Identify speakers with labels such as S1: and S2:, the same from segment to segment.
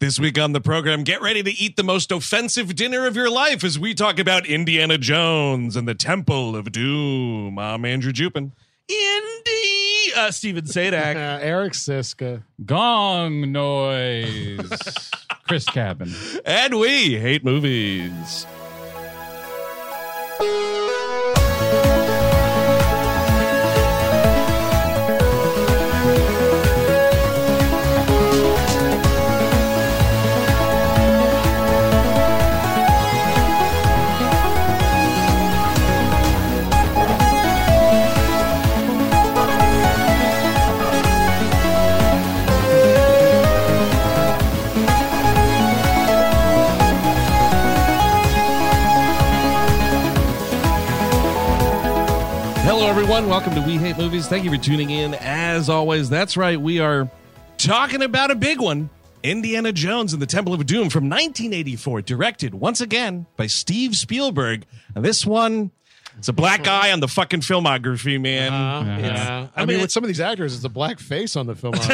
S1: This week on the program, get ready to eat the most offensive dinner of your life as we talk about Indiana Jones and the Temple of Doom. I'm Andrew Jupin.
S2: Indy, uh, Steven Sadak.
S3: Uh, Eric Siska.
S4: Gong noise. Chris Cabin.
S1: And we hate movies. Hello, everyone. Welcome to We Hate Movies. Thank you for tuning in. As always, that's right. We are talking about a big one Indiana Jones and the Temple of Doom from 1984, directed once again by Steve Spielberg. And this one, it's a black
S2: Uh-huh.
S1: eye on the fucking filmography, man.
S2: yeah.
S3: I, mean, with some of these actors, it's a black face on the film.
S4: A
S3: right,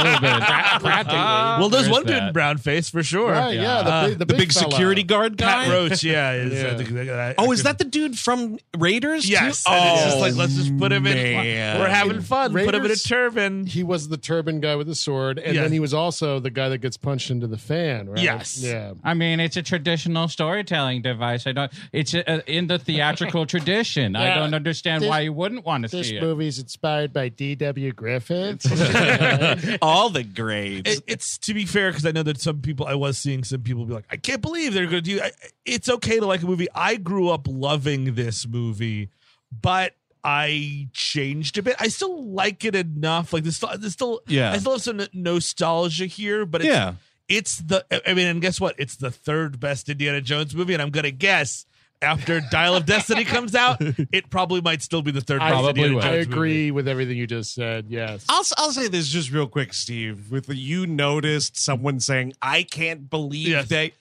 S4: little bit.
S3: practically.
S2: well, there's
S4: There's
S2: one dude in
S4: that.
S2: brown face for sure.
S3: right, yeah.
S2: Uh,
S3: the, big, the
S1: The
S3: big,
S1: big
S3: fella.
S1: security guard guy.
S2: Pat Roach, yeah. is, uh,
S3: Yeah.
S2: the- the- the-
S1: Oh, is that the dude from Raiders? too?
S2: Yes.
S1: Oh,
S2: and it's just like, let's just put him
S1: man.
S2: in. We're having fun. put him in a
S3: Raiders-
S2: turban.
S3: He was the turban guy with the sword, and
S2: Yeah.
S3: then he was also the guy that gets punched into the fan, right?
S2: Yes.
S3: Yeah.
S4: I mean, it's a traditional storytelling device. I don't. It's uh in the theatrical tradition. I
S3: Yeah.
S4: don't understand
S3: This-
S4: why you wouldn't want to
S3: This
S4: see it.
S3: movie's inspired by D.W. Griffith.
S1: all the grades.
S2: It- it's to be fair because I know that some people I was seeing some people be like, I can't believe they're going to do. I, it's okay to like a movie. I grew up loving this movie, but I changed a bit. I still like it enough. Like this, this still,
S1: Yeah.
S2: I still have some n- nostalgia here, but it's,
S1: yeah.
S2: it's the. I- I mean, and guess what? It's the third best Indiana Jones movie, and I'm gonna guess. After Dial of Destiny comes out, it probably might still be the third. best
S4: Probably
S2: Indiana
S4: will.
S3: I
S2: Jones movie.
S3: agree with everything you just said. Yes.
S2: Ah.
S1: I'll, I'll say this just real quick, Steve. With the, you noticed someone saying, "I can't believe
S2: Yes.
S1: they."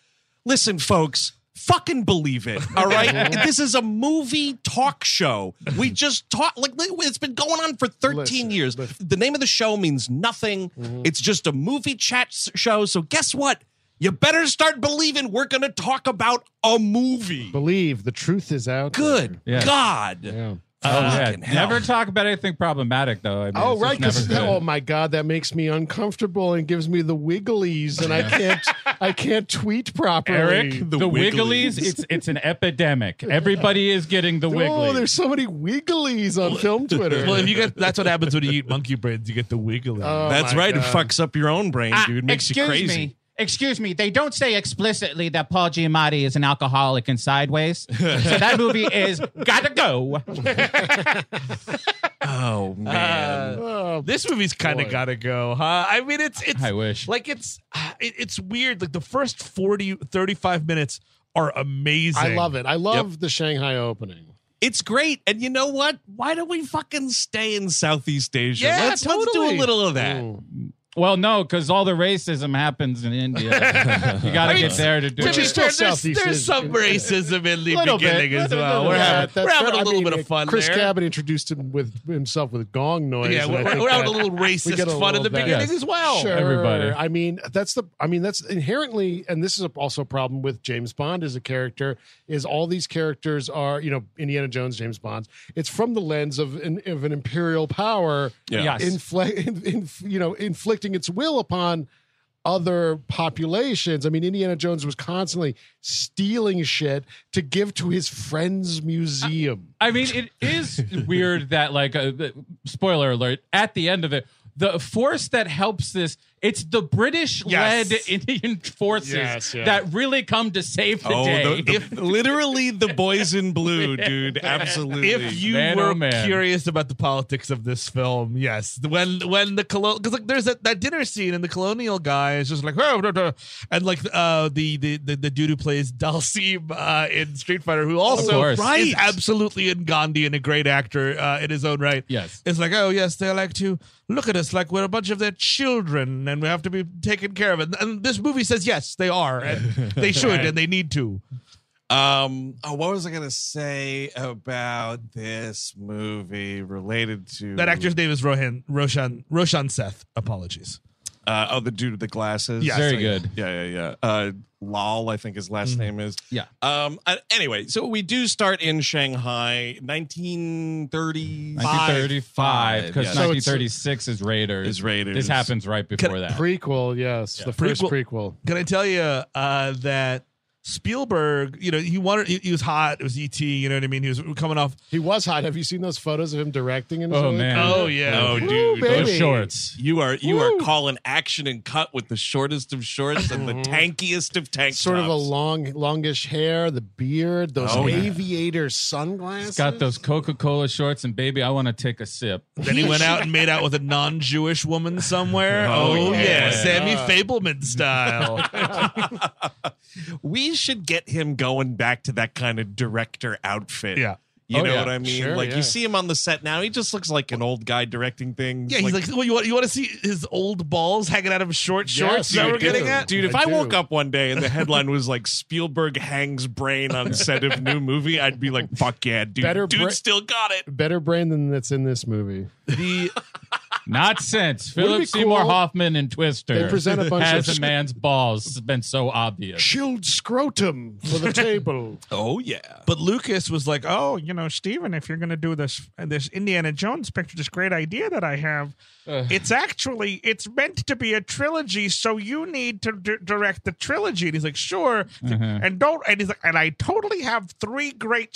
S1: Listen, folks, fucking believe it. All right,
S4: Mhm.
S1: this is a movie talk show. We just talk like li- it's been going on for thirteen
S3: Listen, Mhm.
S1: years. The name of the show means nothing. It's just a movie chat s- show. So guess what? You better start believing we're going to talk about a movie.
S3: Believe the truth is out.
S1: Good
S4: Yeah.
S1: God.
S3: there. Yeah.
S4: Oh, yeah.
S1: Fucking hell.
S4: Never talk about anything problematic, though. I mean,
S3: Oh
S4: it's
S3: right,
S4: just
S3: because
S4: never good.
S3: oh my god, that makes me uncomfortable and gives me the wigglies, and I can't, I can't tweet properly.
S4: Eric,
S1: the
S4: the, Wigglies,
S1: Wigglies.
S4: it's it's an epidemic. Everybody is getting the
S3: oh,
S4: Wigglies.
S3: there's so many wigglies on film Twitter.
S2: Well, if you get that's what happens when you eat monkey brains. You get the wiggly.
S3: Oh,
S1: That's
S3: my
S1: right. It
S3: God.
S1: fucks up your own brain,
S4: Ah,
S1: dude. It makes you
S4: excuse
S1: crazy.
S4: me. Excuse me. They don't say explicitly that Paul Giamatti is an alcoholic in Sideways. so that movie is gotta go.
S1: Oh man.
S3: Oh,
S2: This movie's kind of
S3: Boy.
S2: gotta go, huh? I mean, it's it's
S4: I wish.
S2: like it's ah, it, it's weird. Like the first 40, 35 minutes are amazing.
S3: I love it. I love the Shanghai opening.
S1: It's great. And you know what? Why don't we fucking stay in Southeast Asia?
S2: Yeah,
S1: let's, let's do
S2: totally.
S1: a little of that.
S3: Ooh.
S4: Well, no, because all the racism happens in India. you gotta
S2: I mean,
S4: get there to do
S2: To
S4: it.
S2: be
S3: is still
S2: fair, there's,
S3: Southeast
S2: there's
S3: Asian.
S2: some racism in the
S3: Little bit,
S2: beginning as
S3: little
S2: well.
S3: bit
S2: We're
S3: of
S2: having,
S3: that.
S2: we're
S3: That's
S2: having
S3: fair.
S2: a
S3: I
S2: little
S3: mean,
S2: bit of fun
S3: Chris
S2: there.
S3: Cabot introduced him with himself with gong noise.
S2: yeah,
S3: and I
S2: we're,
S3: think
S2: we're having a
S3: that-
S2: little
S3: we get a
S2: racist fun
S3: little
S2: in the
S3: of that.
S2: beginning
S4: Yes.
S2: as well.
S3: Sure.
S4: Everybody.
S3: I mean, that's the. I mean, that's inherently, and this is also a problem with James Bond as a character. Is all these characters are you know Indiana Jones, James Bonds. It's from the lens of an, of an imperial power,
S1: Yeah.
S4: Yes.
S3: infl- in, in- you know, inflicting its will upon other populations. I mean, Indiana Jones was constantly stealing shit to give to his friend's museum.
S4: I mean, it is weird that, like, uh, the- spoiler alert, at the end of it, the force that helps this It's the British led
S2: Yes.
S4: Indian forces
S3: Yes, yeah.
S4: that really come to save the
S1: Oh,
S4: day.
S1: the, the- literally the boys in blue, dude. Absolutely.
S2: if you
S4: Man,
S2: were
S4: oh, man.
S2: curious about the politics of this film, yes, when when the colon because like there's that, that dinner scene and the colonial guy is just like "Oh, no, no." and like uh the the the, the dude who plays Dalsim uh, in Street Fighter who also
S4: course.
S2: is
S1: Right.
S2: absolutely in Gandhi and a great actor uh, in his own right.
S4: Yes.
S2: it's like oh yes, they like to look at us like we're a bunch of their children and we have to be taken care of. And, and this movie says yes, they are, and they should, and they need to.
S1: Um, oh, what was I gonna say about this movie related to
S2: That actor's name is Rohan Roshan Roshan Seth. Apologies.
S1: Uh, oh, the dude with the glasses.
S2: Yes.
S4: Very good.
S1: Oh, Yeah, yeah, yeah. Uh, Lal, I think his last name is.
S4: Yeah.
S1: Um. uh, anyway, so we do start in Shanghai, 1935.
S4: 1935 because
S1: Yes.
S3: So it's-
S4: 1936 is Raiders.
S1: Is Raiders.
S4: This happens right before
S2: Can-
S4: that.
S3: Prequel, yes, the first
S2: Prequel.
S3: prequel.
S2: Can I tell you uh, that Spielberg, you know, he wanted, he, he was hot. It was ET. You know what I mean? He was coming off.
S3: He was hot. Have you seen those photos of him directing? And
S4: Oh, man.
S2: Oh yeah.
S1: Oh,
S2: Woo,
S1: dude.
S3: baby.
S4: Those shorts.
S1: You are you are calling action and cut with the shortest of shorts and the tankiest of tank
S3: Sort of a
S1: tops.
S3: long, longish hair, the beard, those
S1: Oh, yeah.
S3: aviator sunglasses.
S4: It's got those Coca Cola shorts, and baby, I want to take a sip.
S2: Then he went out and made out with a non-Jewish woman somewhere.
S1: Oh,
S2: Oh,
S1: yeah.
S2: yeah. Sammy Fableman style.
S1: we should get him going back to that kind of director outfit.
S2: Yeah.
S1: You
S4: Oh,
S1: know
S4: yeah.
S1: what I mean?
S3: Sure,
S1: like
S3: yeah.
S1: you see him on the set now, he just looks like an old guy directing things.
S2: yeah, he's like, well, you want you want to see his old balls hanging out of his short shorts?
S3: Yes,
S2: Is that
S3: you
S2: what we're
S3: do.
S2: getting at?
S1: Dude, if I,
S3: I do.
S1: woke up one day and the headline was like Spielberg hangs brain on set of new movie, I'd be like, "Fuck yeah, dude!
S3: Better
S1: dude
S3: bra-
S1: still got it."
S3: better brain than that's in this movie.
S2: The
S4: Not since
S3: it
S4: Philip
S3: be
S4: Seymour
S3: cool?
S4: Hoffman and Twister
S3: They present a bunch
S4: has
S3: of-
S4: a man's balls has been so obvious.
S3: Chilled scrotum for the table.
S1: Oh yeah.
S2: But Lucas was like, "Oh, you know, Steven, if you're going to do this this Indiana Jones picture, this great idea that I have, it's actually it's meant to be a trilogy, so you need to d- direct the trilogy." And he's like, "Sure." He's like,
S1: Mm-hmm.
S2: And don't and he's like, "And I totally have three great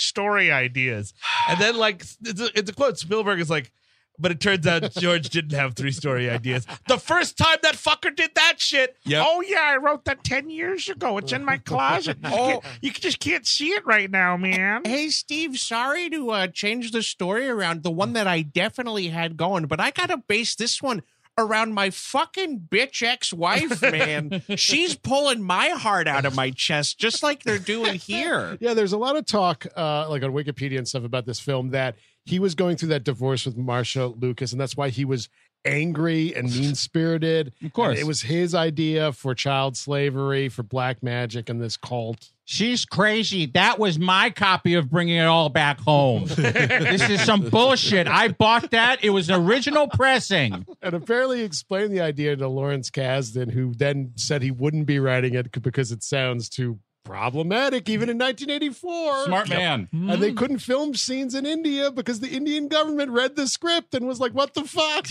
S2: story ideas." And then like it's a, it's a quote Spielberg is like, but it turns out George didn't have three story ideas. The first time that fucker did that shit.
S1: Yep.
S2: Oh yeah, I wrote that ten years ago. It's in my closet. You, oh. you just can't see it right now, man.
S5: Hey, Steve, sorry to uh, change the story around the one that I definitely had going, but I got to base this one around my fucking bitch ex wife, man. She's pulling my heart out of my chest, just like they're doing here.
S3: Yeah, there's a lot of talk, uh, like on Wikipedia and stuff, about this film that he was going through that divorce with Marsha Lucas, and that's why he was angry and mean spirited.
S4: Of course.
S3: it was his idea for child slavery, for black magic, and this cult.
S4: She's crazy. That was my copy of Bringing It All Back Home. this is some bullshit. I bought that. It was original pressing.
S3: And apparently, he explained the idea to Lawrence Kasdan, who then said he wouldn't be writing it c- because it sounds too problematic, even in 1984.
S4: Smart man.
S3: And they couldn't film scenes in India because the Indian government read the script and was like, "What the fuck."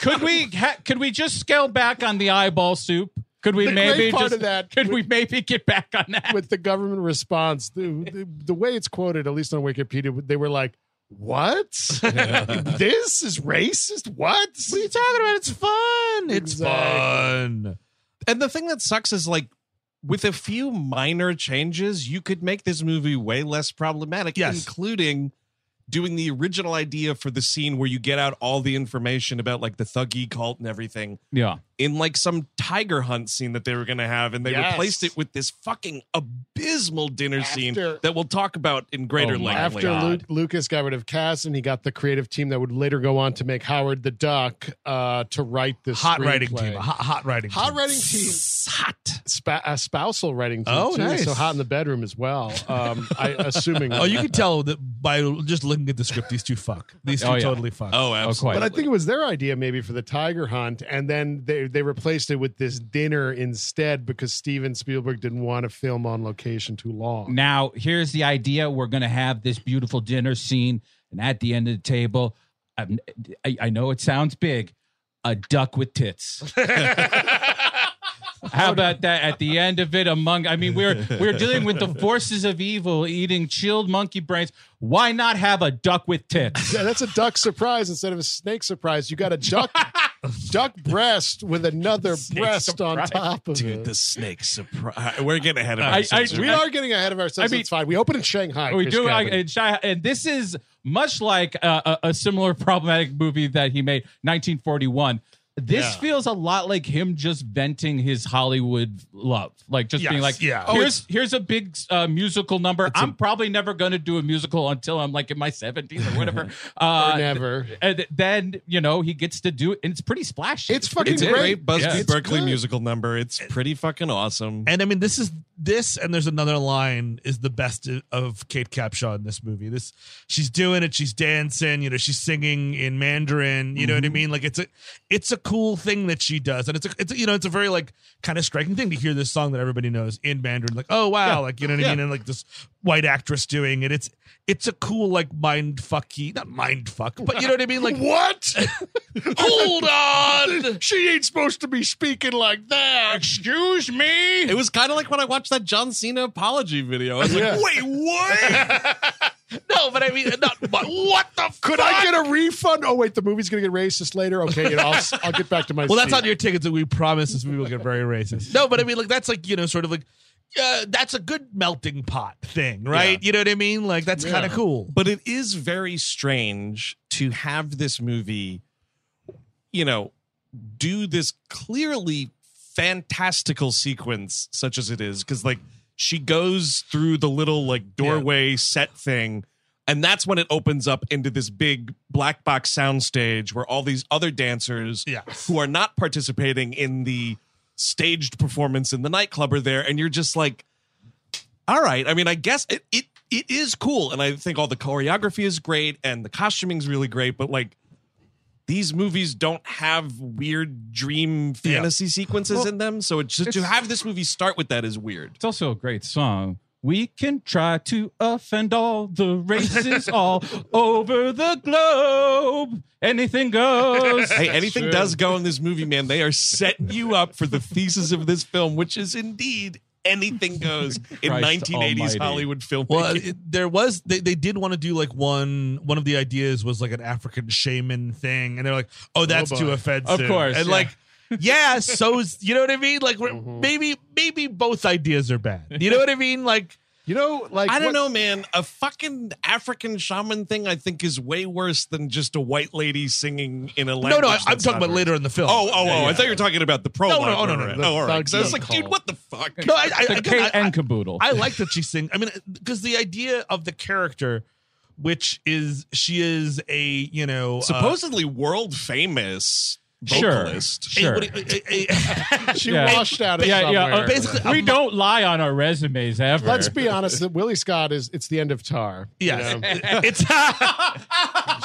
S4: Could we ha- could we just scale back on the eyeball soup? Could we
S3: The great
S4: maybe
S3: part
S4: just-
S3: of that-
S4: could we maybe get back on that?
S3: with the government response, the, the, the way it's quoted, at least on Wikipedia, they were like, "What? this is racist? What?
S2: What are you talking about? It's fun. It's
S3: Exactly.
S2: fun.
S1: And the thing that sucks is like with a few minor changes, you could make this movie way less problematic,
S2: Yes.
S1: including doing the original idea for the scene where you get out all the information about like the thuggy cult and everything
S4: Yeah.
S1: in like some tiger hunt scene that they were going to have and they
S3: Yes.
S1: replaced it with this fucking abysmal dinner scene
S3: After-
S1: that we'll talk about in greater
S4: Oh my
S1: length
S3: After
S1: later.
S3: Lu- Lucas got rid of Cass, and he got the creative team that would later go on to make Howard the Duck uh, to write this
S2: Hot writing
S3: screenplay.
S2: team. A Hot, hot writing.
S3: Hot
S2: team.
S3: writing team,
S1: Hot.
S3: spa- a spousal writing team.
S2: Oh,
S3: too,
S2: nice.
S3: So hot in the bedroom as well. Um, I assuming.
S2: Oh, you can tell that by just looking at the script, these two fuck. These two
S4: Oh, yeah.
S2: totally fuck.
S1: Oh, absolutely.
S4: quite.
S3: But I think it was their idea maybe for the tiger hunt, and then they they replaced it with this dinner instead because Steven Spielberg didn't want to film on location too long.
S4: Now, here's the idea. We're going to have this beautiful dinner scene. And at the end of the table, I'm, I, I know it sounds big a duck with tits. How about that? At the end of it, among, I mean, we're, we're dealing with the forces of evil eating chilled monkey brains. Why not have a duck with tits?
S3: Yeah, that's a duck surprise instead of a snake surprise. You got a duck duck breast with another
S2: Snake
S3: breast on
S2: surprise.
S3: top of
S1: Dude,
S3: it.
S1: the snake surprise. We're getting ahead of
S4: I- I-
S1: ourselves.
S3: we
S1: here.
S3: are getting ahead of ourselves.
S4: I mean-
S3: it's fine. We open in Shanghai.
S4: we
S3: Chris
S4: do I,
S3: Gavin.
S4: and, Shy, and this is much like uh, a, a similar problematic movie that he made 1941 this
S2: Yeah.
S4: feels a lot like him just venting his hollywood love like just being
S2: Yes,
S4: like
S2: yeah. Oh,
S4: here's here's a big uh, musical number i'm probably never going to do a musical until i'm like in my 70s or whatever uh
S3: Or never.
S4: and then you know he gets to do it and it's pretty splashy
S3: It's fucking
S1: It's a
S3: great.
S1: great Busby
S4: Yeah.
S3: It's
S1: Berkeley
S3: good.
S1: musical number. It's pretty fucking awesome.
S2: And I mean, this is this, and there's another line is the best of Kate Capshaw in this movie. This, she's doing it, she's dancing, you know, she's singing in Mandarin. You know what I mean? Like it's a, it's a cool thing that she does, and it's a, it's a, you know, it's a very like kind of striking thing to hear this song that everybody knows in Mandarin. Like, oh wow, like you know what I mean? And like this white actress doing it. It's it's a cool like mind fucky, not mind fuck, but you know what I mean? Like what? Hold on.
S3: She ain't supposed to be speaking like that.
S5: Excuse me.
S6: It was kind of like when I watched that John Cena apology video. I was like,
S3: Yeah.
S6: wait, what?
S2: No, but I mean, not, but what the
S3: Could I get a refund? Oh wait, the movie's gonna get racist later. Okay, you know, I'll, I'll get back to my.
S2: Well, that's
S3: seat.
S2: on your tickets, and we promise this movie will get very racist. No, but I mean, like that's like you know, sort of like uh, that's a good melting pot thing, right? You know what I mean? Like that's kind of cool.
S1: but it is very strange to have this movie you know do this clearly fantastical sequence such as it is because like she goes through the little like doorway set thing and that's when it opens up into this big black box soundstage where all these other dancers
S2: Yeah.
S1: who are not participating in the staged performance in the nightclub are there and you're just like all right. I mean, I guess it it it is cool, and I think all the choreography is great and the costuming's really great, but like these movies don't have weird dream
S2: Yeah.
S1: fantasy sequences in them, so it's just, to
S4: it's-
S1: have this movie start with that is weird.
S4: It's also a great song. We can try to offend all the races all over the globe. Anything goes.
S1: Hey, anything does go in this movie, man. They are setting you up for the thesis of this film, which is indeed anything goes in
S4: Christ
S1: 1980s
S4: almighty.
S1: Hollywood filmmaking.
S2: Well, it- there was they, they did want to do like one one of the ideas was like an African shaman thing, and they're like, oh, that's
S3: boy.
S2: too offensive,
S4: Of course,
S2: and
S4: yeah.
S2: like. Yeah, so is- you know what I mean? Like we're-
S3: Mm-hmm.
S2: maybe maybe both ideas are bad. You know what I mean? Like
S3: You know, like
S1: I don't
S3: what-
S1: know, man. A fucking African shaman thing, I think, is way worse than just a white lady singing in a
S2: no
S1: language.
S2: no, I, I'm
S1: that's
S2: talking
S1: not
S2: about
S1: her.
S2: later in the film.
S1: Oh, oh, oh!
S2: Yeah.
S1: I thought you were talking about the prologue.
S2: no,
S1: where
S2: no, no,
S1: we're
S2: no,
S1: at. Oh, all
S3: the
S1: right. 'Cause I was
S3: thug
S1: like, dude,
S3: call.
S1: what the fuck?
S2: No, I, I,
S4: the
S2: I-
S4: Kate
S2: I-
S4: and Caboodle.
S2: I like that she sings. I mean, because the idea of the character, which is she is a you know uh,
S1: Supposedly world famous
S4: Sure.
S1: vocalist.
S2: a-
S4: Sure.
S2: what do you- a- a-
S3: She
S4: Yeah.
S3: washed out of
S4: yeah,
S3: somewhere.
S4: yeah. uh,
S2: Basically,
S4: we
S2: I'm-
S4: don't lie on our resumes ever.
S3: Let's be honest. That Willie Scott is. It's the end of Tar. you
S2: yes,
S3: know?
S2: it's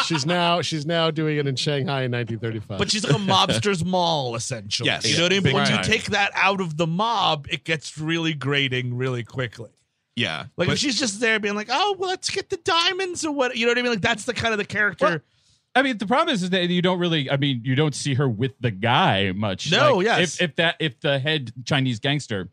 S3: she's now. She's now doing it in Shanghai in 1935.
S2: but she's like a mobster's mall essentially.
S1: Yes.
S2: you know what I mean.
S1: Big
S2: When you
S1: time.
S2: take that out of the mob, it gets really grating really quickly.
S1: Yeah,
S2: Like
S1: but
S2: if she's just there being like, oh, well, let's get the diamonds or what, you know what I mean? Like that's the kind of the character.
S4: Well, I mean, the problem is, is that you don't really. I mean, you don't see her with the guy much.
S2: No,
S4: Like,
S2: yes.
S4: If, if that, if the head Chinese gangster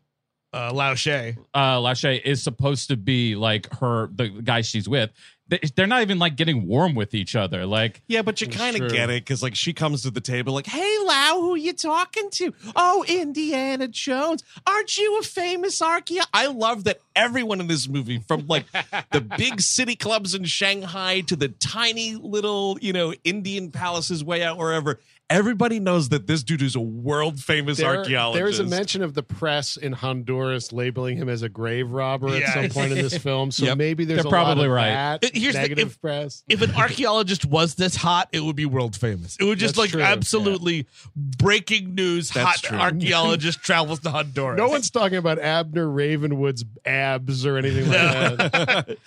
S2: uh, Lao She.
S4: uh Lachey is supposed to be like her, the guy she's with, they- they're not even like getting warm with each other. Like,
S1: yeah, but you kind
S3: true.
S1: of get it because like she comes to the table like, hey,
S6: hey, Lau, who you talking to? Oh, Indiana Jones. Aren't you a famous archaeologist?
S1: I love that everyone in this movie, from like the big city clubs in Shanghai to the tiny little, you know, Indian palaces way out wherever, everybody knows that this dude is a world famous
S3: There-
S1: archaeologist.
S3: There is a mention of the press in Honduras labeling him as a grave robber at some
S2: Yes.
S3: point in this film. So
S1: Yep.
S3: maybe there's
S4: They're
S3: a
S4: probably
S3: lot of
S4: right.
S3: that
S2: It- here's the-
S3: negative
S2: if-
S3: press.
S2: if an archaeologist was this hot, it would be world famous. It would just
S3: That's
S2: like
S3: true,
S2: absolutely breaking news.
S1: That's
S2: hot
S1: true.
S2: archaeologist travels to Honduras.
S3: No one's talking about Abner Ravenwood's abs or anything like that.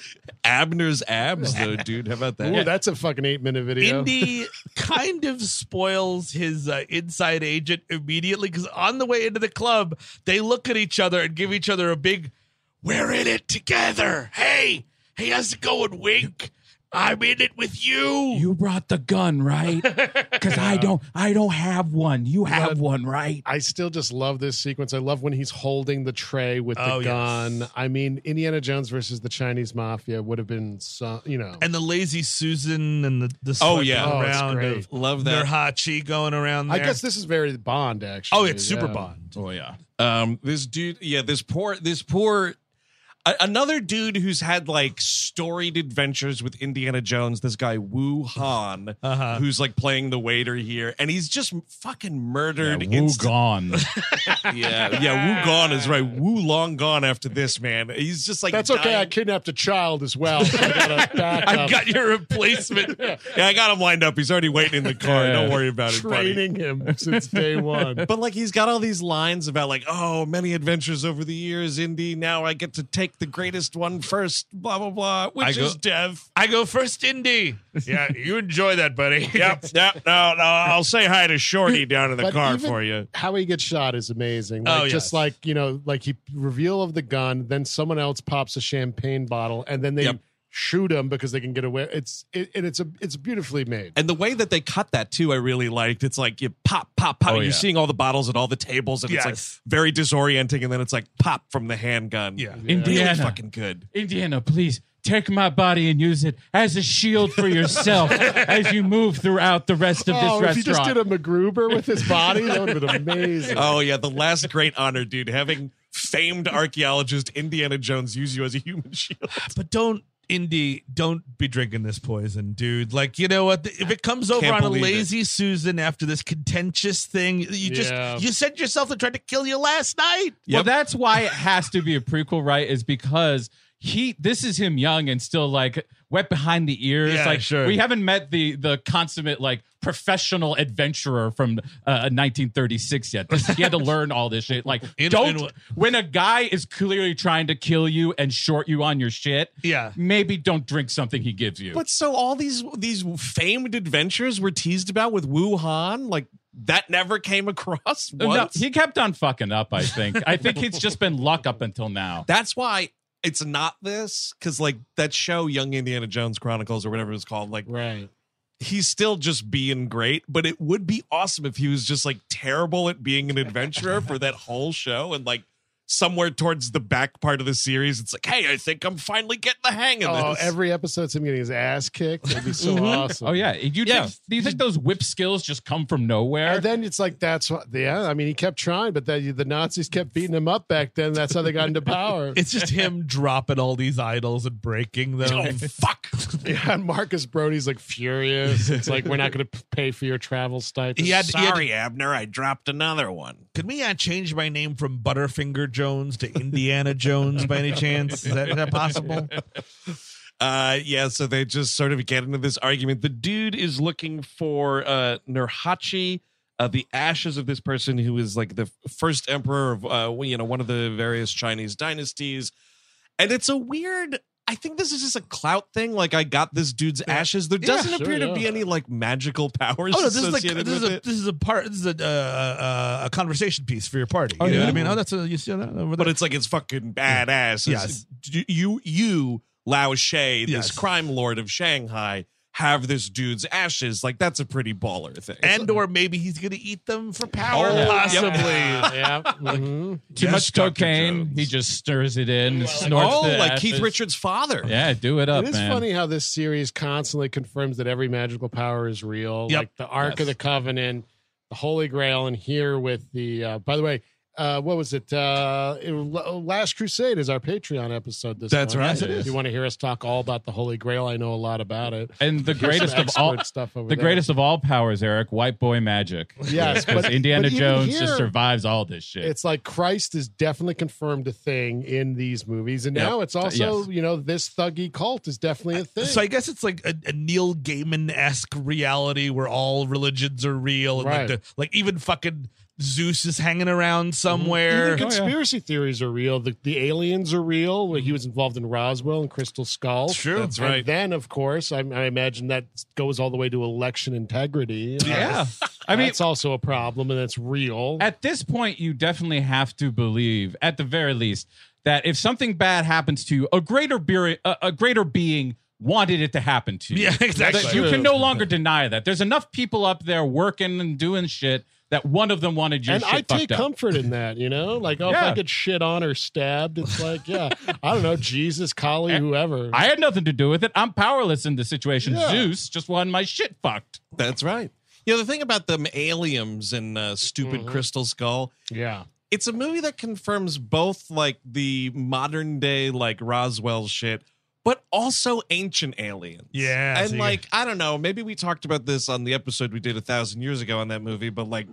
S1: Abner's abs, though, dude. How about that?
S3: Ooh, that's a fucking eight minute video.
S2: Indy kind of spoils his uh, inside agent immediately because on the way into the club, they look at each other and give each other a big, "We're in it together." Hey, hey, how's it going, Wink? I'm in it with you.
S4: You brought the gun, right? Because I don't, I don't have one. You have one, right?
S3: I still just love this sequence. I love when he's holding the tray with the
S2: Oh, yes.
S3: gun. I mean, Indiana Jones versus the Chinese mafia would have been, so, you know,
S2: and the lazy Susan and the, the
S1: Oh,
S2: swiping
S1: yeah.
S3: Oh, it's
S2: around
S3: great.
S2: of
S1: Love
S2: their
S1: that.
S2: hot chi going around.
S3: I
S2: there.
S3: guess this is very Bond actually.
S2: Oh, it's super
S3: yeah.
S2: Bond.
S4: Oh yeah.
S1: Um, this dude, yeah, this poor, this poor, a- another dude who's had like storied adventures with Indiana Jones. This guy Wu Han,
S2: Uh-huh.
S1: who's like playing the waiter here, and he's just fucking murdered.
S4: Wu
S1: insta-
S4: gone.
S1: yeah, yeah, Wu gone is right. Wu long gone after this man. He's just like
S3: That's okay. I
S1: dying.
S3: kidnapped a child as well. I got a
S1: I've
S3: backup
S1: got your replacement. yeah, I got him lined up. He's already waiting in the car. Don't worry about it, buddy.
S3: training him since day one.
S1: But like he's got all these lines about like, oh, many adventures over the years, Indy. Now I get to take the greatest one first, blah blah blah, which
S2: go-
S1: is Dev.
S2: I go first, Indy. Yeah, you enjoy that, buddy.
S1: Yep. yep. No, no. I'll say hi to Shorty down in the
S3: But
S1: car
S3: even
S1: for you.
S3: How he gets shot is amazing.
S2: Oh,
S3: Like,
S2: yes.
S3: Just like, you know, like he reveal of the gun, then someone else pops a champagne bottle and then they
S1: Yep.
S3: shoot him because they can get away. It's, it, and it's a, it's beautifully made.
S1: And the way that they cut that too, I really liked. It's like you pop, pop, pop.
S4: Oh,
S1: You're
S4: yeah.
S1: seeing all the bottles at all the tables, and it's
S2: Yes.
S1: like very disorienting. And then it's like pop from the handgun.
S2: Yeah.
S1: really
S4: Indiana.
S1: fucking good.
S4: Indiana, please take my body and use it as a shield for yourself as you move throughout the rest of
S3: oh, if
S4: this
S3: he just did
S4: restaurant.
S3: a MacGruber with his body, that would have been amazing.
S1: Oh yeah, the last great honor, dude. Having famed archaeologist Indiana Jones use you as a human shield.
S2: But don't, Indy, don't be drinking this poison, dude. Like, you know what? If it comes over
S1: Can't
S2: on a
S1: believe it.
S2: lazy Susan after this contentious thing, you just,
S3: Yeah.
S2: you sent yourself that tried to kill you last night.
S4: Well, that's why it has to be a prequel, right? Is because he this is him young and still like wet behind the ears.
S2: Yeah,
S4: like
S2: sure.
S4: we haven't met the the consummate like professional adventurer from uh, 1936 yet. He had to learn all this shit. Like
S2: In-
S4: don't
S2: in-
S4: when a guy is clearly trying to kill you and short you on your shit.
S2: Yeah.
S4: maybe don't drink something he gives you.
S1: But so all these these famed adventures were teased about with Wuhan, like that never came across
S4: No,
S1: once.
S4: he kept on fucking up. I think. I think it's just been luck up until now.
S1: That's why it's not this because like that show Young Indiana Jones Chronicles or whatever it's called, like
S3: Right.
S1: he's still just being great. But it would be awesome if he was just like terrible at being an adventurer for that whole show and like. Somewhere towards the back part of the series, it's like, hey, I think I'm finally getting the hang of
S3: Oh,
S1: this.
S3: every episode's him getting his ass kicked. That'd be so awesome.
S4: Oh yeah, you
S1: Yeah.
S4: Think, do you think those whip skills just come from nowhere?
S3: And then it's like that's what yeah. I mean, he kept trying, but then the Nazis kept beating him up back then. That's how they got into power.
S2: It's just him dropping all these idols and breaking them.
S1: oh, fuck.
S3: yeah, Marcus Brody's like furious. It's like we're not going to pay for your travel stipend.
S2: He had- he had-
S1: Sorry, Abner, I dropped another one.
S2: Can we uh, change my name from Butterfinger Jones to Indiana Jones by any chance? Is that, is that possible?
S1: Uh, yeah, so they just sort of get into this argument. The dude is looking for uh, Nurhaci, uh, the ashes of this person who is like the first emperor of uh, you know one of the various Chinese dynasties, and it's a weird. I think this is just a clout thing. Like I got this dude's ashes. There doesn't
S3: sure,
S1: appear to
S3: yeah.
S1: be any like magical powers
S2: Oh no! This is like
S1: associated
S2: this is
S1: with
S2: a
S1: it.
S2: this is a part. This is a uh, uh, a conversation piece for your party.
S4: Oh,
S2: You know
S4: yeah.
S2: what I mean? Oh, that's a, you see that over
S1: but
S2: there?
S1: it's like it's fucking badass. It's-
S2: Yes.
S1: d- you you Lao She, this
S2: Yes.
S1: crime lord of Shanghai, have this dude's ashes. Like that's a pretty baller thing.
S2: and or maybe he's gonna eat them for power.
S1: Oh,
S2: possibly.
S3: yeah, yeah. mhm.
S4: Too
S1: Yes,
S4: much
S1: Dr.
S4: cocaine.
S1: Jones.
S4: He just stirs it in, and snorts.
S1: oh,
S4: the
S1: like
S4: ashes.
S1: Keith Richards' father.
S4: Yeah, do it up,
S3: It is
S4: man.
S3: funny how this series constantly confirms that every magical power is real.
S2: Yep.
S3: Like the Ark
S4: Yes.
S3: of the Covenant, the Holy Grail, and here with the. Uh, by the way, uh, what was it? Uh, it- Last Crusade is our Patreon episode. This
S1: That's
S3: month.
S1: right,
S4: it
S3: If
S4: is.
S3: you want to hear us talk all about the Holy Grail, I know a lot about it.
S4: And the
S3: There's some
S4: greatest of all
S3: expert stuff over
S4: the
S3: there.
S4: greatest of all powers, Eric, white boy magic.
S3: Yes,
S4: because
S3: but-
S4: Indiana
S3: but even
S4: Jones
S3: here-
S4: just survives all this shit.
S3: It's like Christ is definitely confirmed a thing in these movies, and now it's also
S4: Yes.
S3: you know this thuggy cult is definitely a thing.
S2: So I guess it's like a, a Neil Gaiman esque reality where all religions are real, and
S3: Right.
S2: like, the, like even fucking Zeus is hanging around
S1: Mm-hmm.
S2: somewhere.
S3: Even
S4: Oh,
S3: conspiracy theories are real. The, the aliens are real. Where
S4: Mm-hmm.
S3: he was involved in Roswell and Crystal Skull.
S2: True. That's
S3: And
S2: right.
S3: then, of course, I, I imagine that goes all the way to election integrity.
S4: yeah,
S3: I
S4: I mean,
S3: it's also a problem, and it's real.
S4: at this point, you definitely have to believe, at the very least, that if something bad happens to you, a greater be- a, a greater being wanted it to happen to you.
S2: Yeah, exactly.
S4: That you can no longer deny that. There's enough people up there working and doing shit that one of them wanted your
S3: and
S4: shit
S3: I take
S4: fucked up.
S3: comfort in that, you know, like oh, if
S4: Yeah.
S3: I get shit on or stabbed, it's like yeah, I don't know, Jesus, Kali, whoever.
S4: I had nothing to do with it. I'm powerless in the situation.
S3: Yeah.
S4: Zeus just wanted my shit fucked.
S1: That's right. You know, the thing about them aliens and uh, stupid
S4: Mm-hmm.
S1: crystal skull,
S3: yeah,
S1: it's a movie that confirms both like the modern day, like Roswell shit, but also ancient aliens.
S2: Yeah,
S1: And
S2: so you-
S1: like, I don't know, maybe we talked about this on the episode we did a thousand years ago on that movie, but like,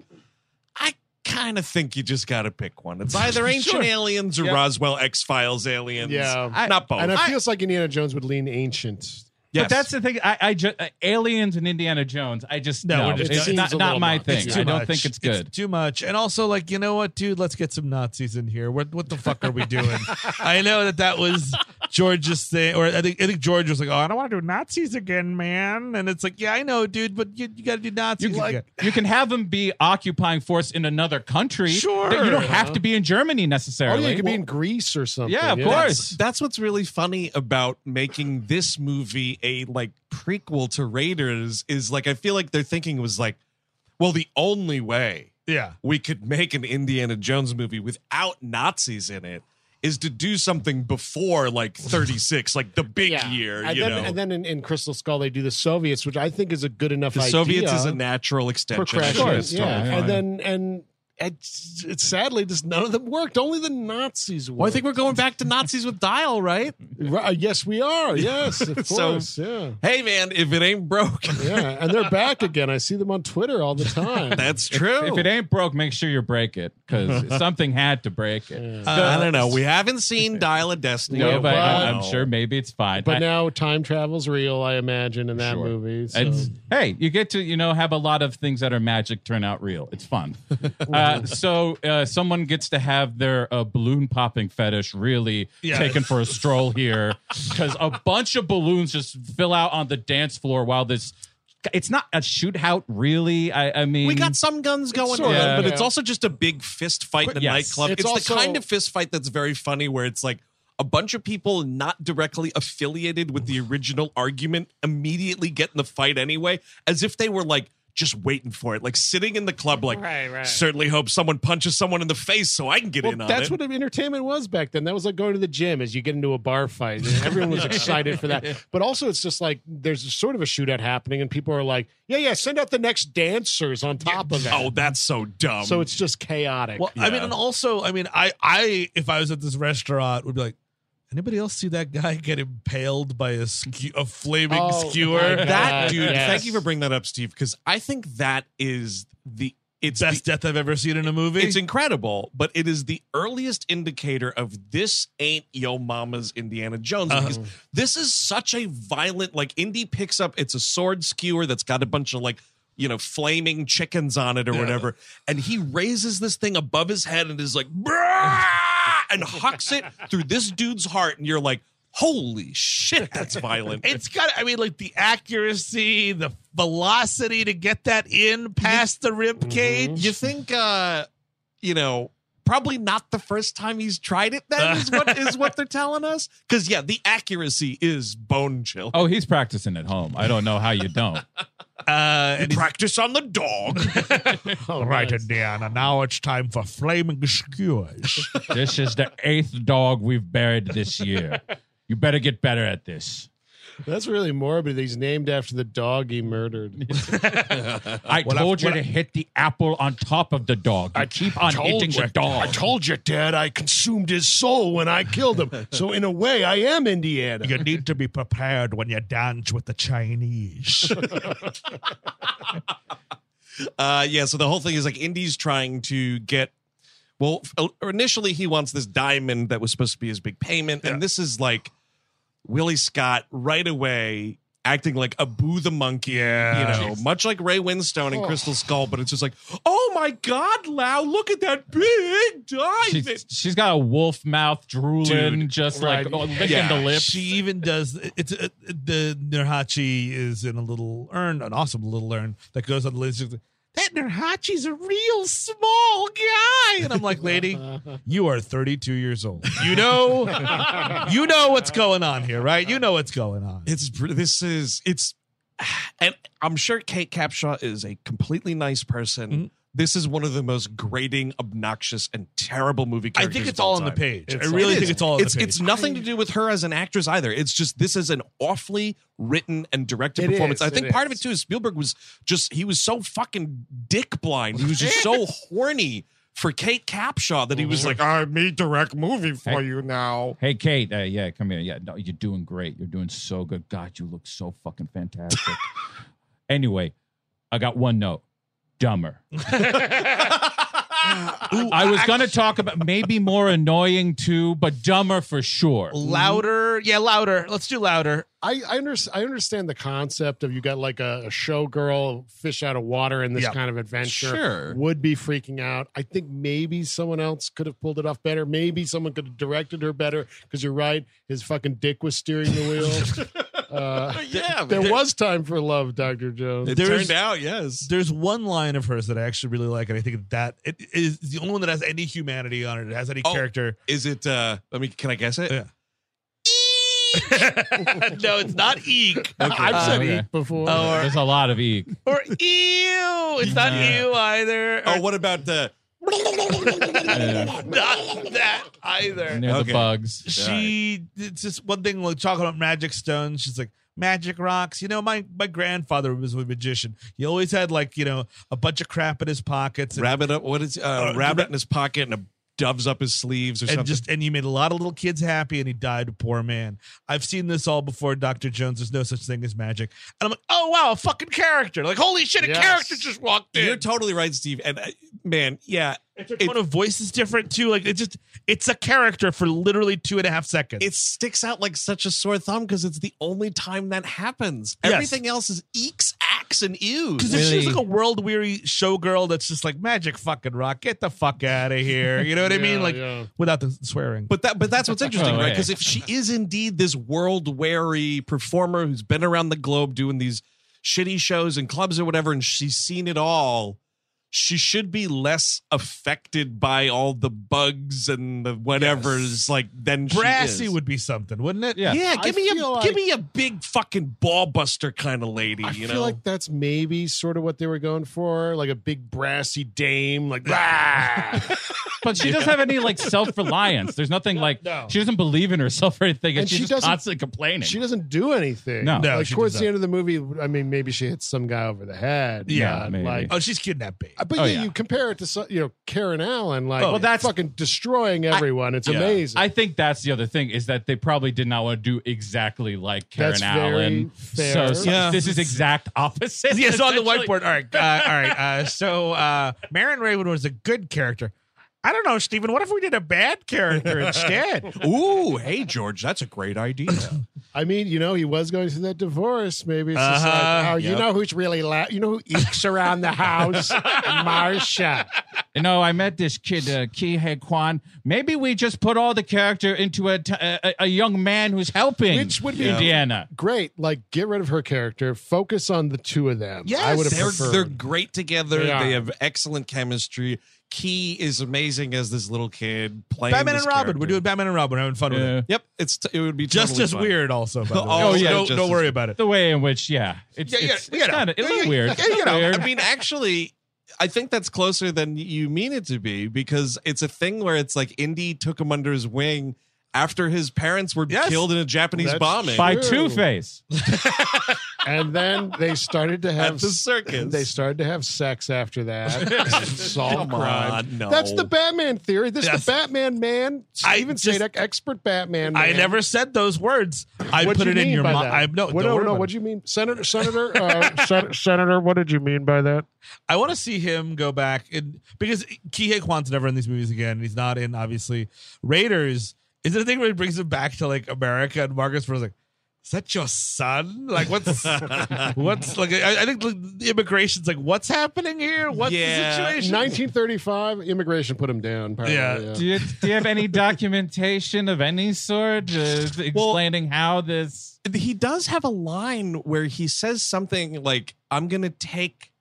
S1: I kind of think you just got to pick one. It's either ancient
S4: Sure.
S1: aliens or
S4: Yeah.
S1: Roswell X Files aliens.
S3: Yeah.
S4: I-
S1: Not both.
S3: and it
S1: I-
S3: feels like Indiana Jones would lean ancient.
S1: yes.
S4: But that's the thing. I, I just aliens and Indiana Jones. I just
S2: No,
S4: no,
S2: it just
S4: it's
S3: seems
S4: not,
S3: a
S4: not
S3: little
S4: my
S3: much.
S4: thing.
S2: It's
S4: I
S2: too
S4: don't
S2: much.
S4: think it's good.
S2: too much. And also, like, you know what, dude? Let's get some Nazis in here. What what the fuck are we doing? I know that that was George's thing, or I think I think George was like, "Oh, I don't want to do Nazis again, man." And it's like, "Yeah, I know, dude, but you, you got to do
S4: you
S2: Nazis
S4: can,
S2: again."
S4: you can have them be occupying force in another country.
S2: Sure.
S4: You don't have to be in Germany
S3: Oh
S4: necessarily.
S3: yeah, you could be in Greece or something.
S4: Yeah, of
S1: That's-
S4: course.
S1: That's what's really funny about making this movie a like prequel to Raiders is like I feel like their thinking was like, well, the only way
S2: Yeah,
S1: we could make an Indiana Jones movie without Nazis in it is to do something before like 36, like the big year,
S3: and
S1: you
S3: then,
S1: know.
S3: and then in, in Crystal Skull they do the Soviets, which I think is a good enough
S1: the
S3: idea.
S1: Soviets is a natural
S3: for
S1: extension.
S3: crashing.
S4: Sure,
S3: it,
S4: it's
S3: yeah.
S4: totally fine.
S3: and then and it's, it's sadly just none of them worked. Only the Nazis worked.
S1: Well, I think we're going back to Nazis with Dial, right?
S3: Right, yes, we are. Yes, of
S1: So-
S3: course. yeah.
S1: Hey, man, if it ain't broke,
S3: Yeah, and they're back again. I see them on Twitter all the time.
S1: that's true.
S4: If it ain't broke, make sure you break it because something had to break it.
S1: Uh, I don't know. We haven't seen Dial of Destiny.
S4: No,
S3: Yeah,
S4: but I-
S3: but-
S4: I'm sure maybe it's fine.
S3: but
S4: I-
S3: now time travel's real, I imagine, in that
S4: Sure.
S3: movie. So.
S4: It's- hey, you get to you know have a lot of things that are magic turn out real. It's fun. uh, so uh, someone gets to have their uh, balloon popping fetish really
S2: Yeah.
S4: taken for a stroll here because a bunch of balloons just fill out on the dance floor while this. It's not a shootout, really. I, I mean,
S1: We got some guns going on,
S3: sort
S4: of,
S1: but
S3: yeah.
S1: it's also just a big fist fight in a
S4: Yes.
S1: nightclub. It's,
S3: It's
S1: the
S3: also-
S1: kind of fist fight that's very funny where it's like a bunch of people not directly affiliated with the original argument immediately get in the fight anyway, as if they were like just waiting for it, like sitting in the club, like
S5: Right, right.
S1: certainly hope someone punches someone in the face so I can get
S3: well,
S1: in on
S3: that's
S1: it.
S3: what entertainment was back then. That was like going to the gym as you get into a bar fight. And everyone was excited for that. But also, it's just like there's sort of a shootout happening, and people are like, yeah, yeah, send out the next dancers on top of that.
S1: oh, that's so dumb.
S3: so it's just chaotic.
S2: Well, I mean, and also, I mean, I, I, if I was at this restaurant, would be like, anybody else see that guy get impaled by a skew, a flaming
S3: Oh,
S2: skewer?
S3: my God.
S1: that
S3: Uh,
S1: dude.
S3: yes.
S1: Thank you for bringing that up, Steve, because I think that is the it's the
S2: Best death I've ever seen in a movie.
S1: It's incredible, but it is the earliest indicator of this ain't yo mama's Indiana Jones because this is such a violent like indie picks up it's a sword skewer that's got a bunch of like you know flaming chickens on it or whatever and he raises this thing above his head and is like "Brah!" and hucks it through this dude's heart and you're like holy shit that's violent
S2: It's got, I mean, like the accuracy, the velocity to get that in past the rib cage.
S1: you think uh you know probably not the first time he's tried it then is what is what they're telling us because yeah the accuracy is bone chill
S4: Oh, he's practicing at home. I don't know how you don't.
S2: Uh, and he's-
S1: practice on the dog
S2: all right, Indiana. Now it's time for flaming skewers.
S4: this is the eighth dog we've buried this year. You better get better at this.
S3: that's really morbid. He's named after the dog he murdered.
S4: I
S2: Well, I-
S4: told you
S2: well,
S4: to
S2: I-
S4: hit the apple on top of the dog. You keep on hitting the dog.
S3: told you, Dad, I consumed his soul when I killed him. So in a way, I am Indiana.
S2: you need to be prepared when you dance with the Chinese.
S1: uh yeah so the whole thing is like indy's trying to get well f- uh, initially he wants this diamond that was supposed to be his big payment and this is like willie scott right away acting like abu the monkey you know much like ray winstone in crystal skull but it's just like oh my god lau look at that big diamond
S4: She's, she's got a wolf mouth drooling, just like
S3: right.
S4: oh, licking
S1: Yeah.
S4: the lips.
S2: She even does. It's uh, the Nurhachi is in a little urn, an awesome little urn that goes on the lid. She's like, that Nurhachi's a real small guy. And I'm like, lady, you are 32 years old. You know, you know what's going on here, right? You know what's going on.
S1: It's br- this is it's, and I'm sure Kate Capshaw is a completely nice person.
S2: Mm-hmm.
S1: This is one of the most grating, obnoxious, and terrible movie
S2: I
S1: characters.
S2: think it's
S1: of
S2: all on the
S1: time.
S2: page.
S3: It's
S2: I
S3: all-
S2: really
S3: it
S2: think
S3: is.
S2: it's all on
S1: It's
S2: the page.
S1: it's nothing to do with her as an actress either. It's just this is an awfully written and directed
S3: It
S1: performance.
S3: is,
S1: I think
S3: it
S1: part of it
S3: is.
S1: too is Spielberg was just he was so fucking dick blind. He was just so horny for Kate Capshaw that he
S2: Mm-hmm.
S1: was like,
S3: I made direct movie for you now.
S4: Hey, Kate. Uh, yeah, come here. Yeah, no, you're doing great. You're doing so good. God, you look so fucking fantastic. anyway, I got one note. Dumber. I was going to talk about maybe more annoying too, but dumber for sure.
S2: louder. Yeah, louder. Let's do louder.
S3: I I, under, I understand the concept of you got like a, a showgirl fish out of water in this
S2: Yeah.
S3: kind of adventure.
S4: Sure.
S3: Would be freaking out. I think maybe someone else could have pulled it off better. Maybe someone could have directed her better because you're right. His fucking dick was steering the wheel. uh,
S1: "Yeah,
S3: there was time for love, Dr. Jones.
S1: It
S2: There
S1: turned
S2: is-
S1: out, yes.
S2: There's one line of hers that I actually really like, and I think that it is the only one that has any humanity on it. It has any
S1: Oh.
S2: character.
S1: Is it? uh Let me. Can I guess it?
S2: Yeah. no, it's not eek
S3: I've said
S4: Okay. Oh,
S3: eat before.
S4: There's a lot of E eek.
S2: or ew. It's not
S4: Yeah.
S2: ew either.
S1: Oh, what about the?
S4: Yeah.
S2: not that either.
S4: And there's
S1: Okay.
S4: the bugs.
S2: She it's just one thing like talking about magic stones. She's like magic rocks. You know, my my grandfather was a magician. He always had like you know a bunch of crap in his pockets and,
S1: rabbit up? What is uh,
S2: Uh,
S1: rabbit
S2: ra-
S1: in his pocket and a dove's up his sleeves or
S2: and
S1: something?
S2: just and he made a lot of little kids happy and he died a poor man. I've seen this all before, Doctor Jones. There's no such thing as magic. And I'm like, oh wow, a fucking character. Like holy shit, a
S3: Yes.
S2: character just walked in.
S1: You're totally right, Steve. And uh, man, yeah,
S2: Their tone of voice is different too. Like it just it's a character for literally two and a half seconds.
S1: it sticks out like such a sore thumb because it's the only time that happens.
S2: Yes.
S1: Everything else is eeks, acts, and
S2: Because
S1: ews.
S2: if she was
S4: Really?
S2: like a world weary showgirl that's just like magic fucking rock, get the fuck out of here. You know what I mean?
S3: Yeah,
S2: Like
S3: yeah.
S2: without the swearing.
S1: But that, but that's what's interesting,
S4: Oh,
S1: right?
S4: yeah.
S1: Because if she is indeed this world weary performer who's been around the globe doing these shitty shows and clubs or whatever, and she's seen it all, she should be less affected by all the bugs and the whatever's like than she
S2: brassy
S1: is.
S2: would be something, wouldn't it?
S4: Yeah.
S1: Yeah,
S3: I
S1: give me a
S3: feel
S1: give
S3: like-
S1: me a big fucking ball buster kind of lady,
S3: I
S1: you
S3: feel
S1: know.
S3: like that's maybe sort of what they were going for, like a big brassy dame, like "Rah!"
S4: But she doesn't have any like self reliance. There's nothing like
S3: No.
S4: she doesn't believe in herself or anything, and,
S3: And she
S4: she's just
S3: doesn't-
S4: constantly complaining.
S3: She doesn't do anything.
S4: No.
S2: No,
S3: like
S2: she
S3: towards
S2: does
S3: the
S2: not.
S3: end of the movie, I mean, maybe she hits some guy over the head.
S4: Yeah,
S3: but,
S4: maybe.
S3: like. uh,
S2: Oh, she's kidnapping.
S3: But
S4: Oh,
S3: yeah,
S4: yeah.
S3: you compare it to so- you know Karen Allen, like
S4: Well, that's-
S3: fucking destroying everyone. it's
S2: yeah.
S3: amazing.
S4: I think that's the other thing is that they probably did not want to do exactly like Karen
S3: That's very
S4: Allen.
S3: fair.
S4: So, so
S1: Yeah.
S4: this is exact opposite.
S2: Yes, on the
S4: essentially.
S2: whiteboard. All right, uh, all right. Uh, so uh, Marin Raven was a good character. I don't know, Stephen. What if we did a bad character instead?
S1: Ooh, hey George, that's a great idea.
S3: I mean, you know, he was going through that divorce. Maybe it's just
S2: Uh-huh.
S3: like, oh, you
S1: Yep.
S3: know who's really la- you know who eeks around the house, Marsha.
S4: You know, I met this kid, uh, Kihei Kwan. Maybe we just put all the character into a, t- a, a young man who's helping.
S3: Which would be-
S4: Indiana.
S3: Great, like get rid of her character, focus on the two of them. I would have
S1: they're,
S3: preferred.
S1: they're great together.
S3: They are.
S1: They have excellent chemistry. Key is amazing as this little kid playing
S2: Batman
S1: this
S2: and Robin. We're
S1: character.
S2: doing Batman and Robin. We're having fun with
S4: Yeah.
S2: it.
S1: Yep, it's t- it would be
S2: Just
S1: totally
S2: as
S1: fine.
S2: weird, also. by the way.
S1: Oh, yeah,
S2: no,
S1: just
S2: don't
S1: as
S2: worry about it.
S4: The way in which, yeah, it's,
S2: Yeah, yeah,
S4: it's,
S2: you know.
S4: kind of a little weird. It's
S1: You know,
S4: weird.
S1: I mean, actually, I think that's closer than you mean it to be because it's a thing where it's like Indy took him under his wing after his parents were
S2: Yes.
S1: killed in a Japanese
S3: That's
S1: bombing.
S4: by Two
S3: True.
S4: Face.
S3: and then they started to have
S1: At the circus.
S3: They started to have sex after that. Solve
S1: Come
S2: Uh,
S3: crime.
S1: on, no.
S3: That's the Batman theory. This
S2: Yes.
S3: is the Batman man.
S2: I
S3: Steven
S2: just-
S3: Sadek, expert Batman.
S2: I
S3: man.
S2: never said those words. I
S3: What'd
S2: put
S3: you
S2: it in
S3: mean
S2: your
S3: by
S2: mouth.
S3: that?
S2: I no,
S3: What,
S2: don't
S3: no,
S2: worry
S3: no.
S2: about
S3: What
S2: it.
S3: do you mean, Senator? Senator? Uh, Sen- Senator? What did you mean by that?
S2: I want to see him go back in because Kihei Kwan's never in these movies again. and He's not in obviously Raiders. Is it a thing where he brings him back to like America and Marcus was like, "Is that your son? Like what's what's like?" I, I think like, the immigration's like, "What's happening here? What's
S1: Yeah.
S2: the situation?"
S3: 1935. Immigration put him down. Probably,
S2: Yeah.
S4: Do you, do you have any documentation of any sort uh, explaining how this?
S1: he does have a line where he says something like i'm gonna take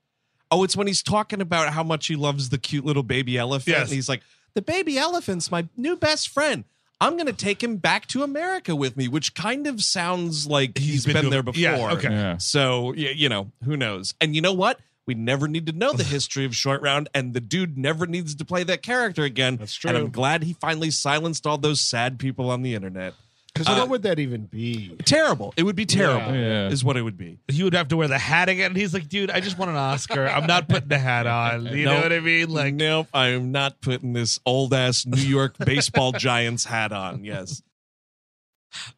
S1: Oh, it's when he's talking about how much he loves the cute little baby elephant.
S2: Yes.
S1: And he's like, the baby elephant's my new best friend. I'm going to take him back to America with me, which kind of sounds like he's been,
S2: doing-
S1: there before.
S2: Yeah, okay.
S4: Yeah.
S1: So, y- you know, who knows? And you know what? We never need to know the history of Short Round, and the dude never needs to play that character again.
S3: That's true.
S1: And I'm glad he finally silenced all those sad people on the internet.
S3: Because
S2: Uh,
S3: what would that even be?
S1: Terrible. It would be terrible,
S4: Yeah.
S1: is what it would be.
S2: He would have to wear the hat again. He's like, dude, I just want an Oscar. I'm not putting the hat on. You know
S1: Nope. Mm-hmm.
S2: what I mean? Like,
S1: nope, I'm not putting this old ass New York baseball Giants hat on. Yes.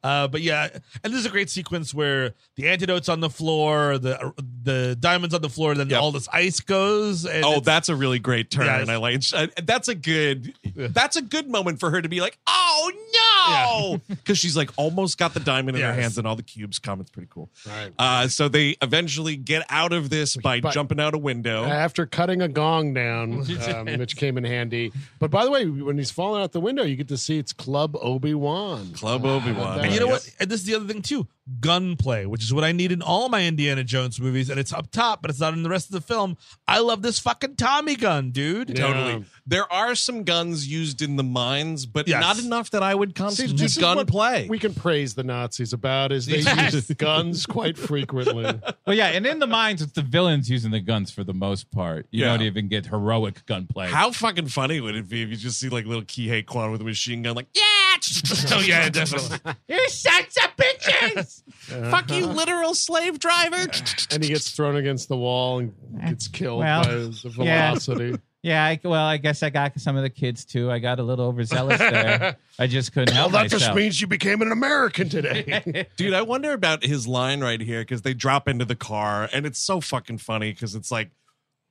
S2: Uh, but yeah, and this is a great sequence where the antidote's on the floor, the the diamonds on the floor, then
S1: Yep.
S2: all this ice goes. And
S1: oh,
S2: it's-
S1: that's a really great turn,
S2: Yes.
S1: and I like. sh- I- That's a good. That's a good moment for her to be like, "Oh no," because she's like almost got the diamond in her
S2: Yes.
S1: hands, and all the cubes come. It's pretty cool.
S3: Right.
S1: Uh, so they eventually get out of this by
S3: But-
S1: jumping out a window.
S3: After cutting a gong down, um, which came in handy. But by the way, when he's falling out the window, you get to see it's Club Obi Wan.
S1: Club Obi Wan.
S2: And you know what? And this is the other thing too, gunplay, which is what I need in all my Indiana Jones movies, and it's up top, but it's not in the rest of the film. I love this fucking Tommy gun, dude.
S3: Yeah.
S1: Totally. There are some guns used in the mines, but
S2: Yes.
S1: not enough that I would
S3: See,
S1: constitute
S3: this is
S1: gun
S3: what
S1: play.
S3: We can praise the Nazis about is they use guns quite frequently.
S4: Well, yeah, and in the mines, it's the villains using the guns for the most part. You
S1: Yeah.
S4: don't even get heroic gunplay.
S1: How fucking funny would it be if you just see like little Kihei Kwan with a machine gun, like yeah,
S2: oh yeah, definitely.
S6: You sons of bitches! Fuck you, literal slave driver!
S3: and he gets thrown against the wall and gets killed
S4: Well,
S3: by the
S4: yeah.
S3: velocity.
S4: Yeah, I, well, I guess I got some of the kids too. I got a little overzealous there. I just couldn't help myself.
S3: means you became an American today.
S1: Dude, I wonder about his line right here because they drop into the car and it's so fucking funny because it's like,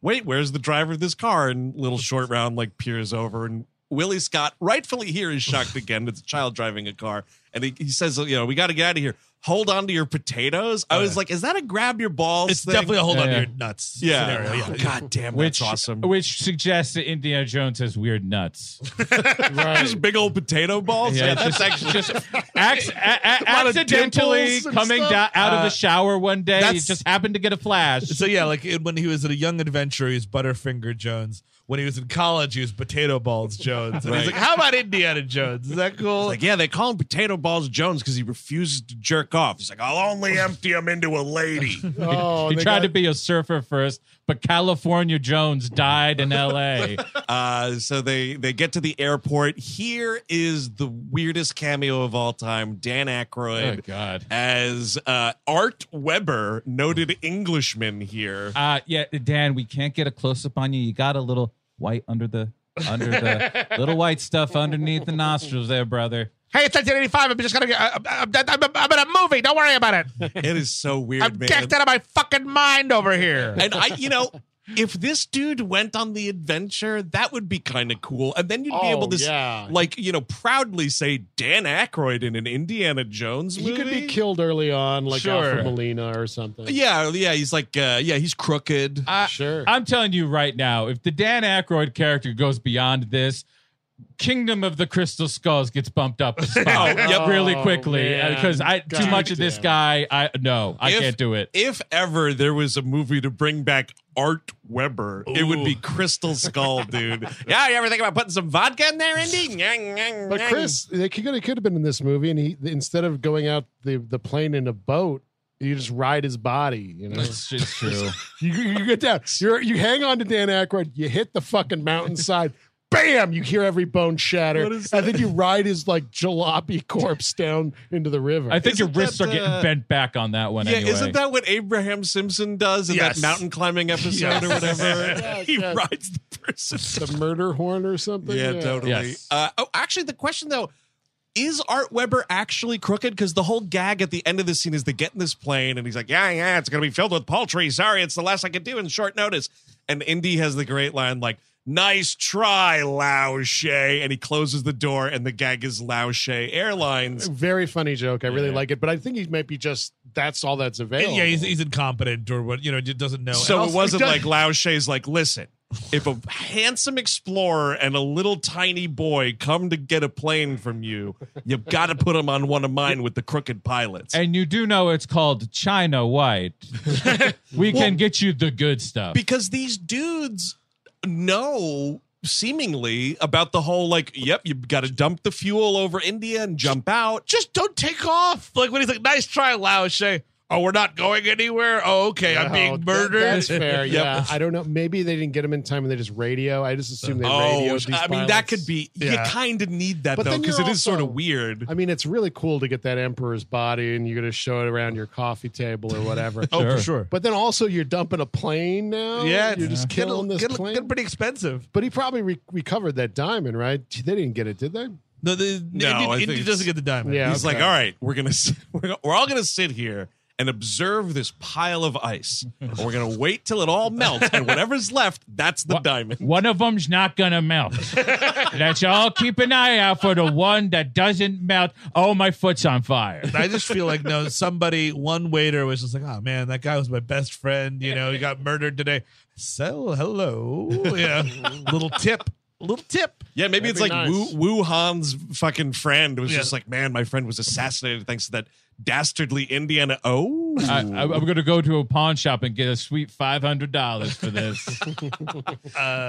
S1: wait, where's the driver of this car? And little short round like peers over and Willie Scott rightfully here is shocked again. It's a child driving a car and he, he says, you know, we got to get out of here. Hold on to your potatoes. I was like, is that a grab your balls?
S2: It's
S1: thing?
S2: definitely a hold on
S4: Yeah, yeah.
S2: to your nuts
S1: yeah.
S2: scenario. Yeah.
S1: Oh, God damn,
S4: which
S1: that's awesome.
S4: Which suggests that Indiana Jones has weird nuts.
S3: right.
S1: Just big old potato balls. Yeah, that's
S4: just,
S1: actually
S4: just acc- a- a-
S3: lot of
S4: accidentally
S3: dimples and
S4: coming
S3: stuff.
S4: down out of
S2: Uh,
S4: the shower one day. He
S2: that's-
S4: just happened to get a flash.
S2: So yeah, like it- when he was at a young adventure, he was Butterfinger Jones. When he was in college, he was Potato Balls Jones. And he's
S1: Right.
S2: like, "How about Indiana Jones? Is that cool?"
S1: Like, yeah, they call him Potato Balls Jones because he refuses to jerk off. He's like, I'll only empty him into a lady.
S3: Oh,
S4: he
S3: they
S4: tried
S3: got-
S4: to be a surfer first, but California Jones died in L.A.
S1: uh, so they they get to the airport. Here is the weirdest cameo of all time: Dan
S4: oh
S1: Aykroyd
S4: God.
S1: as uh, Art Weber, noted Englishman. Here,
S4: Uh yeah, Dan, we can't get a close up on you. You got a little white under the under the little white stuff underneath the nostrils there, brother.
S6: Hey, it's 1985. I'm just gonna get. I'm, I'm, I'm, I'm in a movie. Don't worry about it.
S1: it is so weird,
S6: I'm
S1: man.
S6: kicked out of my fucking mind over here.
S1: and I, you know. If this dude went on the adventure, that would be kind of cool. And then you'd be
S3: Oh,
S1: able to, s-
S3: yeah.
S1: like, you know, proudly say Dan Aykroyd in an Indiana Jones movie.
S3: He could be killed ely on, like
S4: Sure.
S3: Alfred Molina or something.
S1: Yeah, yeah, he's like, uh, yeah, he's crooked.
S3: sure.
S4: I'm telling you right now, if the Dan Aykroyd character goes beyond this, Kingdom of the Crystal Skulls gets bumped up a spot
S1: Oh, yep.
S4: really
S3: Oh,
S4: quickly
S3: man.
S4: because I too
S3: God
S4: much of this
S3: damn.
S4: guy. I no, I
S1: If-
S4: can't do it.
S1: if ever there was a movie to bring back Art Weber, it would be Crystal Skull, dude. yeah, you ever think about putting some vodka in there, Indy?
S3: But Chris, they could, he could have been in this movie, and he instead of going out the, the plane in a boat, you just ride his body. You know,
S4: It's just true.
S3: you, you get down, you're, you hang on to Dan Aykroyd, you hit the fucking mountainside, bam! You hear every bone shatter,
S1: What
S3: and
S1: is
S3: then you ride his like jalopy corpse down into the river.
S4: I think your
S1: Isn't
S4: wrists
S1: that,
S4: are getting
S1: uh,
S4: bent back on that one
S1: yeah,
S4: anyway.
S1: isn't that what Abraham Simpson does in
S2: Yes.
S1: that mountain climbing episode
S2: Yes.
S1: or whatever?
S3: Yes,
S1: he
S3: yes.
S1: rides the person.
S3: the murder horn or something.
S1: Yeah, totally.
S4: Yes.
S1: Uh, oh, actually, the question though is Art Weber actually crooked? Because the whole gag at the end of the scene is they get in this plane and he's like, "Yeah, yeah, it's gonna be filled with poultry. Sorry, it's the last I could do in short notice." And Indy has the great line like, "Nice try, Lao Shay," and he closes the door, and the gag is Lao Shay Airlines.
S3: Very funny joke. I really like it, but I think he might be just that's all that's available.
S2: yeah, he's, he's incompetent or what? You know, just doesn't know.
S1: So
S2: And also-
S1: it wasn't like Lao Shay's like, "Listen, if a handsome explorer and a little tiny boy come to get a plane from you, you've got to put them on one of mine with the crooked pilots.
S4: And you do know it's called China White. we can get you the good stuff.
S1: because these dudes know seemingly about the whole like yep you've got to dump the fuel over india and jump out
S2: Just don't take off. Like when he's like, nice try, Lao Shay. Oh, we're not going anywhere. Oh, okay. I'm
S3: No,
S2: being
S3: that-
S2: murdered.
S3: that's fair.
S1: Yep.
S3: Yeah, I don't know. Maybe they didn't get them in time, and they just radio. I just assume they radio.
S1: oh
S3: these
S1: i mean that
S3: pilots.
S1: could be
S3: Yeah.
S1: you kind of need that
S3: But
S1: though
S3: then
S1: because it
S3: you're
S1: is sort of
S3: also-
S1: weird
S3: I mean, it's really cool to get that emperor's body, and you're going to show it around your coffee table or whatever.
S2: oh, for sure.
S3: But then also, you're dumping a plane now.
S2: yeah,
S3: you're just
S2: get a-
S3: killing this
S2: get a-
S3: plane.
S2: get pretty expensive.
S3: but he probably re- recovered that diamond, right? They didn't get it, did they?
S2: No, the,
S1: No, I
S2: Indy,
S1: think
S2: Indy
S1: it's-
S2: doesn't get the diamond.
S3: Yeah.
S1: he's
S3: okay.
S1: like all right we're gonna s- we're gonna- we're all gonna sit here and observe this pile of ice and we're gonna wait till it all melts and whatever's left that's the
S4: Wha-
S1: diamond
S4: One of them's not gonna melt. Let's all keep an eye out for the one that doesn't melt. Oh, my foot's on fire.
S2: I just feel like no, somebody, one waiter was just like, oh man, that guy was my best friend. You know, he got murdered today. So hello, yeah, little tip, little tip.
S1: Yeah, maybe
S3: That'd
S1: it's
S3: be
S1: like
S3: nice.
S1: Wu Wuhan's fucking friend was
S2: Yeah.
S1: just like, man, my friend was assassinated thanks to that dastardly Indiana. Oh,
S2: Uh,
S4: I, I, I'm gonna go to a pawn shop and get a sweet five hundred dollars for this.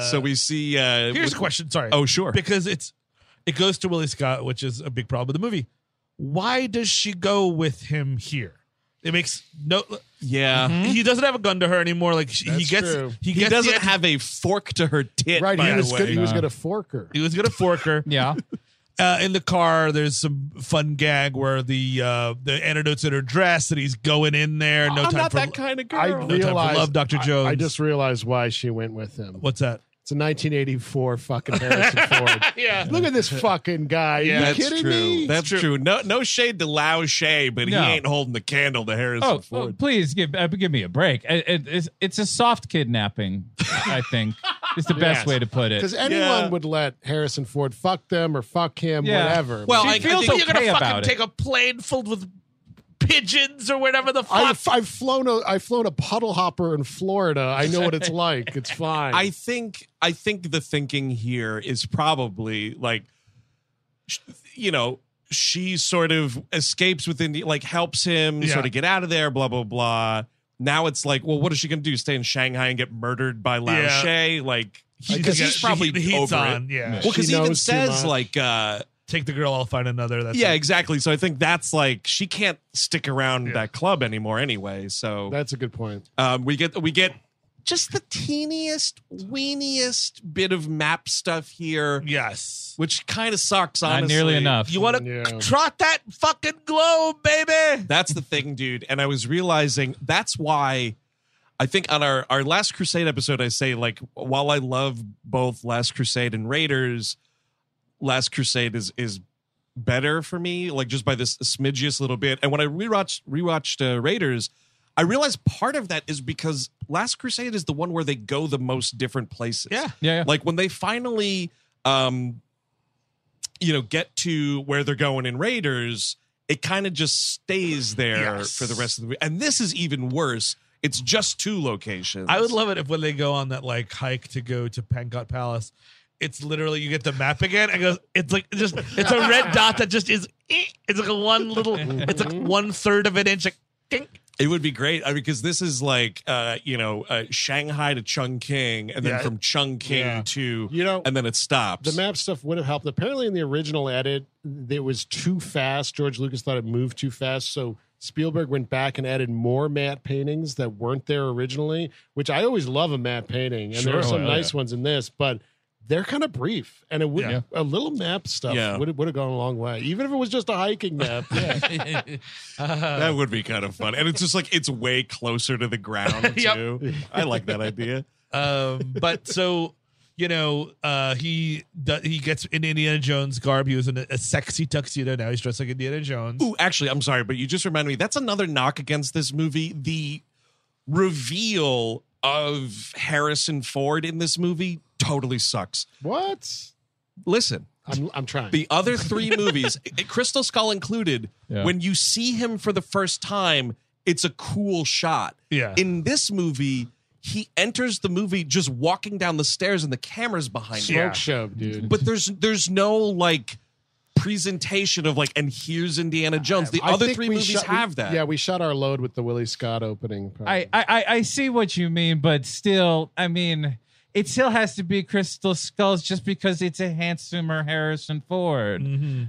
S1: so we see. Uh,
S2: Here's
S1: with-
S2: a question. Sorry.
S1: Oh, sure.
S2: because it's it goes to Willie Scott, which is a big problem with the movie. Why does she go with him here? It makes no.
S1: yeah,
S2: He doesn't have a gun to her anymore. Like she, he
S3: That's
S2: gets,
S3: true.
S2: Mm-hmm. he
S1: Hmm? he
S2: gets. the
S1: doesn't
S2: idea-
S1: have a fork to her tit.
S3: Right.
S1: by
S3: he
S1: the
S3: was
S1: way.
S3: good. He was going to fork her.
S2: He was gonna fork her.
S4: Yeah,
S2: uh, in the car. There's some fun gag where the uh, the antidotes in her dress, and he's going in there. No time for
S1: kind of
S3: I
S2: no time
S3: realized.
S2: for love, Doctor
S3: I-
S2: Jones.
S3: I, just realized why she went with him.
S2: what's that?
S3: It's a 1984 fucking Harrison Ford. yeah. Look at this fucking guy. you
S1: That's
S3: kidding
S1: true.
S3: me?
S1: That's true. No, no shade to Lao Shay, but
S4: No.
S1: he ain't holding the candle to Harrison
S4: Oh,
S1: Ford.
S4: oh, please give uh, give me a break. It- it- it's, it's a soft kidnapping, I think. It's the best
S3: Yes.
S4: way to put it.
S3: Because anyone would let Harrison Ford fuck them or fuck him,
S4: Yeah.
S3: whatever.
S4: Well,
S2: Well,
S4: She
S2: I,
S4: I- I feels
S2: think
S4: think-
S2: you're gonna
S4: okay
S2: fucking
S4: about it.
S2: take a plane filled with pigeons or whatever the fuck.
S3: I've, I've flown a I've flown a puddle hopper in Florida. I know what it's like. It's fine.
S1: I think I think the thinking here is probably like, sh- you know, she sort of escapes within, the, like helps him
S2: Yeah.
S1: sort of get out of there, blah blah blah. Now it's like, well, what is she going to do? Stay in Shanghai and get murdered by Lao
S2: Yeah.
S1: She? Like, because
S2: She-
S1: he's
S2: she-
S1: probably
S2: the heat's
S1: over
S2: on.
S1: it.
S2: Yeah,
S1: Well, because
S3: She
S1: he even
S3: knows too
S1: says
S3: much.
S1: like, uh,
S2: take the girl. I'll find another. That's
S1: yeah,
S2: it.
S1: exactly. So I think that's like she can't stick around that club anymore anyway. So
S3: That's a good point.
S1: um, we get we get just the teeniest, weeniest bit of map stuff here,
S2: Yes.
S1: which kind of sucks.
S4: Not
S1: Honestly,
S4: nearly enough.
S2: You want to
S3: Yeah.
S2: trot that fucking globe, baby?
S1: That's the thing, dude. And I was realizing that's why I think on our our last Crusade episode, I say like while I love both Last Crusade and Raiders, Last Crusade is is better for me, like just by this smidgiest little bit. And when I rewatched rewatched uh, Raiders. I realized part of that is because Last Crusade is the one where they go the most different places.
S2: Yeah.
S4: yeah, yeah.
S1: Like when they finally, um, you know, get to where they're going in Raiders, it kind of just stays there
S2: Yes.
S1: for the rest of the movie. And this is even worse. It's just two locations.
S2: I would love it if when they go on that like hike to go to Pankot Palace, it's literally you get the map again and it goes. It's like just it's a red dot that just is. eh, It's like a one little. It's like one third of an inch. Like, dink.
S1: It would be great I, because this is like, uh, you know, uh, Shanghai to Chungking, and then
S2: Yeah.
S1: from Chungking
S3: Yeah.
S1: to,
S3: You know,
S1: and then it stops.
S3: the map stuff would have helped. Apparently, in the original edit, it was too fast. George Lucas thought it moved too fast, so Spielberg went back and added more matte paintings that weren't there originally. Which I always love a matte painting, and there are
S4: Sure.
S3: some
S4: Oh, yeah.
S3: nice ones in this, but they're kind of brief. And it would
S4: Yeah.
S3: a little map stuff
S1: Yeah.
S3: would would have gone a long way, even if it was just a hiking map. Yeah.
S2: Uh-huh.
S1: that would be kind of fun. And it's just like, it's way closer to the ground,
S2: Yep.
S1: too. I like that idea.
S2: Um, but so you know, uh, he do- he gets in Indiana Jones garb. He was in a, a sexy tuxedo. Now he's dressed like Indiana Jones.
S1: Ooh, actually, I'm sorry, but you just reminded me. That's another knock against this movie. The reveal of Harrison Ford in this movie totally sucks.
S3: what?
S1: Listen,
S3: I'm I'm trying.
S1: the other three movies, i- Crystal Skull included,
S4: Yeah.
S1: when you see him for the first time, it's a cool shot.
S2: Yeah.
S1: In this movie, He enters the movie just walking down the stairs and the camera's behind
S3: Smoke
S1: him.
S3: show, dude.
S1: But there's there's no like presentation of like and here's Indiana Jones. The
S3: I
S1: other
S3: think
S1: three
S3: we
S1: movies
S3: shut- we-
S1: have that.
S3: Yeah, we shot our load with the Willie Scott opening.
S4: I, I I- I see what you mean, but still, I mean, it still has to be Crystal Skulls just because it's a handsome or Harrison Ford.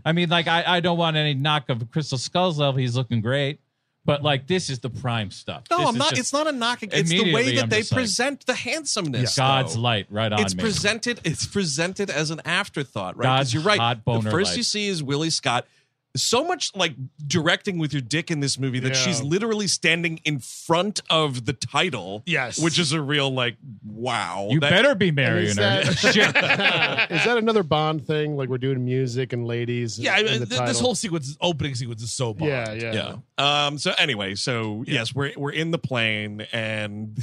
S4: I mean, like I, I don't want any knock of Crystal Skulls level. He's looking great, but like this is the prime stuff.
S1: no,
S4: This
S1: I'm
S4: is
S1: not.
S4: just
S1: it's not a knock. It's the way
S4: Immediately,
S1: that
S4: I'm
S1: they
S4: just like-
S1: present the handsomeness.
S4: God's
S1: though.
S4: light right on
S1: It's
S4: me.
S1: presented. It's presented as an afterthought, right? Because
S4: God's
S1: you're right.
S4: hot boner
S1: the first
S4: light.
S1: you see is Willie Scott. So much like directing with your dick in this movie that
S3: Yeah.
S1: she's literally standing in front of the title.
S2: Yes.
S1: which is a real like wow.
S4: you
S1: that- uh,
S4: better be Uh,
S3: And
S4: marrying
S3: is
S4: her.
S3: that-
S4: Shit.
S3: is that another Bond thing? Like we're doing music and ladies.
S2: Yeah, I
S3: in
S2: mean,
S3: the
S2: th- this
S3: title?
S2: whole sequence, opening sequence, is so bomb.
S3: Yeah, yeah,
S1: yeah. Um. So anyway, so yes, we're we're in the plane and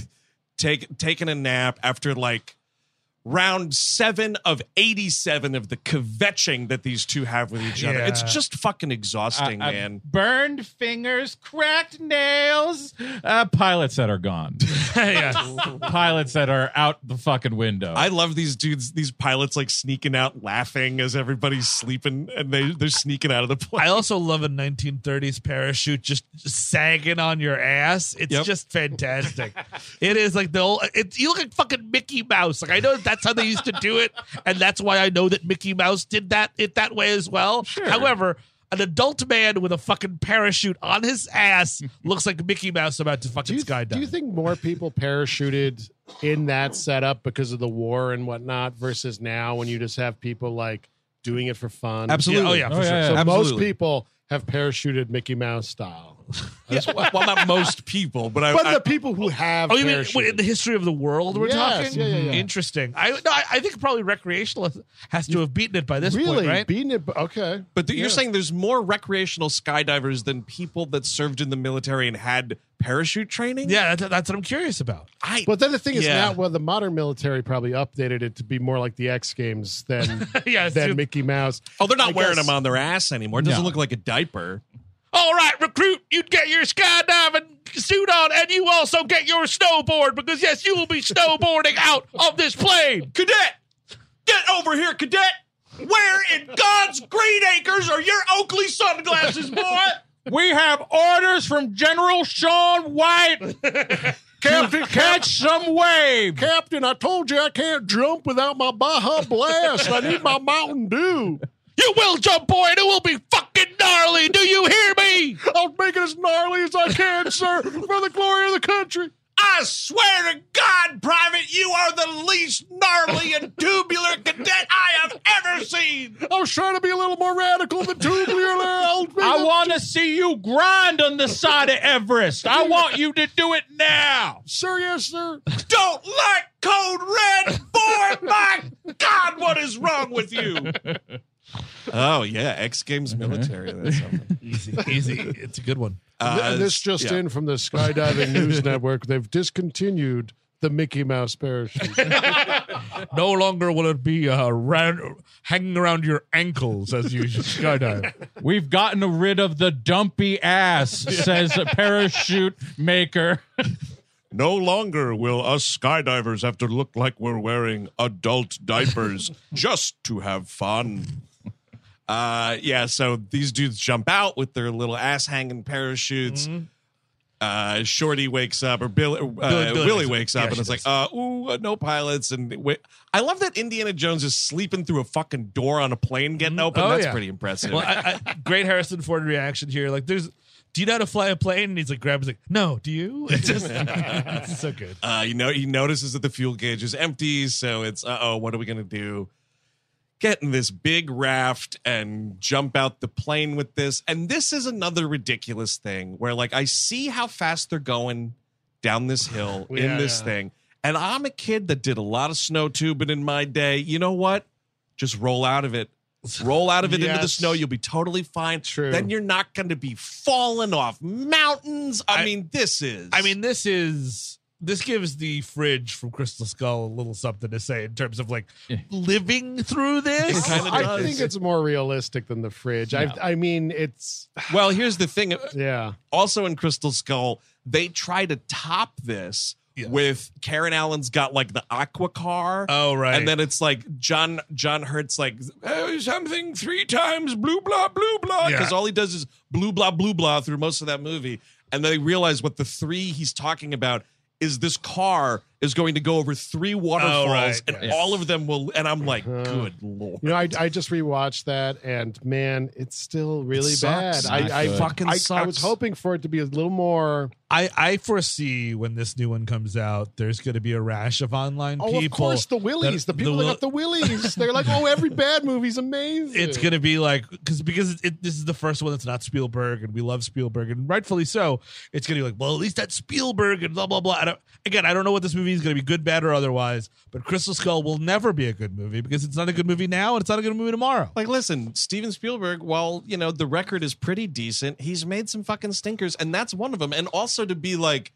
S1: take taking a nap after like round seven of eighty seven of the kvetching that these two have with each other. It's
S2: Yeah.
S1: just fucking exhausting,
S4: Uh, uh,
S1: man.
S4: burned fingers, cracked nails, uh, pilots that are gone, pilots that are out the fucking window.
S1: I love these dudes, these pilots like sneaking out laughing as everybody's sleeping and they, they're sneaking out of the plane.
S2: I also love a 1930s parachute just sagging on your ass. It's
S1: Yep.
S2: just fantastic. it is like the old. It, you look like fucking Mickey Mouse. Like I know that's how they used to do it, and that's why I know that Mickey Mouse did that it that way as well. However. An adult man with a fucking parachute on his ass looks like Mickey Mouse about to
S3: Do
S2: fucking
S3: you,
S2: skydive.
S3: do you think more people parachuted in that setup because of the war and whatnot versus now when you just have people like doing it for fun?
S1: Absolutely.
S2: Yeah, oh, yeah, for
S4: Oh,
S2: sure.
S4: yeah,
S3: So
S4: yeah.
S3: most people have parachuted Mickey Mouse style.
S1: That's- well, not most people, but I,
S3: But
S1: I-
S3: the people who have
S2: Oh, you mean
S3: parachuted.
S2: wait, in the history of the world we're
S3: Yes,
S2: talking?
S3: yeah, yeah, yeah.
S2: Interesting. I, no, I I think probably recreational has to have beaten it by this
S3: really
S2: point, right?
S3: beating it? Okay.
S1: but the- you're
S3: Yeah.
S1: saying there's more recreational skydivers than people that served in the military and had parachute training?
S2: yeah, that's, that's what I'm curious about.
S1: I,
S3: But then the thing is
S1: Yeah.
S3: now, well, the modern military probably updated it to be more like the X Games than
S2: Yeah, it's
S3: than
S2: just-
S3: Mickey Mouse.
S1: oh, they're not
S3: I
S1: wearing
S3: guess-
S1: them on their ass anymore. It doesn't
S4: No.
S1: look like a diaper.
S2: All right, recruit, you'd get your skydiving suit on, and you also get your snowboard because yes, you will be snowboarding out of this plane.
S1: Cadet, get over here, cadet. Where in God's green acres are your Oakley sunglasses, boy?
S4: We have orders from General Sean White. Captain, catch some wave.
S3: Captain, I told you I can't jump without my Baja Blast. I need my Mountain Dew.
S2: You will jump, boy, and it will be fucking gnarly. Do you hear me?
S3: I'll make it as gnarly as I can, sir, for the glory of the country.
S1: I swear to God, Private, you are the least gnarly and tubular cadet I have ever seen.
S3: I was trying to be a little more radical than tubular. I'll make
S4: I
S3: it-
S4: want to see you grind on the side of Everest. I want you to do it now.
S3: sir, yes, sir.
S1: Don't like Code Red, boy. My God, what is wrong with you? Oh yeah, X Games
S3: Uh-huh.
S1: military. That's something.
S2: Easy, easy. It's a good one.
S1: Uh,
S3: and this just
S1: yeah.
S3: in from the Skydiving News Network, they've discontinued the Mickey Mouse parachute.
S2: No longer will it be uh, round, hanging around your ankles as you skydive.
S4: We've gotten rid of the dumpy ass, says a parachute maker.
S1: No longer will us skydivers have to look like we're wearing adult diapers just to have fun. Uh, yeah, so these dudes jump out with their little ass hanging parachutes.
S2: Mm-hmm.
S1: Uh, Shorty wakes up, or Bill, uh,
S2: Billy
S1: Willie wakes
S2: wakes up.
S1: up,
S2: Yeah,
S1: and
S2: she
S1: it's like, uh, ooh, no pilots. And wa- I love that Indiana Jones is sleeping through a fucking door on a plane getting open.
S2: Oh,
S1: That's
S2: yeah.
S1: pretty impressive.
S2: Well, I, I, great Harrison Ford reaction here. Like, there's, do you know how to fly a plane? And he's like, grabs like, no, do you? It's just it's so good.
S1: Uh, you know, he notices that the fuel gauge is empty, so it's uh oh, what are we gonna do? Get in this big raft and jump out the plane with this. And this is another ridiculous thing where, like, I see how fast they're going down this hill
S3: Yeah,
S1: in this
S3: yeah.
S1: thing. And I'm a kid that did a lot of snow tubing in my day. You know what? Just roll out of it. Roll out of it into the
S3: Yes.
S1: snow. You'll be totally fine.
S3: True.
S1: Then you're not going to be falling off mountains. I,
S2: I-
S1: mean, this is.
S2: I mean, this is this gives the fridge from Crystal Skull a little something to say in terms of like living through this.
S1: It kinda
S3: I
S1: does.
S3: think it's more realistic than the fridge. I, I mean, it's
S1: well, here's the thing.
S3: yeah.
S1: also in Crystal Skull, they try to top this
S2: Yeah.
S1: with Karen Allen's got like the aqua car.
S2: Oh, right.
S1: And then it's like John John Hurt's like "Oh, something three times blue blah blue blah
S2: Yeah.
S1: because all he does is blue blah blue blah through most of that movie, and then they realize what the three he's talking about is this car is going to go over three waterfalls
S2: right.
S1: and
S2: Yes.
S1: all of them will and I'm like good lord
S3: You know, I, I just rewatched that, and man, it's still really
S1: sucks.
S3: bad. I, I
S1: It fucking
S3: I, I
S1: sucks.
S3: was hoping for it to be a little more.
S2: I, I foresee when this new one comes out, there's going to be a rash of online
S3: Oh,
S2: people.
S3: of course, the willies, the people that, got the willies. They're like, oh, every bad movie's amazing.
S2: It's going to be like because because it, this is the first one that's not Spielberg, and we love Spielberg, and rightfully so. It's going to be like, well, at least that's Spielberg, and blah blah blah. I don't, again, I don't know what this movie is going to be, good, bad, or otherwise. But Crystal Skull will never be a good movie because it's not a good movie now, and it's not a good movie tomorrow.
S1: Like, listen, Steven Spielberg, while, you know, the record is pretty decent, he's made some fucking stinkers, and that's one of them. And also to be like,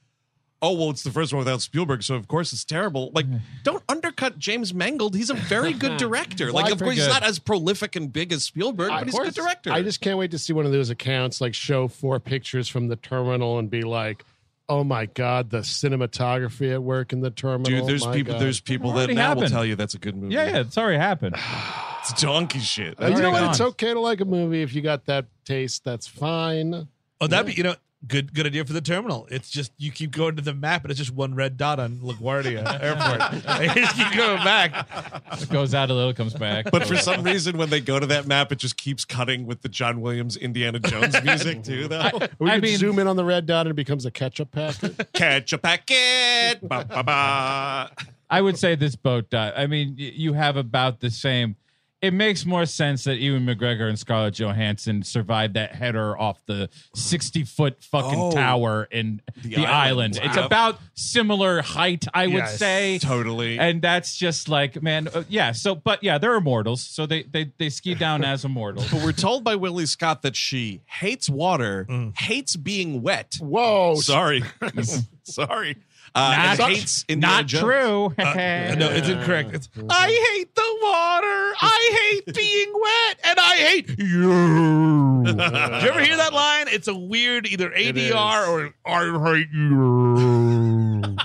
S1: oh, well, it's the first one without Spielberg, so of course it's terrible. Like, don't undercut James Mangold. He's a very good director. like, of course, he's not as prolific and big as Spielberg, but he's a good director.
S3: I just can't wait to see one of those accounts like show four pictures from the terminal and be like, oh my god, the cinematography at work in the terminal.
S1: Dude, there's
S3: Oh my
S1: people.
S3: God.
S1: There's people that
S4: Already
S1: now will
S4: happened.
S1: tell you that's a good movie.
S4: Yeah, yeah, it's already happened.
S1: it's donkey shit.
S3: Uh, you know
S4: Already
S3: what? It's
S4: gone.
S3: okay to like a movie if you got that taste. That's fine.
S2: Oh, that'd be you know. Good, good idea for the terminal. It's just you keep going to the map, and it's just one red dot on LaGuardia Airport. you just keep going back.
S4: It goes out a little, comes back.
S1: But for some reason, when they go to that map, it just keeps cutting with the John Williams Indiana Jones music too. Though
S3: We
S4: I
S3: can
S4: mean-
S3: zoom in on the red dot and it becomes a ketchup packet.
S1: catch a packet. Ba, ba, ba.
S4: I would say this boat dive. I mean, y- you have about the same. It makes more sense that Ewan McGregor and Scarlett Johansson survived that header off the 60 foot fucking
S1: Oh.
S4: tower in the,
S1: island.
S4: island. It's
S1: Wow.
S4: about similar height, I would
S2: Yes,
S4: say.
S1: Totally.
S4: And that's just like, man, uh, yeah. So, but yeah, they're immortals. So they they, they ski down as immortals.
S1: but we're told by Willie Scott that she hates water, hates being wet.
S3: Whoa.
S1: Sorry, sorry. Uh, and
S4: Not-
S1: hates Indiana
S4: Not
S1: Jones.
S4: true.
S2: No, it's incorrect. It's,
S1: I hate the water. I hate being wet, and I hate you.
S2: Did you ever hear that line? It's a weird either ADR or an I hate you.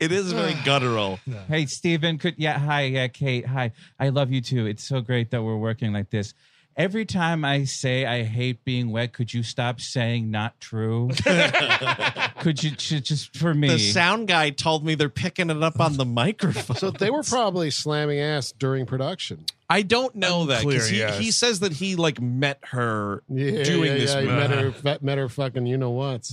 S1: It is very guttural.
S4: Hey, Steven, could yeah, hi, yeah, Kate, hi. I love you too. It's so great that we're working like this. Every time I say I hate being wet, could you stop saying not true? could you ju- just for me?
S1: The sound guy told me they're picking it up on the microphone.
S3: So they were probably slamming ass during production.
S1: I don't know that
S2: Unclear,
S1: because he,
S2: yes.
S1: he says that he like met her
S3: Yeah,
S1: doing
S3: yeah,
S1: this.
S3: yeah,
S1: movie.
S3: you met her, fe- met her fucking, you know what?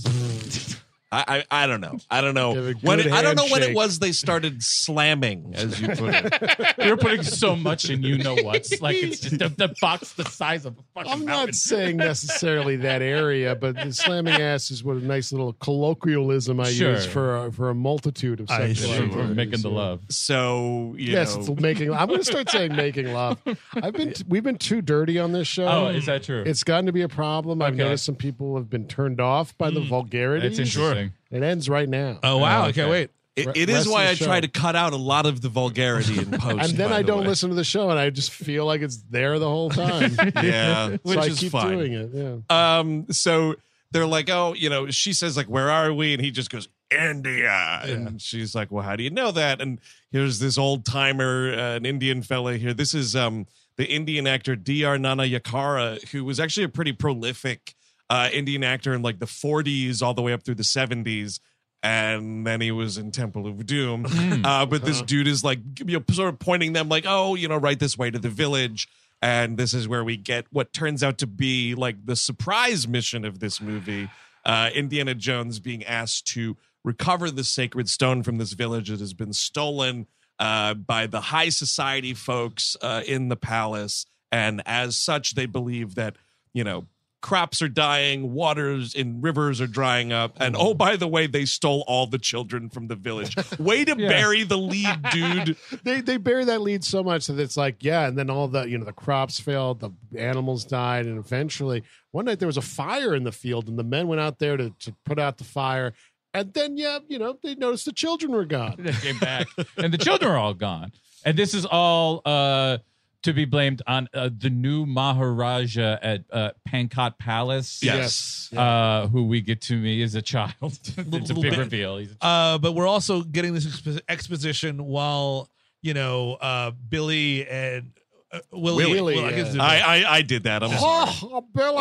S1: I, I I don't know. I don't know
S3: Give a
S1: when.
S3: good
S1: It, I don't know when it
S3: handshake.
S1: was they started slamming, as you put it.
S4: You're putting so much in you know what's like it's just a, the box the size of a fucking
S3: I'm
S4: mountain.
S3: not saying necessarily that area, but the slamming ass is what a nice little colloquialism I
S4: Sure.
S3: use for a, for a multitude of sexual
S2: I see.
S4: We're
S3: activities,
S4: making the
S3: yeah.
S4: love.
S1: So you
S3: Yes,
S1: know,
S3: it's making. I'm going to start saying making love. I've been t- we've been too dirty on this show.
S1: Um,
S4: Oh, is that true?
S3: It's gotten to be a problem. I've
S4: Okay. Hmm.
S3: noticed some people have been turned off by the vulgarity.
S4: That's interesting.
S3: It ends right now.
S2: Oh wow! I
S4: okay.
S2: can't wait.
S1: it, it
S3: Re-
S1: is
S3: rest
S1: why
S3: of
S1: I
S3: the
S1: try
S3: show.
S1: to cut out a lot of the vulgarity in post.
S3: and then
S1: by
S3: I
S1: the
S3: don't
S1: way.
S3: listen to the show, and I just feel like it's there the whole time.
S1: Yeah,
S3: so
S1: which
S3: I
S1: is
S3: keep
S1: fine.
S3: doing it. Yeah.
S1: Um, so they're like, oh, you know, she says like, where are we? And he just goes, India. And she's like, well, how do you know that? And here's this old timer, uh, an Indian fella here. This is um the Indian actor Dr. Nana Yakara, who was actually a pretty prolific uh, Indian actor in like the 40s all the way up through the 70s. And then he was in Temple of Doom. Uh, but this dude is like, you know, sort of pointing them like, oh, you know, right this way to the village. And this is where we get what turns out to be like the surprise mission of this movie uh, Indiana Jones being asked to recover the sacred stone from this village that has been stolen uh, by the high society folks uh, in the palace. And as such, they believe that, you know, crops are dying, waters in rivers are drying up. And oh, by the way, they stole all the children from the village. Way to
S4: Yeah.
S1: bury the lead, dude.
S3: they they bury that lead so much that it's like yeah and then all the you know the crops failed the animals died and eventually one night there was a fire in the field and the men went out there to, to put out the fire and then yeah you know they noticed the children were gone
S4: They came back, and the children are all gone. And this is all uh, to be blamed on uh, the new Maharaja at uh, Pankot Palace.
S2: Yes.
S4: Uh, who we get to meet as a child. it's a
S2: Little
S4: big
S2: bit.
S4: reveal. He's a
S2: Uh, but we're also getting this expo- exposition while you know uh, Billy and uh, Willie.
S3: Willie,
S2: well, I guess
S3: yeah.
S2: it's-
S1: I, I I did that. I'm sorry.
S3: Oh, oh, Billy.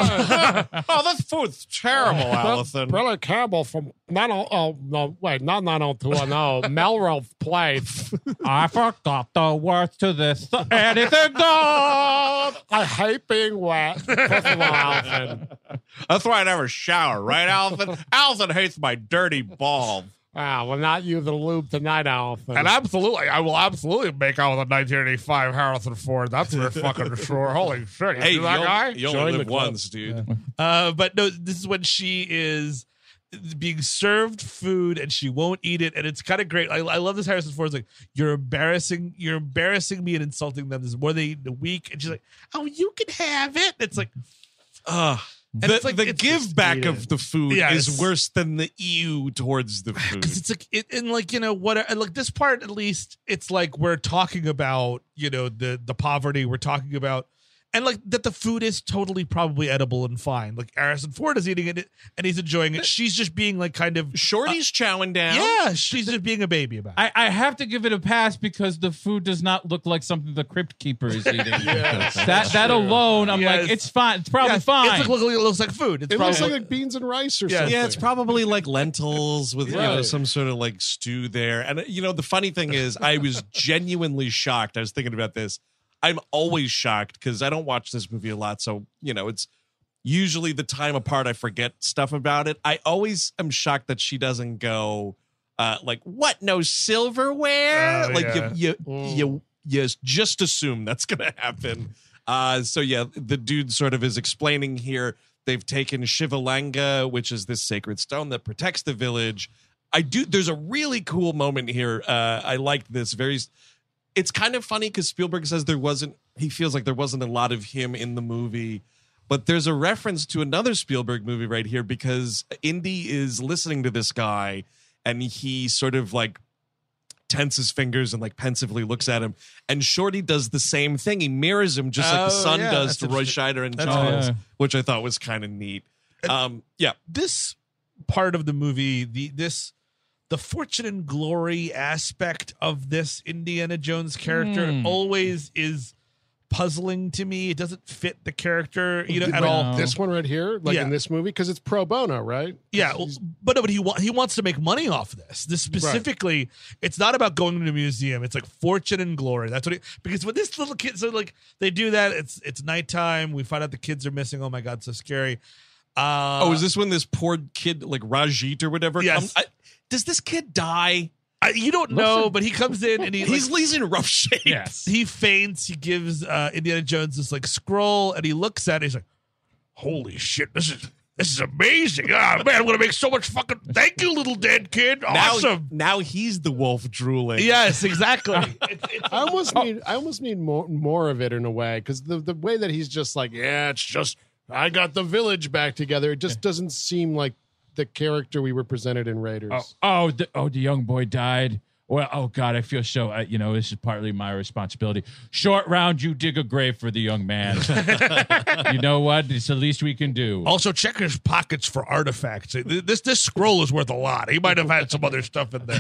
S5: Oh, that food's terrible, Allison.
S3: Billy Campbell from not oh no wait not nine oh two no Melrose Place.
S4: I forgot the words to this. Anything goes.
S3: I hate being wet. First of all, Alvin.
S5: That's why I never shower, right, Allison? Allison hates my dirty ball.
S3: Ah, well, not you, the lube tonight, Alvin.
S5: And absolutely, I will absolutely make out with a 1985 Harrison Ford. That's for fucking sure. Holy shit! You
S1: Hey,
S5: see that
S1: you'll-
S5: guy?
S1: you
S3: Join
S1: only
S3: the
S1: live
S3: club.
S1: once, dude.
S2: Uh, but no, this is when she is being served food and she won't eat it, and it's kind of great. I, I love this Harrison Ford's like, "You're embarrassing, you're embarrassing me and insulting them." This is more than they eat in a week, and she's like, "Oh, you can have it." It's like,
S1: Uh,
S2: And
S1: the
S2: it's like-
S1: the
S2: it's-
S1: give
S2: it's
S1: back
S2: eating.
S1: of the food
S2: Yeah,
S1: is
S2: it's-
S1: worse than the ew towards the food.
S2: because it's like, it, and like you know what? And like this part, at least, it's like we're talking about you know the the poverty we're talking about. And like that, the food is totally probably edible and fine. Like Harrison Ford is eating it and he's enjoying it. She's just being like kind of
S5: Shorty's chowing down.
S2: Uh, yeah. She's just being a baby about it.
S4: I, I have to give it a pass because the food does not look like something the crypt keeper is eating. that that alone, I'm
S2: Yes.
S4: like, it's fine. It's probably
S2: Yeah,
S4: fine.
S2: It's like, look- it looks like food. It's
S3: it
S2: probably,
S3: looks like, like beans and rice or
S2: Yeah.
S3: something.
S1: yeah, it's probably like lentils with you know
S3: Right.
S1: some sort of like stew there. And uh, you know the funny thing is, I was genuinely shocked. I was thinking about this. I'm always shocked because I don't watch this movie a lot, so you know it's usually the time apart. I forget stuff about it. I always am shocked that she doesn't go uh, like, "What? No silverware?"
S2: Oh,
S1: like
S2: yeah.
S1: you, you,
S3: Mm.
S1: you, you just assume that's gonna happen. Uh, so yeah, the dude sort of is explaining here. They've taken Shivalanga, which is this sacred stone that protects the village. I do. There's a really cool moment here. Uh, I liked this. Very. It's kind of funny because Spielberg says there wasn't. He feels like there wasn't a lot of him in the movie, but there's a reference to another Spielberg movie right here because Indy is listening to this guy, and he sort of like tenses his fingers and like pensively looks at him. And Shorty does the same thing. He mirrors him just like the
S2: Oh,
S1: son
S2: yeah,
S1: does
S2: that's
S1: to Roy
S2: interesting.
S1: Scheider and
S2: That's
S1: Charles,
S4: cool.
S1: which I thought was kind of neat. Um, yeah,
S2: this part of the movie, the this the fortune and glory aspect of this Indiana Jones character
S4: Hmm.
S2: always is puzzling to me. It doesn't fit the character, you know, at
S4: Well,
S2: all.
S4: No.
S3: This one right here, like
S2: Yeah.
S3: in this movie, because it's pro bono, right?
S2: Yeah, well, but no, but he wa- he wants to make money off of this. This specifically, it's not about going to a museum. It's like fortune and glory. That's what he because when this little kid so like they do that. It's it's nighttime. We find out the kids are missing. Oh my god, so scary. Uh,
S1: oh, is this when this poor kid, like Rajit or whatever?
S2: Yes.
S1: come- I- does this kid die?
S2: I, you don't know, but he comes in and he like,
S1: He's he's in rough shape.
S4: yes.
S2: he faints. He gives uh, Indiana Jones this like scroll, and he looks at it. He's like, "Holy shit, this is this is amazing! Ah, man, I'm gonna make so much fucking thank you, little dead kid.
S1: Now,
S2: Awesome."
S1: now he's the wolf drooling.
S2: Yes, exactly. It's- it's-
S3: I almost need I almost need more more of it in a way because the the way that he's just like yeah it's just I got the village back together it just doesn't seem like the character we were presented in Raiders.
S4: Oh, oh, the, oh, the young boy died. Well, oh God, I feel so. Uh, you know, this is partly my responsibility. Short round, you dig a grave for the young man. you know what? It's the least we can do.
S2: Also, check his pockets for artifacts. This this scroll is worth a lot. He might have had some other stuff in there.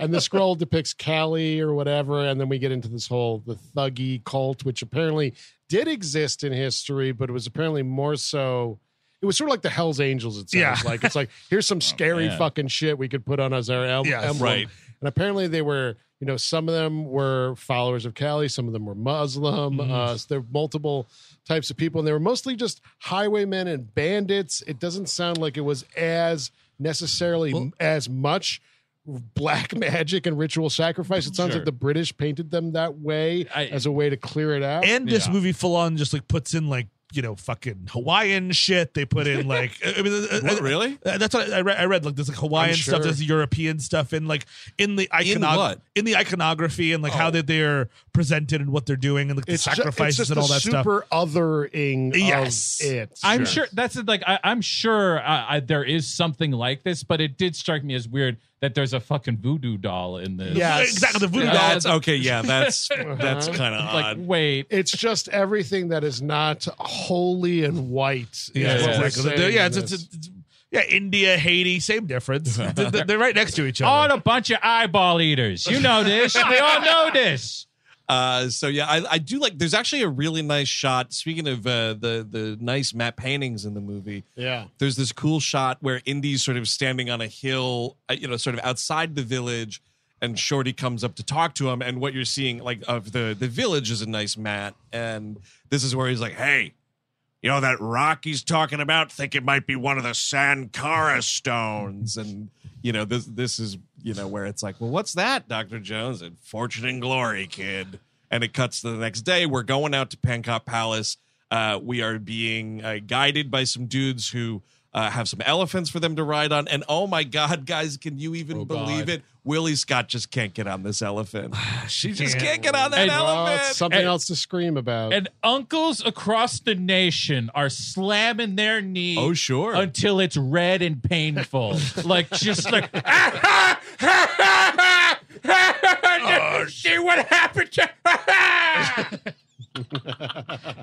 S3: and the scroll depicts Cali or whatever, and then we get into this whole the thuggy cult, which apparently did exist in history, but it was apparently more so. It was sort of like the Hell's Angels. It sounds
S2: Yeah. Oh,
S3: like it's like here's some scary
S4: man.
S3: fucking shit we could put on as our el-
S2: Yes.
S3: emblem.
S1: Right.
S3: And apparently they were, you know, some of them were followers of Cali, some of them were Muslim.
S2: Mm-hmm.
S3: Uh, so there were multiple types of people, and they were mostly just highwaymen and bandits. It doesn't sound like it was as necessarily m- as much black magic and ritual sacrifice. It sounds
S4: Sure.
S3: like the British painted them that way
S4: I-
S3: as a way to clear it out.
S2: And this
S4: Yeah.
S2: movie full on just like puts in like you know fucking Hawaiian shit. They put in like I mean uh,
S1: What,
S2: uh,
S1: really?
S2: Uh, that's what I read. I read like there's like Hawaiian
S3: I'm
S2: stuff,
S3: sure.
S2: there's European stuff, and like in the
S1: In
S2: iconog-
S1: what?
S2: in the iconography and like how that they're presented and what they're doing and like the
S3: It's ju- it's
S2: sacrifices
S3: just
S2: and all
S3: the
S2: that stuff.
S3: super othering
S2: Yes.
S3: of it.
S4: I'm sure that's like I, I'm sure uh, I, there is something like this, but it did strike me as weird that there's a fucking voodoo doll in this.
S3: Yeah, Yes.
S2: exactly. The voodoo doll.
S1: That's okay. Yeah, that's that's kind of
S4: Like,
S1: odd.
S4: wait.
S3: It's just everything that is not holy and white. is
S2: Yeah,
S3: what we're
S2: exactly.
S3: saying
S2: yeah,
S3: in
S2: it's, it's,
S3: this.
S2: it's, yeah, India, Haiti, same difference. They're- They're right next to each
S4: All
S2: other.
S4: a bunch of eyeball eaters. You know this. We all know this.
S1: Uh, so yeah, I, I do like. There's actually a really nice shot. Speaking of uh, the the nice map paintings in the movie,
S3: yeah.
S1: there's this cool shot where Indy's sort of standing on a hill, uh, you know, sort of outside the village, and Shorty comes up to talk to him. And what you're seeing, like, of the the village is a nice mat, and this is where he's like, "Hey, you know that rock he's talking about? Think it might be one of the Sankara stones." And you know, this this is you know where it's like, "Well, what's that, Doctor Jones?" And fortune and glory, kid. And it cuts to the next day. We're going out to Pancop Palace. Uh, we are being uh, guided by some dudes who uh, have some elephants for them to ride on. And oh my God, guys, can you even believe it? Willie Scott just can't get on this elephant. she just can't get on that
S4: And-
S3: Well, it's
S1: elephant.
S3: something
S4: And-
S3: else to scream about.
S4: And uncles across the nation are slamming their knees.
S1: Oh, sure.
S4: Until it's red and painful. like, just like,
S2: see what happened to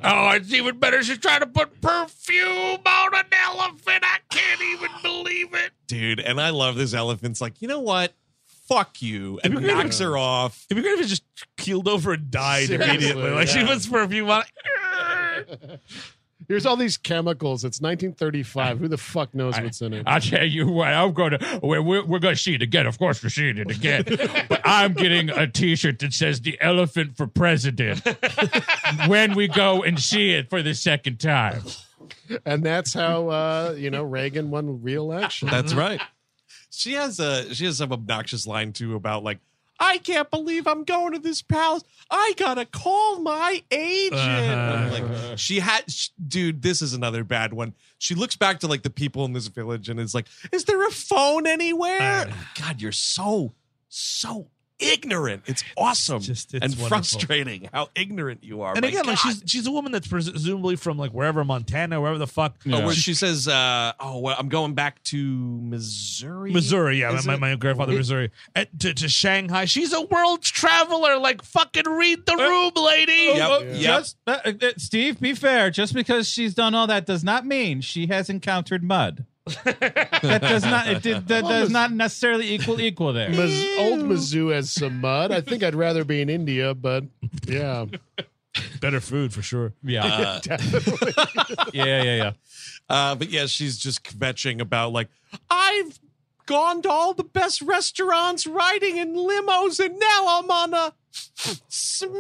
S2: Oh, it's even better. She's trying to put perfume on an elephant. I can't even believe it.
S1: Dude, and I love this elephant's like, you know what? Fuck you. And
S2: It'd be great if-
S1: knocks her off.
S2: It'd be great if it just keeled over and died
S3: Seriously,
S2: immediately. Like she
S3: yeah.
S2: puts perfume on. Oh
S3: There's all these chemicals. It's 1935. Who the fuck knows what's in it?
S4: I tell you what, I'm going to, we're, we're, we're going to see it again. Of course, we're seeing it again. but I'm getting a t shirt that says the elephant for president when we go and see it for the second time.
S3: and that's how uh, you know Reagan won re-election.
S1: That's
S2: Mm-hmm.
S1: right. She has a she has some obnoxious line too about like, I can't believe I'm going to this palace. I gotta call my agent.
S2: Uh-huh.
S1: And I'm Like she had, sh dude. This is another bad one. She looks back to like the people in this village and is like, "Is there a phone anywhere?"
S2: Uh.
S1: God, you're so so ignorant. It's awesome
S2: just- it's
S1: and
S2: wonderful.
S1: frustrating how ignorant you are.
S2: And
S1: My
S2: again, like
S1: God.
S2: she's she's a woman that's presumably from like wherever Montana, wherever the fuck.
S1: Oh, where she says, uh, "Oh, well, I'm going back to Missouri."
S2: Missouri, yeah,
S1: Is
S2: my,
S1: it?
S2: my grandfather, Missouri, and to, to Shanghai. She's a world traveler. Like fucking read the room, lady.
S1: Yep,
S4: Oh,
S1: yep.
S4: Just, uh, uh, Steve, be fair. Just because she's done all that does not mean she has encountered mud. that does not. It did, that does not necessarily equal equal there.
S3: Miz- old Mizzou has some mud. I think I'd rather be in India, but yeah,
S2: Better food for sure.
S4: Yeah, yeah, yeah, yeah.
S1: Uh, but yeah, she's just kvetching about like I've gone to all the best restaurants, riding in limos, and now I'm on a smell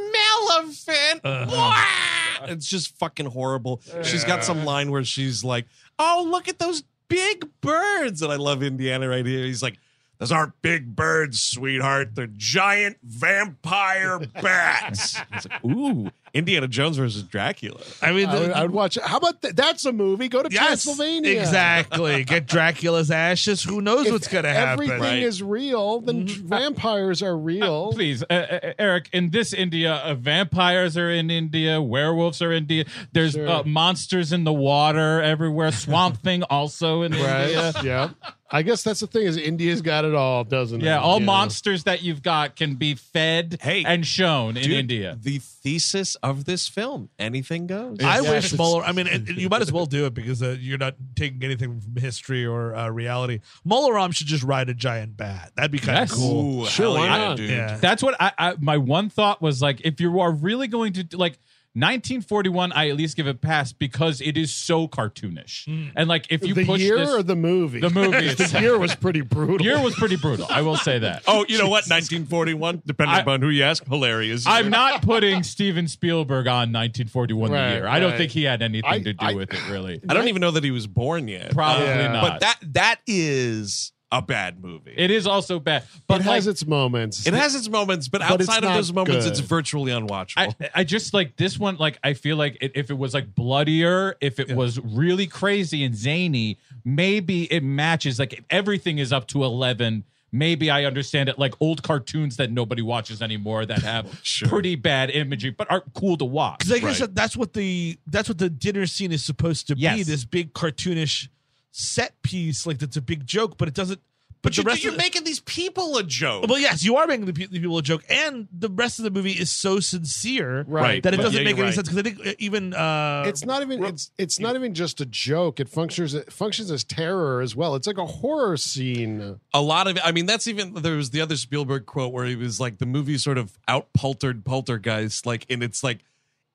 S1: event.
S2: Uh-huh.
S1: It's just fucking horrible. She's got some line where she's like, "Oh, look at those big birds," and I love Indiana right here. He's like. Those aren't big birds, sweetheart. They're giant vampire bats. It's like, ooh, Indiana Jones versus Dracula.
S2: I mean,
S3: I
S2: the-
S3: would, I would watch. It. How about th- that's a movie? Go to
S2: yes,
S3: Transylvania.
S2: exactly. Get Dracula's ashes. Who knows
S3: If
S2: what's gonna happen? Mm-hmm.
S3: Everything
S1: Right.
S3: is real. Then vampires are real.
S4: Please, uh, uh, Eric. In this India, uh, vampires are in India. Werewolves are India. There's
S3: Sure.
S4: uh, monsters in the water everywhere. Swamp Thing also in India.
S3: Right? yeah. I guess that's the thing is India's got it all, doesn't it?
S4: Yeah, all
S3: You know?
S4: monsters that you've got can be fed
S1: Hey,
S4: and shown in
S1: Dude,
S4: India.
S1: The thesis of this film: anything goes.
S2: I
S3: Yes.
S2: wish Mueller. I mean, it, it- you might as well do it because uh, you're not taking anything from history or uh, reality. Molaram should just ride a giant bat. That'd be kind of
S4: Yes.
S2: cool.
S1: Ooh,
S3: Sure,
S1: hell
S3: why
S1: yeah,
S3: not?
S1: dude.
S2: Yeah.
S4: That's what I, I my one thought was like if you are really going to like 1941 I at least give it pass because it is so cartoonish. And like if you
S3: Hmm. the
S4: push
S3: year
S4: this,
S3: or the movie?
S4: the movie
S3: the
S4: itself.
S3: year was pretty brutal.
S4: year was pretty brutal. I will say that.
S1: Oh, you know what? 1941, depending
S4: I-
S1: upon who you ask, hilarious.
S4: I'm not putting Steven Spielberg on 1941
S3: Right,
S4: the year. I don't
S3: right.
S4: think he had anything
S3: I-
S4: to do
S3: I-
S4: with it really.
S1: I don't even know that he was born yet. Uh,
S4: Probably
S3: Yeah.
S4: not.
S1: but that that is a bad movie.
S4: it is also bad. But
S3: It
S4: like,
S3: has its moments.
S1: It has its moments, but,
S3: But it's
S1: outside of
S3: not
S1: those moments,
S3: good.
S1: it's virtually unwatchable.
S4: I, I just like this one. Like I feel like it, if it was like bloodier, if it was really crazy and zany, maybe it matches. Like if everything is up to eleven, maybe I understand it. Like old cartoons that nobody watches anymore that have pretty bad imagery but are cool to watch.
S2: Because I guess that that's what the that's what the dinner scene is supposed to be.
S4: Yes.
S2: This big cartoonish set piece, like that's a big joke, but it doesn't. But
S1: you,
S2: the rest
S1: you're
S2: of the,
S1: making these people a joke.
S2: well, yes, you are making the, pe- the people a joke, and the rest of the movie is so sincere
S1: Right.
S2: that it
S1: Yeah,
S2: doesn't
S1: you're
S2: make any
S1: right.
S2: sense. Because I think uh, even uh,
S3: it's not even it's it's not even just a joke. It functions it functions as terror as well. It's like a horror scene.
S1: a lot of I mean, that's even there was the other Spielberg quote where he was like the movie sort of outpultered poltergeist, like in its like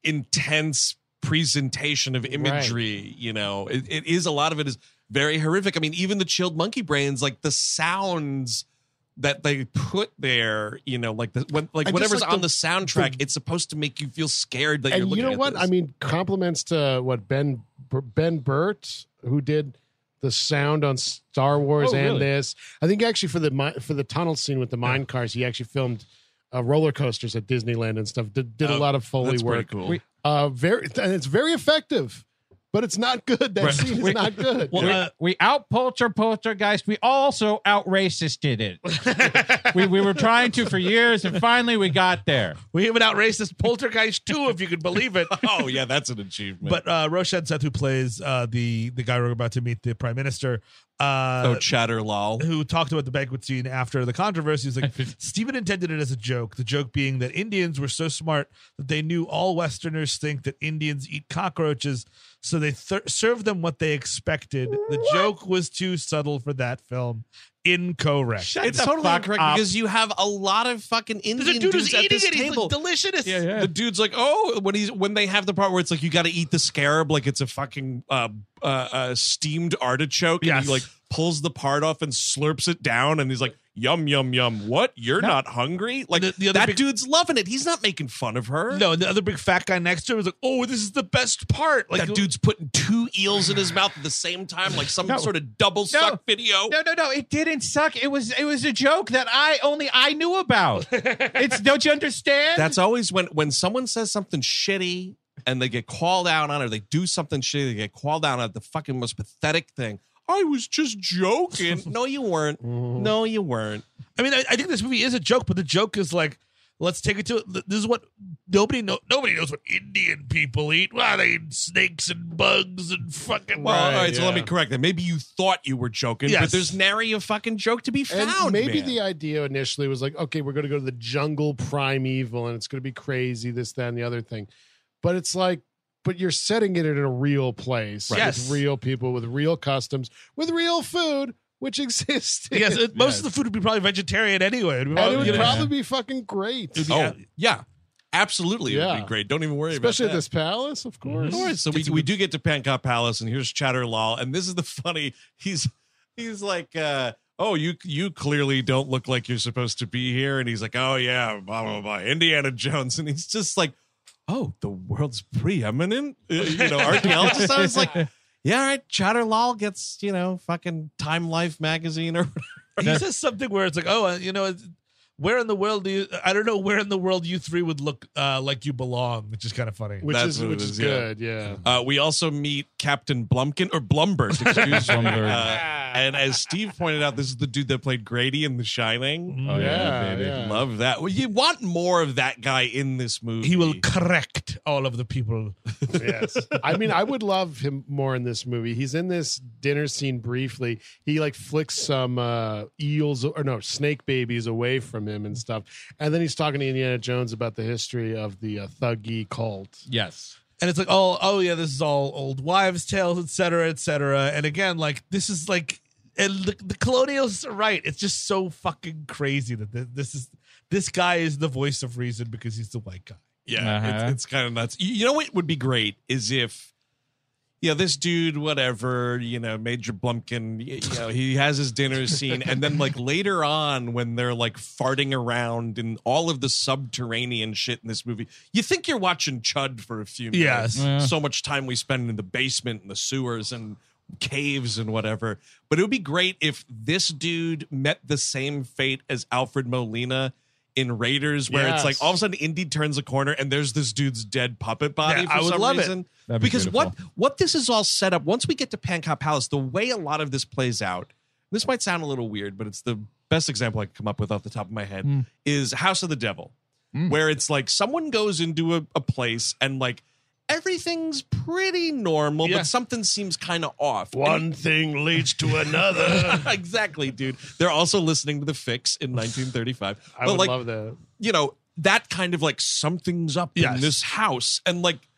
S1: intense presentation of imagery, you know. It, it is a lot of it is very horrific. I mean, even the chilled monkey brains, like the sounds that they put there, you know, like the when like
S3: I just
S1: whatever's
S3: like
S1: on
S3: the-
S1: the, soundtrack, it's supposed to make you feel scared that you're
S3: And
S1: looking
S3: you know
S1: at
S3: what?
S1: this.
S3: I mean, compliments to what Ben Ben Burt who did the sound on Star Wars
S4: Oh,
S3: and
S4: really?
S3: this. I think actually for the mi- for the tunnel scene with the mine cars, he actually filmed uh, roller coasters at Disneyland and stuff. Did, did a
S1: Oh,
S3: lot of foley
S1: that's pretty
S3: work.
S1: cool.
S4: We-
S3: Uh, very and it's very effective, but it's not good. That
S2: Right.
S3: scene is
S4: Wait.
S3: not good.
S2: well, uh,
S4: we out polter poltergeist. We also out racisted it. we, we were trying to for years, and finally we got there.
S2: we even outraced this poltergeist too, if you could believe it.
S1: oh yeah, that's an achievement.
S2: But uh, Roshan Seth, who plays uh, the the guy we're about to meet, the prime minister,
S1: oh
S2: uh,
S1: chatter lol.
S2: who talked about the banquet scene after the controversy, he's like, Stephen intended it as a joke. The joke being that Indians were so smart that they knew all Westerners think that Indians eat cockroaches, so they th- served them what they expected. The joke was too subtle for that film. Incorrect.
S1: It's
S4: the
S1: totally
S4: fuck
S1: incorrect
S4: up.
S1: because you have a lot of fucking Indian
S2: There's a dude
S1: dudes
S2: who's
S1: at
S2: eating
S1: this
S2: it. He's
S1: table.
S2: like, delicious.
S4: Yeah, yeah.
S1: The dude's like, oh, when he's when they have the part where it's like you got to eat the scarab like it's a fucking uh, uh, uh, steamed artichoke, and
S2: Yes.
S1: he like pulls the part off and slurps it down, and he's like, yum yum yum. What? You're not hungry? Like
S2: The- the other
S1: that
S2: big-
S1: dude's loving it. He's not making fun of her.
S2: No, and the other big fat guy next to him was like, "Oh, this is the best part." Like,
S1: That dude's putting two eels in his mouth at the same time, like some
S4: No.
S1: sort of double suck video.
S4: No, no, no. It didn't suck. It was it was a joke that I only I knew about. it's don't you understand?
S1: That's always when when someone says something shitty and they get called out on, or they do something shitty, they get called out on the fucking most pathetic thing. I was just joking. no, you weren't. No, you weren't.
S2: I mean, I, I think this movie is a joke, but the joke is like, let's take it to this is what nobody know nobody knows what Indian people eat. Wow, they eat snakes and bugs and fucking.
S1: Well, all right. So let
S2: yeah.
S1: me correct that. Maybe you thought you were joking,
S2: Yes.
S1: but there's nary a fucking joke to be
S3: And
S1: found.
S3: maybe
S1: man.
S3: the idea initially was like, okay, we're going to go to the jungle primeval and it's going to be crazy, this, that, and the other thing. But it's like, but you're setting it in a real place
S2: Yes.
S3: with real people, with real customs, with real food, which exists.
S2: Yes, it- most of the food would be probably vegetarian anyway. It'd be
S3: and it would
S2: you know,
S3: probably be fucking great,
S2: it'd be-
S1: oh yeah, absolutely. It would
S3: Yeah.
S1: be great. Don't even worry
S3: especially
S1: about
S3: at
S1: that.
S3: this palace, of course.
S1: All right, so we, we do get to Pancop Palace, and here's Chatter Lal, and this is the funny. He's he's like, uh, oh, you you clearly don't look like you're supposed to be here, and he's like, oh yeah, blah blah blah, Indiana Jones, and he's just like, oh, the world's preeminent, uh, you know, archaeologist. I was like, yeah, all right, Chatter Lal gets you know fucking Time Life magazine or
S2: he says something where it's like, oh, uh, you know. It's, where in the world do you? I don't know. Where in the world you three would look uh, like you belong, which is kind of funny.
S3: Which
S1: That's
S3: is
S1: what it
S3: which
S1: is,
S3: is,
S1: yeah.
S3: good, yeah.
S1: Uh, we also meet Captain Blumpkin or Blumbert, excuse me.
S4: Blumbert.
S1: Uh, and as Steve pointed out, this is the dude that played Grady in The Shining.
S4: Oh,
S3: yeah,
S4: baby.
S2: Uh-huh.
S3: yeah.
S1: Love that. Well, you want more of that guy in this movie.
S2: He will correct all of the people.
S3: yes. I mean, I would love him more in this movie. He's in this dinner scene briefly. He like flicks some uh, eels or no snake babies away from him and stuff, and then he's talking to Indiana Jones about the history of the uh, thuggy cult.
S4: yes.
S2: and it's like oh oh yeah this is all old wives tales etc cetera, etc cetera. and again like this is like and the, the colonials are right it's just so fucking crazy that th- this is this guy is the voice of reason because he's the white guy
S1: Yeah,
S4: Uh-huh.
S1: it's, it's kind of nuts. You, you know what would be great is if, yeah, this dude, whatever, you know, Major Blumpkin, y- you know, he has his dinner scene, and then like later on when they're like farting around in all of the subterranean shit in this movie, you think you're watching Chud for a few minutes.
S2: Yes.
S4: Yeah.
S1: so much time we spend in the basement and the sewers and caves and whatever. But it would be great if this dude met the same fate as Alfred Molina in Raiders, where it's like
S3: Yes.
S1: all of a sudden Indy turns a corner and there's this dude's dead puppet body
S2: Yeah,
S1: for
S2: I would
S1: some
S2: love it.
S1: reason.
S4: That'd be
S1: because what
S4: beautiful.
S1: what this is all set up, once we get to Pancop Palace, the way a lot of this plays out, this might sound a little weird, but it's the best example I can come up with off the top of my head
S4: Mm.
S1: is House of the Devil, where it's like someone goes into a, a place and like everything's pretty normal,
S2: Yeah.
S1: but something seems kind of off.
S3: One thing leads to another.
S1: exactly, dude. They're also listening to The Fix in 1935.
S3: I
S1: but
S3: would
S1: like,
S3: love that.
S1: you know, that kind of like something's up
S2: Yes.
S1: in this house. And like,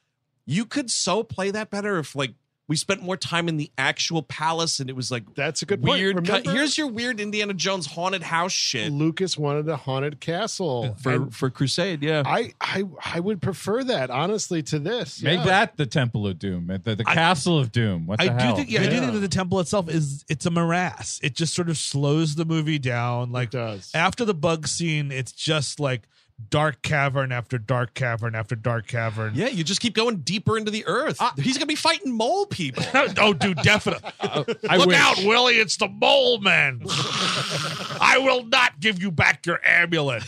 S1: you could so play that better if like we spent more time in the actual palace and it was like
S3: That's a good point.
S1: weird. cut-
S3: Remember,
S1: Here's your weird Indiana Jones haunted house shit
S3: Lucas wanted a haunted castle.
S1: for,
S3: And
S1: for Crusade. Yeah.
S3: I, I I would prefer that honestly to this.
S4: Make
S3: Yeah.
S4: that the Temple of Doom, the, the
S2: I-
S4: Castle of Doom. What the
S2: I
S4: hell?
S2: do think yeah, I do
S3: Yeah.
S2: think that the temple itself is it's a morass. It just sort of slows the movie down. Like
S3: does.
S2: after the bug scene, it's just like dark cavern after dark cavern after dark cavern.
S1: Yeah, you just keep going deeper into the earth. He's gonna be fighting mole people.
S2: oh, dude, definitely.
S4: I
S2: Look
S4: wish.
S2: out, Willie! It's the mole man. I will not give you back your amulet.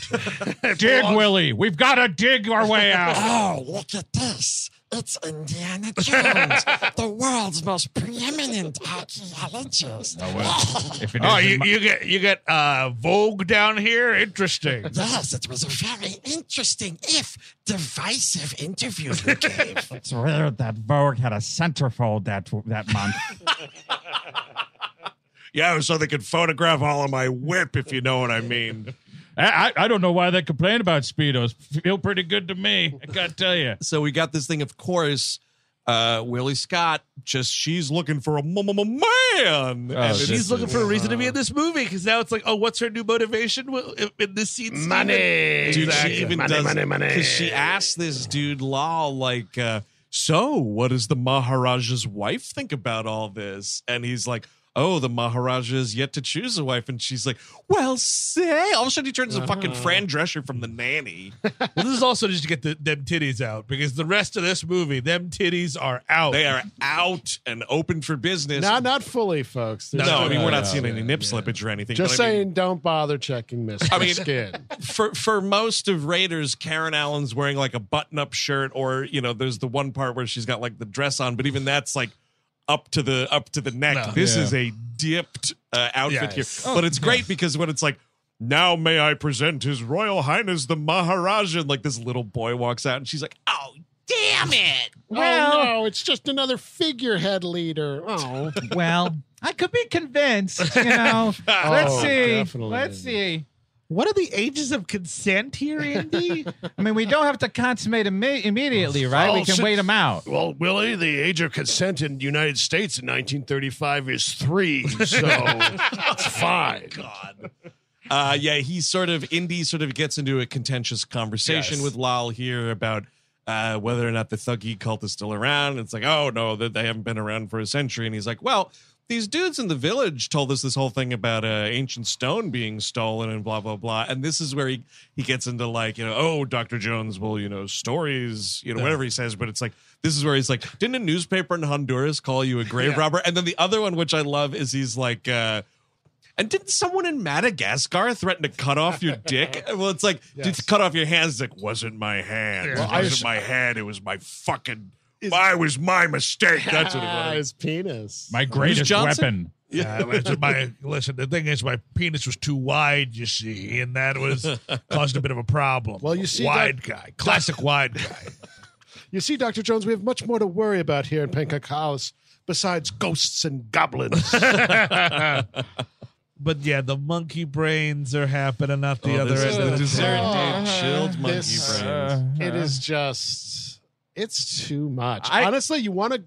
S4: Dig, Willie. We've got to dig our way out.
S7: Oh, look at this. It's Indiana Jones, the world's most preeminent archaeologist.
S4: Oh, well, if it
S2: oh,
S4: isn't
S2: you,
S4: my-
S2: you get you get uh, Vogue down here. Interesting.
S7: Yes, it was a very interesting, if divisive interview you gave.
S4: it's weird that Vogue had a centerfold that that month.
S2: Yeah, so they could photograph all of my whip, if you know what I mean.
S4: I, I I don't know why they complain about speedos. Feel pretty good to me. I gotta tell you.
S1: So we got this thing, of course. Uh, Willie Scott, just she's looking for a m- m- m- man.
S4: Oh,
S1: And
S4: this
S2: She's
S4: is-
S2: looking for a reason to be in this movie because now it's like, oh, what's her new motivation wi- in this scene? Steven?
S3: Money.
S1: dude,
S3: Exactly.
S1: she even
S3: money,
S1: does
S3: money, money.
S1: because she asked this dude Lal like, uh, so what does the Maharaja's wife think about all this? And he's like, oh, the Maharaja is yet to choose a wife, and she's like, well, say. All of a sudden, he turns into fucking
S4: Uh-huh.
S1: Fran Drescher from the Nanny.
S2: Well, this is also just to get the, them titties out because the rest of this movie, them titties are out.
S1: They are out and open for business.
S3: Not not fully, folks.
S1: no,
S3: There's-
S1: I mean we're not
S4: no,
S1: seeing any
S2: yeah,
S1: nip
S2: yeah.
S1: slippage or anything.
S3: Just
S1: but I mean,
S3: saying, don't bother checking this.
S1: I
S3: I
S1: mean-
S3: mean, skin. Oh,
S1: for for most of Raiders, Karen Allen's wearing like a button up shirt, or you know, there's the one part where she's got like the dress on, but even that's like up to the up to the neck.
S2: No.
S1: This
S4: Yeah.
S1: is a dipped uh, outfit
S2: Yes. Oh,
S1: here, but it's great because when it's like. Now may I present His Royal Highness the Maharaja, and like this little boy walks out, and she's like, "Oh,
S7: Damn it!
S3: oh
S4: Well-
S3: no, it's just another figurehead leader. Oh,
S4: Well, I could be convinced. You know. Let's
S3: Oh,
S4: see.
S3: definitely.
S4: Let's see.
S2: What are the ages of consent here, Andy?
S4: I mean, we don't have to consummate imme- immediately, right? we
S3: Oh,
S4: can
S3: shit.
S4: wait them out.
S3: Well, Willie, the age of consent in the United States in 1935 is three, so it's fine.
S1: God. Uh, yeah, he sort of Indy sort of gets into a contentious conversation
S2: Yes.
S1: with Lal here about uh, whether or not the thuggy cult is still around. it's like, oh no, that they haven't been around for a century. And he's like, well, these dudes in the village told us this whole thing about uh, ancient stone being stolen and blah blah blah. And this is where he he gets into like, you know, oh, Doctor Jones, well, you know, stories, you know, whatever he says. But it's like this is where he's like, didn't a newspaper in Honduras call you a grave robber? And then the other one, which I love, is he's like. Uh, and didn't someone in Madagascar threaten to cut off your dick? Well, it's like,
S3: Yes.
S1: did cut off your hands? It's like, wasn't my hand.
S3: Well,
S1: it
S3: I
S1: wasn't
S3: just-
S1: my hand. It was my fucking. I was my mistake. That's what it
S3: Ah,
S1: was.
S3: his penis.
S4: My
S1: Who's
S4: greatest
S1: Johnson?
S4: weapon.
S2: yeah, listen, my, listen, the thing is, my penis was too wide, you see, and that was caused a bit of a problem.
S3: Well, you see,
S2: wide guy, classic wide guy.
S3: You see, Dr. Jones, we have much more to worry about here in Pancake House besides ghosts and goblins.
S2: But yeah, the monkey brains are happening at the
S1: Oh,
S2: other
S1: this is
S2: end
S1: the
S2: of the
S1: dessert,
S4: Oh,
S3: table.
S4: uh-huh.
S1: dude. Chilled monkey
S3: This- uh,
S1: brains.
S3: it is just, it's too much.
S4: I-
S3: Honestly, you want to,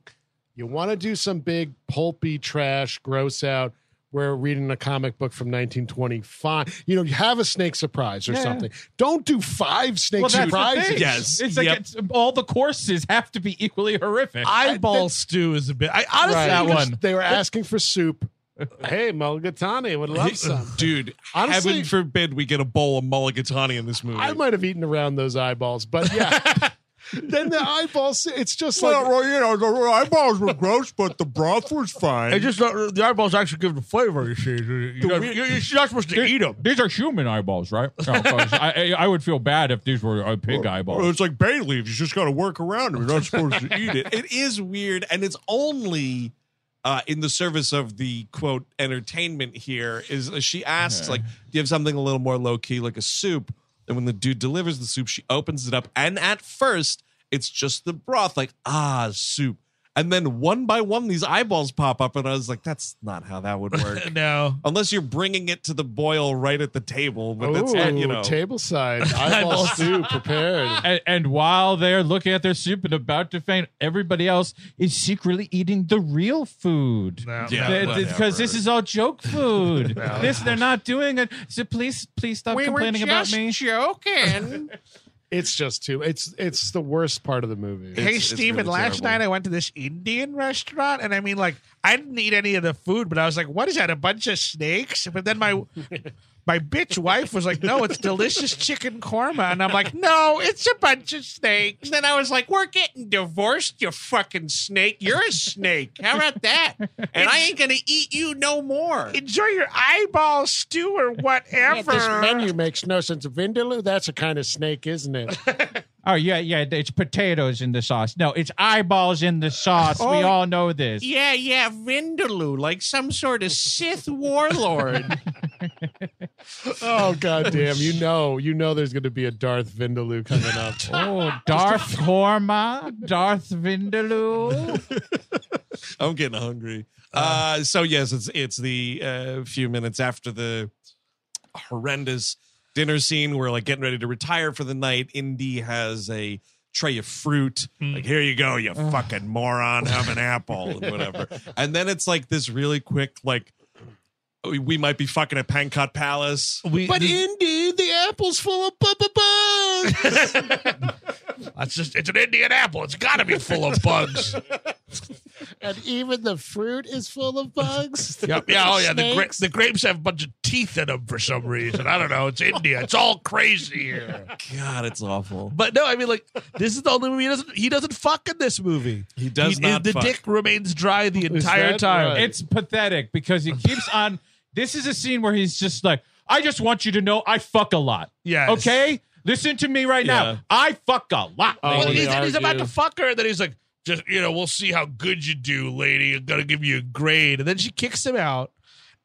S3: you want to do some big pulpy trash, gross out. We're reading a comic book from 1925. You know, you have a snake surprise or
S4: Yeah, yeah.
S3: something. Don't do five snake
S4: Well, that's the
S3: surprises.
S4: thing.
S1: Yes.
S4: It's like
S1: Yep.
S4: it's, all the courses have to be equally horrific.
S2: Eyeball stew is a bit. I honestly,
S4: Right. That
S3: Because
S4: one.
S3: They were asking for soup. hey, Mulligatawny would love some.
S1: Dude,
S3: Honestly-
S1: heaven forbid we get a bowl of mulligatawny in this movie.
S3: I might have eaten around those eyeballs, but yeah. then the eyeballs, it's just like,
S1: you know, the eyeballs were gross, but the broth was fine.
S2: It just the eyeballs actually give the flavor. You see, you are not supposed to eat them.
S4: These are human eyeballs, right? Oh, gosh. I, I I would feel bad if these were uh, pig eyeballs.
S1: it's like bay leaves. You just got to work around them. You're not supposed to eat it. It is weird, and it's only uh, in the service of the quote entertainment. Here is uh, she asks like, "Do you have something a little more low key, like a soup?" And when the dude delivers the soup, she opens it up, and at first. It's just the broth, like, ah, soup. And then one by one, these eyeballs pop up. And I was like, that's not how that would work.
S2: No.
S1: Unless you're bringing it to the boil right at the table. But that's, not, you know.
S3: table side eyeball stew prepared.
S4: And, and while they're looking at their soup and about to faint, everybody else is secretly eating the real food.
S2: No.
S1: Yeah.
S4: Because this
S1: whatever.
S4: is all joke food. This they're not doing it. So please, please stop
S6: We were
S4: complaining about
S6: just
S4: me.
S6: joking.
S3: It's just too. It's it's the worst part of the movie.
S6: hey,
S1: it's
S6: Steven,
S1: really
S6: last
S1: terrible.
S6: night I went to this Indian restaurant, and I mean, like, I didn't eat any of the food, but I was like, what is that, a bunch of snakes? But then my. My bitch wife was like, "No, it's delicious chicken korma," and I'm like, "No, it's a bunch of snakes." Then I was like, "We're getting divorced, you fucking snake! You're a snake. How about that?"
S5: And I ain't gonna eat you no more.
S6: enjoy your eyeball stew or whatever.
S3: This menu makes no sense. Vindaloo, that's a kind of snake, isn't it?
S4: Oh yeah, yeah. It's potatoes in the sauce. No, it's eyeballs in the sauce. we all know this.
S5: Oh, Yeah, yeah, Vindaloo, like some sort of Sith warlord.
S3: Oh god damn! You know, you know, there's going to be a Darth Vindaloo coming up.
S4: Oh, Darth Horma, Darth Vindaloo.
S1: I'm getting hungry. Uh, so yes, it's it's the uh, few minutes after the horrendous dinner scene. We're like getting ready to retire for the night. Indy has a tray of fruit. Like here you go, you fucking moron. Have an apple and whatever. And then it's like this really quick like. We we might be fucking at Pancot Palace.
S2: We,
S3: but
S2: this-
S3: indeed, the apple's full of bu- bu- bugs.
S2: that's just it's an Indian apple. It's got to be full of bugs.
S3: and even the fruit is full of bugs.
S2: yep. Yeah. Oh yeah. The, gra-
S3: Snakes.
S2: the grapes have a bunch of teeth in them for some reason. I don't know. It's India. It's all crazy here.
S1: God, it's awful.
S2: But no, I mean, like this is the only movie he doesn't he doesn't fuck in this movie.
S1: He does not
S2: The
S1: fuck.
S2: dick remains dry the
S3: Is
S2: entire
S3: that
S2: time.
S3: right?
S4: It's pathetic because he keeps on. This is a scene where he's just like, I just want you to know I fuck a lot.
S2: Yes.
S4: Okay? Listen to me right
S1: Yeah.
S4: now. I fuck a lot.
S3: Oh,
S4: lady.
S2: Well,
S3: we
S2: he's, and he's
S3: argue.
S2: about to fuck her, and then he's like, "Just you know, we'll see how good you do, lady. I'm gonna give you a grade." And then she kicks him out.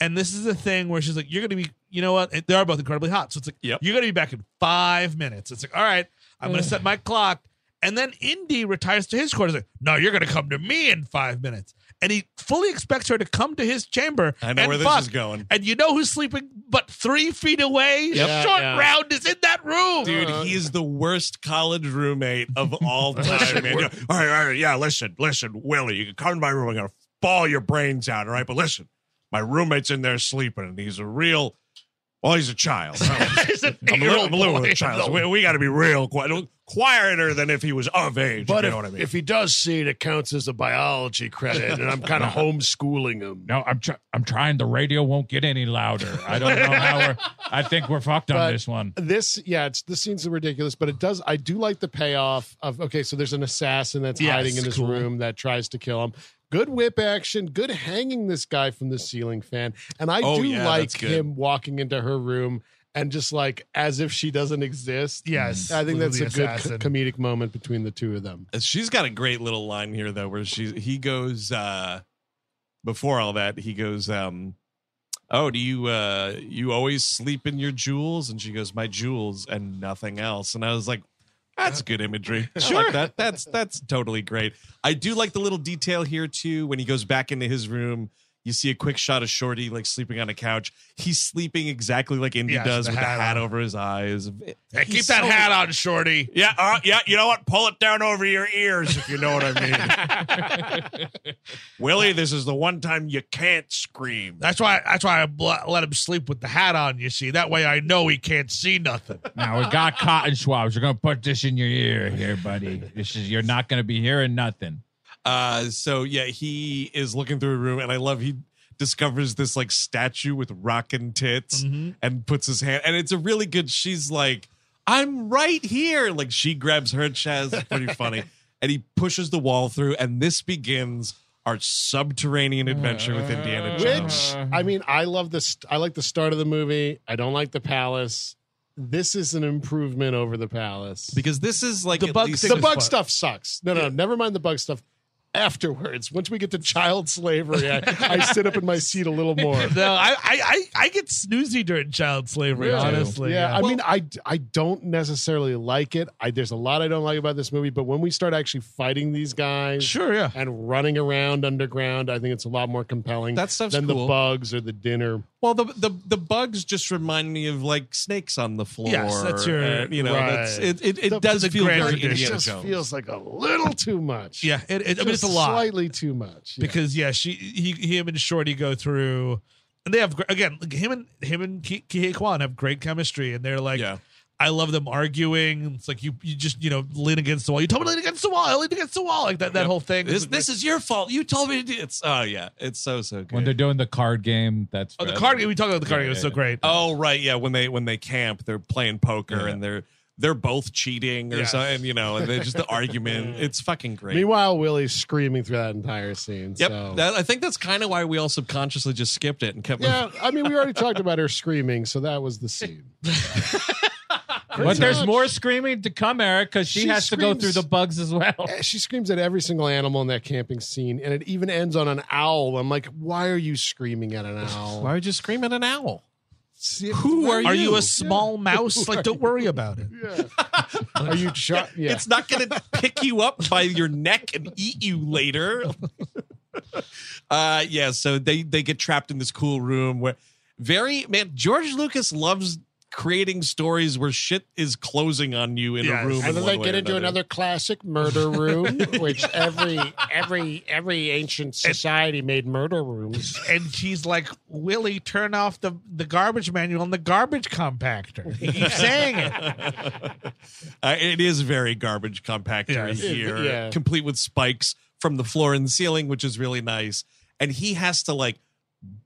S2: And this is the thing where she's like, "You're gonna be, you know what? And They are both incredibly hot, so it's like,
S1: Yep.
S2: you're gonna be back in five minutes." It's like, "All right, I'm gonna set my clock." And then Indy retires to his quarters. Like, no, you're gonna come to me in five minutes. And he fully expects her to come to his chamber.
S1: I know
S2: and
S1: where this
S2: fuck.
S1: is going.
S2: And you know who's sleeping but three feet away?
S3: Yep.
S2: Short
S3: Yeah.
S2: round is in that room.
S1: Dude, he is the worst college roommate of all time. man. You're- all right, all right, yeah. Listen, listen, Willie, you can come to my room. I'm gonna ball your brains out. All right, but listen, my roommate's in there sleeping, and he's a real. Well, he's a child.
S2: He's an
S1: I'm a little, I'm a little
S2: eight-year-old
S1: child.
S2: boy.
S1: So we got to be real quiet, quieter than if he was of age.
S3: But
S1: you
S3: if,
S1: know what I mean.
S3: if he does see it, it counts as a biology credit, and I'm kind of homeschooling him.
S4: No, I'm tr- I'm trying. The radio won't get any louder. I don't know how we're. I think we're fucked on
S3: But-
S4: this one.
S3: This, yeah, it's this scene's ridiculous, but it does. I do like the payoff of okay, so there's an assassin that's
S2: Yes,
S3: hiding in his
S2: cool.
S3: room that tries to kill him. Good whip action, good hanging this guy from the ceiling fan, and I
S1: Oh,
S3: do
S1: yeah,
S3: like
S1: that's good.
S3: him walking into her room and just like as if she doesn't exist.
S2: Yes,
S3: I think that's a
S2: Lulu the
S3: good co-
S2: assassin.
S3: comedic moment between the two of them.
S1: She's got a great little line here though, where she he goes uh before all that, he goes, um, Oh, do you uh you always sleep in your jewels? And she goes, My jewels and nothing else. And I was like, That's good imagery. Sure. that that's that's totally great. I do like the little detail here too. When he goes back into his room, you see a quick shot of Shorty like sleeping on a couch. He's sleeping exactly like Indy
S2: Yes,
S1: does
S2: the
S1: with
S2: hat
S1: the hat
S2: on.
S1: over his eyes.
S2: Hey, keep
S1: He's
S2: that
S1: so-
S2: hat on, Shorty.
S1: Yeah, uh, yeah. You know what? Pull it down over your ears if you know what I mean. Willie, this is the one time you can't scream.
S2: That's why. That's why I bl- let him sleep with the hat on. You see, that way I know he can't see nothing.
S4: Now we got cotton swabs. We're gonna put this in your ear, here, buddy. This is you're not gonna be hearing nothing.
S1: Uh, so yeah, he is looking through a room, and I love he discovers this like statue with rockin' tits and puts his hand, and it's a really good. She's like, "I'm right here." Like she grabs her chest, it's pretty funny, and he pushes the wall through, and this begins our subterranean adventure with Indiana Jones.
S3: Uh, Which I mean, I love this. I like the start of the movie. I don't like the palace. This is an improvement over the palace.
S1: because this is like
S2: The
S1: at
S2: bug
S1: least-
S2: thing
S3: the
S2: was
S3: bug
S2: fun.
S3: stuff sucks. No, no, never mind the bug stuff. afterwards. Once we get to child slavery, I, I sit up in my seat a little more.
S2: No, I, I, I, I get snoozy during child slavery,
S3: Yeah.
S2: honestly.
S3: Yeah, I mean, I I don't necessarily like it. I there's a lot I don't like about this movie, but when we start actually fighting these guys,
S2: sure, yeah.
S3: and running around underground, I think it's a lot more compelling
S5: That stuff's
S3: than
S5: cool.
S3: the bugs or the dinner.
S5: Well, the, the the bugs just remind me of like snakes on the floor.
S2: Yes, that's your-
S5: and, you know.
S4: Oh,
S3: right.
S5: That's it. It, it
S3: The-
S5: does
S3: the
S5: feel
S2: grand
S5: very
S2: tradition.
S5: Indiana
S3: just
S5: Jones.
S3: feels like a little too much.
S2: Yeah, it, it, I mean, it's
S3: Just
S2: a lot.
S3: slightly too much. Yeah.
S2: because yeah, she he him and Shorty go through, and they have gr- again like, him and him and Ki- Kihei Kwan have great chemistry, and they're like.
S1: Yeah.
S2: I love them arguing. It's like you, you just you know lean against the wall. You told me to lean against the wall. I lean against the wall. Like that, that whole thing.
S1: This, this is your fault. You told me to do it's oh yeah. It's so so good.
S4: when they're doing the card game, that's
S2: oh, the
S4: rather-
S2: card game. We talked about the card
S4: Yeah,
S2: game. It was
S4: yeah,
S2: so
S4: yeah.
S2: great.
S1: Oh right, yeah. When they when they camp, they're playing poker and they're they're both cheating or
S2: Yeah.
S1: something, you know, and they're just the argument. It's fucking great.
S3: meanwhile, Willie's screaming through that entire scene.
S1: yep.
S3: So.
S1: That, I think that's kind of why we all subconsciously just skipped it and kept
S3: yeah, I mean, we already talked about her screaming, so that was the scene.
S4: But there's more screaming to come, Eric, because she,
S3: She
S4: has to go through
S3: screams-
S4: the bugs as well.
S3: Eh, She screams at every single animal in that camping scene, and it even ends on an owl. I'm like, why are you screaming at an owl?
S5: Why would you scream at an owl?
S3: See,
S5: Who are you?
S2: Are you a small mouse? Like don't worry about it.
S3: Yeah. Are you? Char- yeah.
S1: It's not going to pick you up by your neck and eat you later. uh, yeah, so they they get trapped in this cool room where very man George Lucas loves creating stories where shit is closing on you in
S2: Yes.
S1: a room. in
S3: And then
S1: one
S3: they
S1: way
S3: get
S1: or
S3: into another classic murder room, which every every every ancient society made murder rooms.
S6: And she's like, Willie, turn off the, the garbage manual and the garbage compactor. He keeps saying it.
S1: Uh, it is very garbage compactor
S2: Yes.
S1: here,
S3: Yeah.
S1: complete with spikes from the floor and the ceiling, which is really nice. And he has to like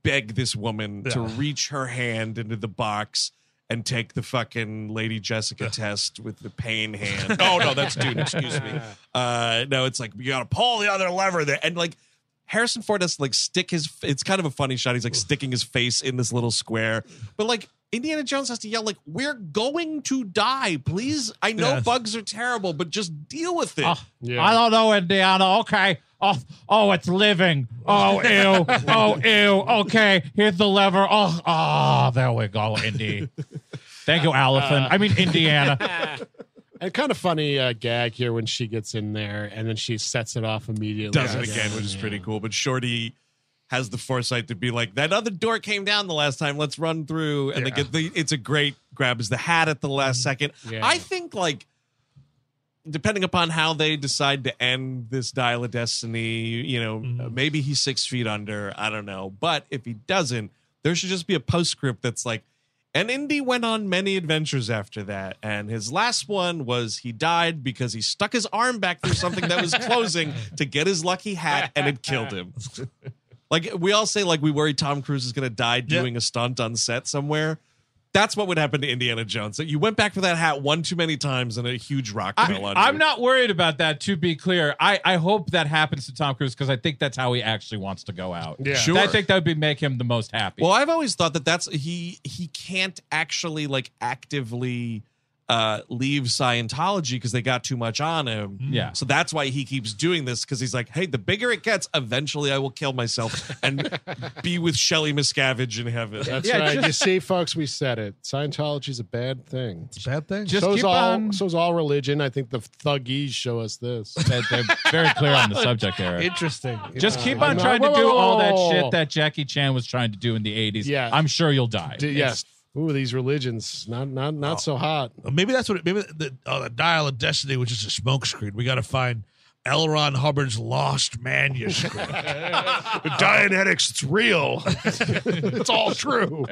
S1: beg this woman to reach her hand into the box and take the fucking Lady Jessica test with the pain hand. Oh no, that's Dune. Excuse me. Uh, no, it's like you got to pull the other lever there, and like. Harrison Ford has to like stick his. It's kind of a funny shot. He's like sticking his face in this little square, but like Indiana Jones has to yell like, "We're going to die, please! I know
S2: Yes.
S1: bugs are terrible, but just deal with it."
S4: Oh,
S3: Yeah.
S4: I don't know, Indiana. Okay. Oh, oh, it's living. Oh, ew. Oh, ew. Okay. Here's the lever. Oh, oh, there we go, Indy. Thank you,
S1: Uh,
S4: Allison. I mean, Indiana.
S3: And kind of funny uh, gag here when she gets in there and then she sets it off immediately.
S1: Does it again, which is pretty cool. But Shorty has the foresight to be like, "That other door came down the last time. Let's run through." And they get the. It's a great grabs the hat at the last second.
S3: Yeah.
S1: I think like. Depending upon how they decide to end this dial of destiny, you know, maybe he's six feet under. I don't know. But if he doesn't, there should just be a postscript that's like, And Indy went on many adventures after that. And his last one was he died because he stuck his arm back through something that was closing to get his lucky hat and it killed him. Like we all say, like we worry Tom Cruise is going to die doing a stunt on set somewhere. That's what would happen to Indiana Jones. That you went back for that hat one too many times and a huge rock fell on
S4: I,
S1: you.
S4: am not worried about that, to be clear. I, I hope that happens to Tom Cruise because I think that's how he actually wants to go out.
S3: Yeah.
S1: Sure.
S4: I think that would be make him the most happy.
S1: Well, I've always thought that that's he he can't actually like actively uh leave Scientology because they got too much on him.
S4: Yeah.
S1: So that's why he keeps doing this because he's like, hey, the bigger it gets, eventually I will kill myself and be with Shelly Miscavige in heaven.
S3: That's
S4: Yeah,
S3: right.
S4: just-
S3: you see, folks, we said it. Scientology's a bad thing.
S2: Bad thing.
S4: Just
S3: so's
S4: keep
S3: all
S4: on.
S3: so's all religion. I think the thuggies show us this.
S4: They- they're very clear on the subject, Eric.
S2: Interesting.
S4: Just keep
S3: I
S4: on
S3: know.
S4: trying to
S3: Whoa,
S4: do
S3: whoa,
S4: all that
S3: whoa.
S4: shit that Jackie Chan was trying to do in the 80s.
S3: Yeah.
S4: I'm sure you'll die.
S3: D- yes. Ooh, these religions not not not so hot.
S2: Maybe that's what. It, maybe the, uh, the dial of destiny, which is a smokescreen. We got to find L. Ron Hubbard's lost manuscript. the Dianetics, it's real.
S3: It's all true.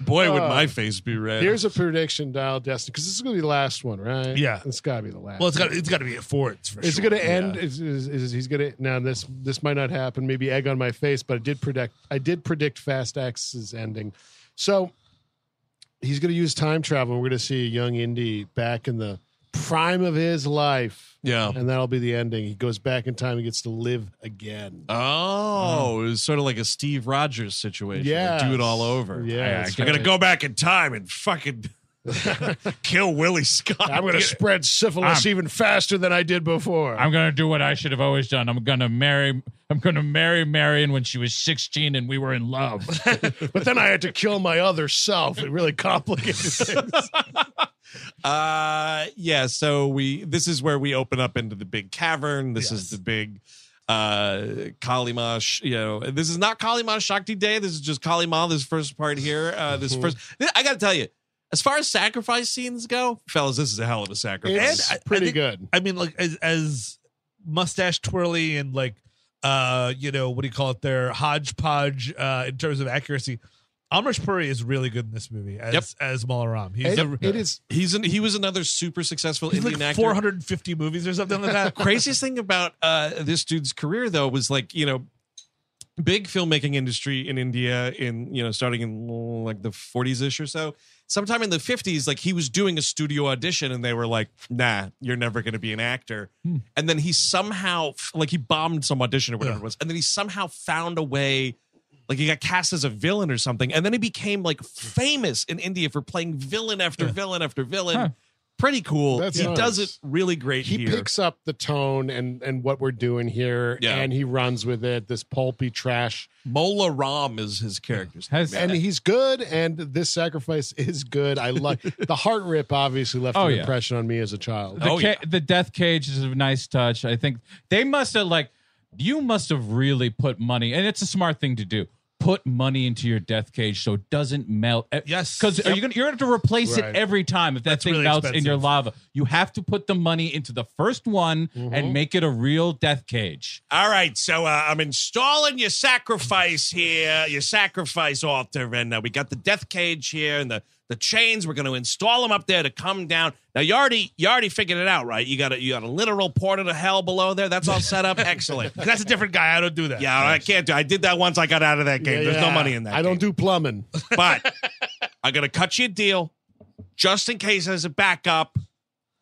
S1: Boy, would
S3: Uh,
S1: my face be red.
S3: Here's a prediction, Dial Destiny, because this is gonna be the last one, right?
S2: Yeah.
S3: it's gotta be the last.
S2: well, it's got it's got to be a four. It's for
S3: It's
S2: sure.
S3: going to end. Is, is, is he's going to now? This this might not happen. Maybe egg on my face, but I did predict. I did predict Fast X's ending. So he's going to use time travel. We're going to see a young Indy back in the prime of his life,
S1: yeah.
S3: and that'll be the ending. He goes back in time. He gets to live again.
S1: Oh, it was sort of like a Steve Rogers situation. Like,
S3: Yes.
S1: Do it all over.
S3: Yeah,
S1: I,
S3: it's
S1: am going to go back in time and fucking Kill Willie Scott.
S3: I'm going to spread syphilis even faster than I did before.
S4: I'm gonna do what I should have always done. I'm gonna marry. I'm gonna marry Marion when she was 16 and we were in love.
S3: but then I had to kill my other self. It really complicated things.
S1: Uh, yeah. So we this is where we open up into the big cavern. This is the big uh Kalima, sh- you know, this is not Kalima Shakti Day. This is just Kalima. This first part here. Uh This
S2: Mm-hmm.
S1: first, I got to tell you, as far as sacrifice scenes go, fellas, this is a hell of a sacrifice.
S3: It's
S2: I- I
S3: pretty
S2: think-
S3: good.
S2: I mean, like as, as mustache twirly and like uh, you know, what do you call it there? Hodgepodge uh in terms of accuracy. Amrish Puri is really good in this movie as
S1: Yep.
S2: as Malaram. He's
S3: It-
S2: a-
S3: it is
S1: He's an, he was another super successful
S2: he's
S1: Indian
S2: like
S1: actor.
S2: 450 movies or something like that.
S1: craziest thing about uh, this dude's career though was like you know big filmmaking industry in india in you know starting in like the 40s ish or so sometime in the 50s like he was doing a studio audition and they were like nah you're never going to be an actor
S3: Hmm.
S1: and then he somehow like he bombed some audition or whatever it was and then he somehow found a way like he got cast as a villain or something and then he became like famous in india for playing villain after villain after villain pretty cool
S3: That's
S1: he
S3: nice.
S1: does it really great
S3: he
S1: here
S3: picks up the tone and and what we're doing here,
S1: Yeah.
S3: and he runs with it. This pulpy trash,
S1: Mola Ram is his character's name.
S4: Has-
S3: and he's good. And this sacrifice is good. I like the heart rip. Obviously, left
S4: Oh,
S3: an
S4: yeah.
S3: impression on me as a child.
S4: The,
S1: Oh,
S4: ca-
S1: yeah.
S4: the death cage is a nice touch. I think they must have like you must have really put money, and it's a smart thing to do. Put money into your death cage so it doesn't melt. Eh,
S2: Yes.
S4: because are you gonna you're gonna have to replace
S3: Right.
S4: it every time if that thing
S2: really
S4: melts in your
S2: expensive.
S4: lava. You have to put the money into the first one
S1: Mm-hmm.
S4: and make it a real death cage.
S1: All right, so uh, I'm installing your sacrifice here, your sacrifice altar, and uh, we got the death cage here and the the chains. We're going to install them up there to come down. Now you already you already figured it out, right? You got a you got a literal portal to hell below there. That's all set up. Excellent.
S2: That's a different guy. I don't do that.
S1: Yeah, I can't do. I did that once. I got out of that game. There's no
S3: Yeah.
S1: money in that.
S3: I
S1: game.
S3: don't do plumbing.
S1: But I'm going to cut you a deal just in case as a backup.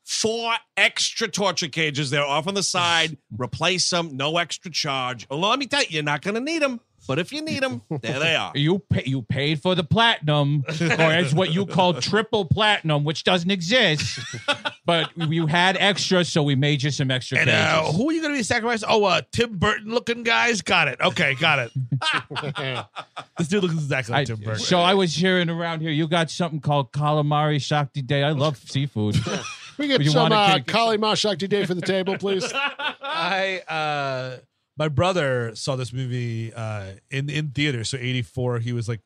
S1: Four extra torture cages there off on the side. Replace them, no extra charge. Although, let me tell you, you're not going to need them. But if you need them, there they are.
S4: You pay, you paid for the platinum, or as what you call triple platinum, which doesn't exist. but you had extra, so we made you some extra
S2: And
S4: cages.
S2: uh, who are you going to be sacrificing? Oh, uh, Tim Burton looking guys. Got it. Okay, got it. this dude looks exactly like
S4: I-
S2: Tim Burton.
S4: so I was hearing around here. You got something called calamari shakti day. I love seafood.
S3: We get
S4: You
S3: some
S4: wanna
S3: uh,
S4: kick-
S3: Kali Ma Shakti Day for the table, please.
S2: I uh my brother saw this movie uh in in theater. So eighty four, he was like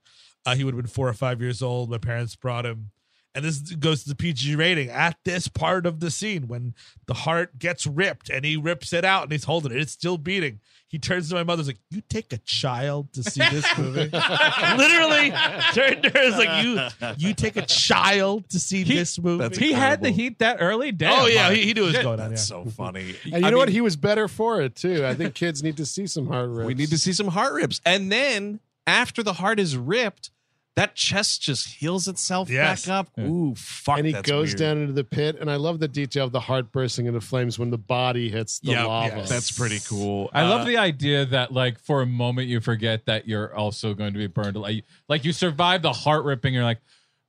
S2: uh, he would have been four or five years old. My parents brought him. And this goes to the PG rating at this part of the scene when the heart gets ripped and he rips it out and he's holding it. It's still beating. He turns to my mother's like, You take a child to see this movie. Literally turned to her is like, You you take a child to see this movie.
S4: he had to heat that early. Damn.
S2: Oh yeah, he, he knew what was going on.
S1: That's
S2: Yeah.
S1: so funny.
S3: And you know what? He was better for it too. I think kids need to see some heart rips.
S1: We need to see some heart rips. And then after the heart is ripped, that chest just heals itself
S2: Yes.
S1: back up. Ooh, fuck.
S3: and he
S1: that's
S3: goes
S1: weird.
S3: down into the pit. And I love the detail of the heart bursting into flames when the body hits the
S1: Yeah,
S3: lava.
S1: yeah, that's pretty cool.
S4: I
S1: Uh,
S4: love the idea that like for a moment you forget that you're also going to be burned. Like, like you survive the heart ripping. You're like,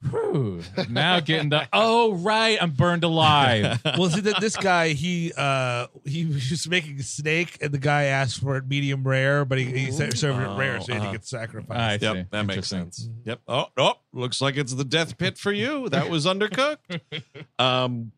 S4: whew, now getting the oh right, I'm burned alive.
S2: well, see that this guy he uh he was making snake, and the guy asked for it medium rare, but he, he sa- served it rare, so he had to get
S4: Oh, uh, I
S2: sacrificed.
S4: see.
S1: Yep, that makes
S4: Interesting.
S1: sense. Yep. Oh, oh, looks like it's the death pit for you. That was undercooked. Um,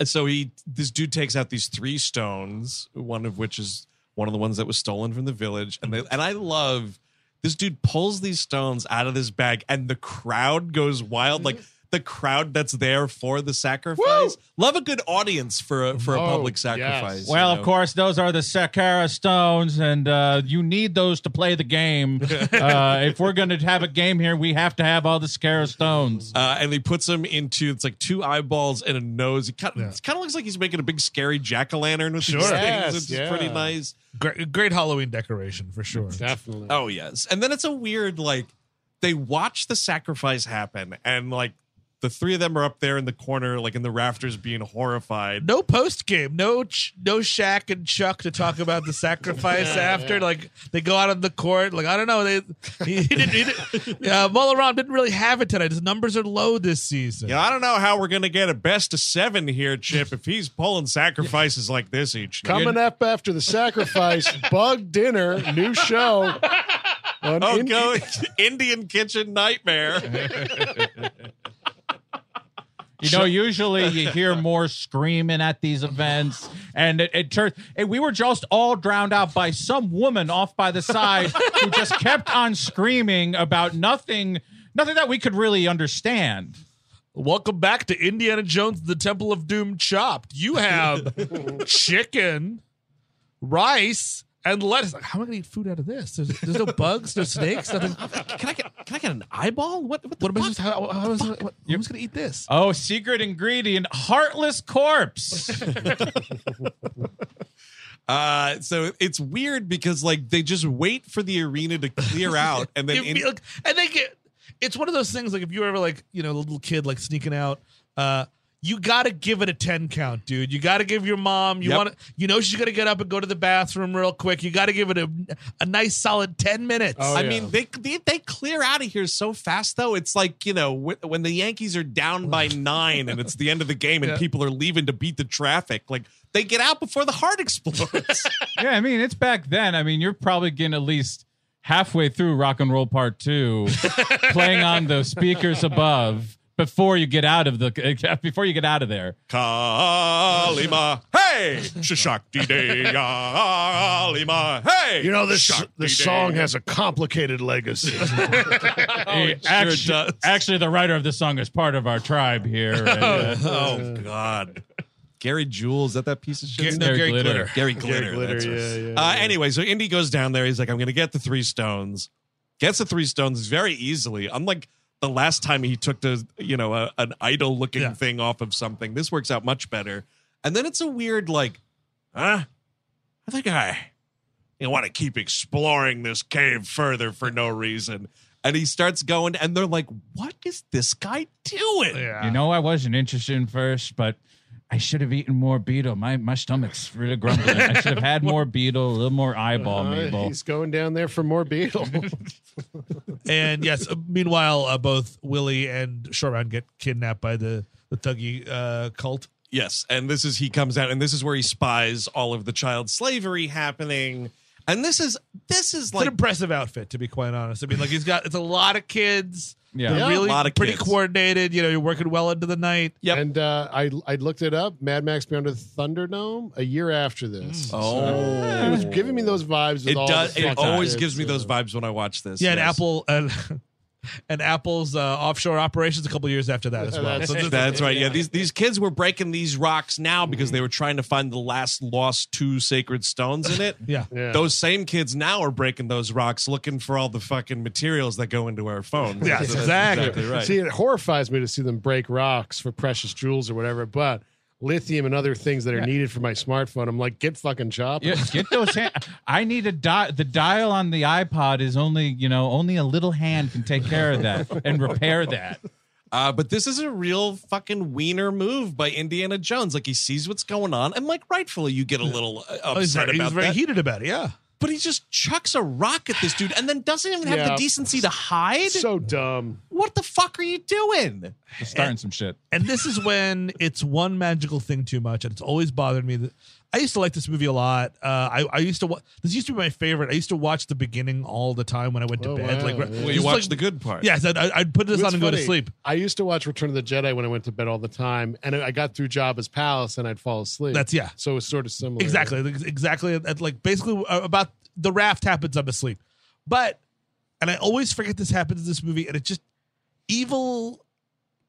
S1: and so he, this dude takes out these three stones, one of which is one of the ones that was stolen from the village, and they, and I love this dude pulls these stones out of this bag, and the crowd goes wild, like.
S3: Mm-hmm.
S1: The crowd that's there for the sacrifice. Love a good audience for a, for a
S3: Oh,
S1: public
S3: yes.
S1: sacrifice. you
S4: Well,
S1: know?
S4: of course, those are the Sakara stones, and uh, you need those to play the game. uh, if we're going to have a game here, we have to have all the Sakara stones.
S1: Uh, and he puts him into it's like two eyeballs and a nose. He kind of, it kind of looks like he's making a big scary jack o' lantern with these
S2: Sure.
S1: things.
S3: Yes,
S1: it's
S3: yeah.
S1: pretty nice.
S2: Great, great Halloween decoration for sure.
S3: Definitely.
S1: Oh yes, and then it's a weird like they watch the sacrifice happen and like The three of them are up there in the corner, like in the rafters, being horrified.
S2: No post game, no Ch- no Shaq and Chuck to talk about the sacrifice after. Like they go out on the court. Like I don't know. They he, didn't. He didn't uh, Molaron didn't really have it tonight. His numbers are low this season.
S1: You know, I don't know how we're going to get a best of seven here, Chip, if he's pulling sacrifices like this each night.
S3: Coming up after the sacrifice, Bug Dinner, new show. on
S1: Oh,
S3: Ind-
S1: go Indian kitchen nightmare.
S4: You know, usually you hear more screaming at these events, and it, it turns. And we were just all drowned out by some woman off by the side who just kept on screaming about nothing, nothing that we could really understand.
S2: Welcome back to Indiana Jones: The Temple of Doom Chopped. You have chicken, rice, and lettuce. Like, how am I going to eat food out of this? There's, there's no bugs, no snakes, nothing.
S5: Can I get can I get an eyeball? What what the
S2: What am I
S5: fuck?
S2: supposed to? How, how, how, how, who's going to eat this?
S4: Oh, secret ingredient: heartless corpse.
S1: Uh, so it's weird because like they just wait for the arena to clear out, and then
S2: It
S1: in-
S2: be- like, I think it, it's one of those things. Like if you are ever like you know a little kid like sneaking out, uh, you got to give it a ten count, dude. You got to give your mom. You
S1: Yep.
S2: want to. You know she's gonna get up and go to the bathroom real quick. You got to give it a a nice solid ten minutes.
S3: Oh,
S1: I
S3: yeah.
S1: mean, they, they they clear out of here so fast though. It's like you know wh- when the Yankees are down by nine and it's the end of the game and people are leaving to beat the traffic. Like they get out before the heart explodes.
S4: yeah, I mean, it's back then. I mean, you're probably getting at least halfway through Rock and Roll Part Two, playing on the speakers above before you get out of the before you get out of there.
S1: Kalima, hey, Shashakti Deya, Kalima, hey.
S3: You know this this
S1: Shakti
S3: song
S1: Deya.
S3: has a complicated legacy.
S4: Hey, actu- Actually, the writer of the song is part of our tribe here. and, uh,
S1: Oh God. Gary Jules, is that that piece of shit?
S4: Gary Glitter.
S1: Gary Glitter.
S3: Glitter,
S1: that's right.
S3: yeah, yeah,
S1: uh,
S3: yeah.
S1: Anyway, so Indy goes down there. He's like, I'm going to get the three stones. Gets the three stones very easily. Unlike the last time he took the, you know, a, an idol looking
S2: Yeah.
S1: thing off of something. This works out much better. And then it's a weird, like, huh? I think I you want to keep exploring this cave further for no reason. And he starts going, and they're like, what is this guy doing?
S4: You know, I wasn't interested in first, but I should have eaten more beetle. My my stomach's really grumbling. I should have had more beetle, a little more eyeball,
S3: Uh,
S4: Mabel.
S3: he's going down there for more Beetle.
S2: And yes, uh, meanwhile, uh, both Willie and Shoreman get kidnapped by the the Thuggy uh, cult.
S1: Yes, and this is he comes out, and this is where he spies all of the child slavery happening. And this is this is
S2: It's
S1: like
S2: an impressive outfit, to be quite honest. I mean, like he's got it's a lot of kids.
S4: Yeah.
S2: They're
S3: Yeah.
S2: really
S1: Lot of
S2: pretty
S1: kids.
S2: coordinated. You know, you're working well into the night.
S1: Yep.
S3: And uh, I I looked it up. Mad Max Beyond the Thunderdome a year after this.
S1: oh,
S3: It was giving me those vibes. With
S1: it
S3: all
S1: does.
S3: the
S1: It always
S3: kids,
S1: gives me
S3: uh,
S1: those vibes when I watch this.
S2: Yeah, and
S1: yes.
S2: Apple and, and Apple's uh, offshore operations a couple years after that as well.
S3: That's
S2: So
S3: it.
S1: That's right. Yeah, these these kids were breaking these rocks now because they were trying to find the last lost two sacred stones in it.
S2: yeah.
S3: Yeah.
S1: Those same kids now are breaking those rocks looking for all the fucking materials that go into our phones.
S2: Yes,
S1: So that's
S2: exactly.
S1: exactly right.
S3: See, it horrifies me to see them break rocks for precious jewels or whatever, but lithium and other things that are needed for my smartphone. I'm like, get fucking chopped.
S4: Yeah, get those hand. I need a di- the dial on the iPod is only you know only a little hand can take care of that and repair that.
S1: Uh, but this is a real fucking wiener move by Indiana Jones. Like he sees what's going on, and like rightfully, you get a little uh,
S2: Oh, he's
S1: upset
S2: very, he's
S1: about
S2: very
S1: that.
S2: heated about it. Yeah.
S1: but he just chucks a rock at this dude, and then doesn't even have the
S3: Yeah.
S1: decency to hide.
S3: So dumb.
S1: what the fuck are you doing?
S4: We're starting some shit.
S2: And this is when it's one magical thing too much, and it's always bothered me. That I used to like this movie a lot. Uh, I, I used to wa- this used to be my favorite. I used to watch the beginning all the time when I went to
S3: Oh,
S2: bed.
S3: wow.
S2: Like,
S3: Well, you
S1: Well,
S2: just
S1: you watch
S2: like-
S1: the good part.
S2: Yes, I'd, I'd put this
S3: It's
S2: on and go to
S3: funny.
S2: sleep.
S3: I used to watch Return of the Jedi when I went to bed all the time, and I got through Jabba's palace and I'd fall asleep.
S2: That's- yeah.
S3: So it's sort of similar.
S2: Exactly, ex- exactly. At, like basically uh, about the raft happens. I'm asleep, but and I always forget this happens in this movie, and it just evil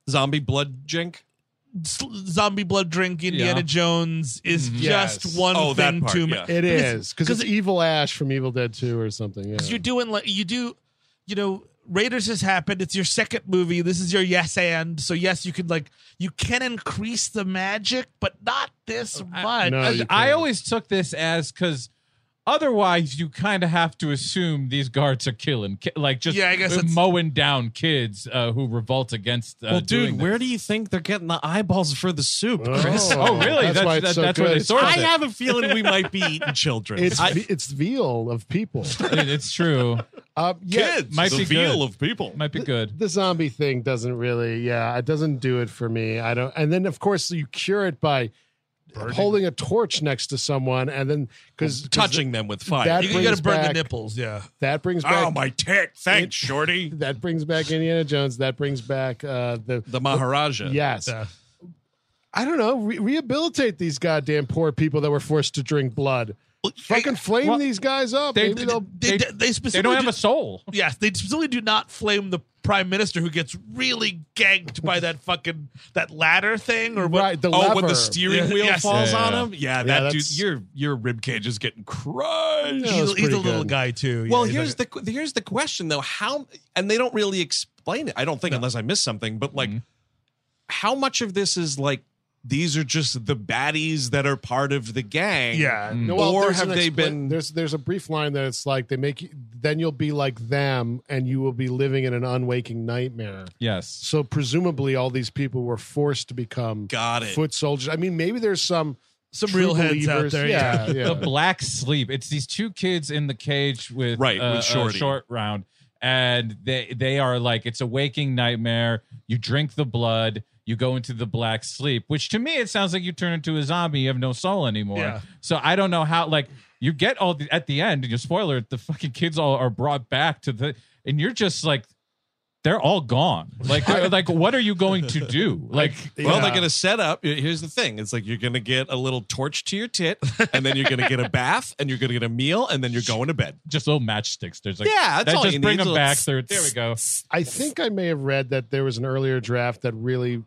S1: Zombie blood jink.
S2: s- zombie blood drink Indiana
S4: Yeah.
S2: Jones is just
S3: Yes.
S2: one
S1: Mm-hmm. Oh, that
S2: thing
S1: part,
S2: too
S1: yeah.
S2: much.
S3: It is because it's
S2: because-
S3: Evil Ash from Evil Dead Two or something. Yeah.
S2: because you're doing like you do you know raiders has happened it's your second movie this is your yes and so yes you can like you can increase the magic but not this much
S3: No, you
S4: I
S1: Oh,
S3: can't.
S4: always took this as because Otherwise, you kind of have to assume these guards are killing, ki- like just
S2: Yeah, I guess that's-
S4: mowing down kids uh, who revolt against. Uh,
S8: well, dude,
S4: doing
S8: where do you think they're getting the eyeballs for the soup,
S1: Uh-huh.
S8: Chris?
S4: Oh, really? That's,
S3: That's why it's
S4: that-
S3: so
S4: that's
S3: good.
S4: where they
S3: It's-
S4: sourced
S8: I
S4: it.
S8: have a feeling we might be eating children.
S3: It's
S8: I-
S3: ve- it's veal of people.
S4: It- it's true.
S3: Um, yeah,
S1: Kids,
S4: might
S1: the
S4: be
S1: feel
S4: good.
S1: of people.
S4: Might be good.
S3: the zombie thing doesn't really yeah it doesn't do it for me i don't and then of course you cure it by holding a torch next to someone and then because
S1: touching them with fire.
S3: that
S2: You,
S3: brings
S2: gotta burn
S3: back
S2: the nipples. Yeah.
S3: that brings back
S1: oh my tit! Thanks, Shorty.
S3: that brings back indiana jones that brings back uh the
S1: The Maharaja.
S3: yes
S2: Yeah.
S3: i don't know re- rehabilitate these goddamn poor people that were forced to drink blood fucking flame
S4: well,
S3: these guys up
S4: they-
S3: maybe they'll
S2: They,
S4: They-
S2: they, specifically
S4: They don't have
S2: do-
S4: a soul.
S2: Yes, they specifically do not flame the prime minister who gets really ganked by that fucking that ladder thing or what?
S3: right the
S1: Oh,
S3: lever.
S1: when the steering
S2: Yeah.
S1: wheel
S2: Yes.
S1: falls
S4: Yeah.
S1: on him, yeah, that dude,
S3: that's-
S1: your your rib cage is getting crushed.
S3: Yeah.
S2: He's,
S3: was
S2: he's
S3: pretty
S2: a little
S3: good.
S2: guy too.
S1: Well,
S2: Yeah, he's
S1: here's the the here's the question though. How and they don't really explain it. I don't think unless I missed something. But like,
S3: Mm-hmm.
S1: how much of this is like these are just the baddies that are part of the gang?
S2: Yeah.
S3: No,
S1: Or
S3: there's
S1: have
S3: an
S1: they
S3: expla-
S1: been-
S3: There's there's a brief line that it's like they make you, then you'll be like them and you will be living in an unwaking nightmare.
S4: Yes.
S3: So presumably all these people were forced to become
S1: Got it.
S3: foot soldiers. I mean, maybe there's some
S2: Some
S3: true
S2: real heads out
S3: believers.
S2: there,
S3: Yeah,
S4: The
S3: yeah.
S4: black sleep. It's these two kids in the cage with
S1: Right, with
S4: uh, uh,
S1: Shorty.
S4: short round, and they they are like it's a waking nightmare. You drink the blood. You go into the black sleep, which to me it sounds like you turn into a zombie. You have no soul anymore.
S2: Yeah.
S4: So I don't know how. Like you get all the, at the end. You spoiler. The fucking kids all are brought back to the, and you're just like. They're all gone. Like, like, what are you going to do? Like,
S1: Well, they're gonna set up. Here's the thing: it's like you're gonna get a little torch to your tit, and then you're gonna get a bath, and you're gonna get a meal, and then you're going to bed.
S4: just little matchsticks. There's like,
S1: Yeah, that's
S4: that
S1: all
S4: just
S1: you
S4: bring
S1: need.
S4: them
S1: Little
S4: back.
S1: tss,
S4: There, there we go.
S3: I think I may have read that there was an earlier draft that really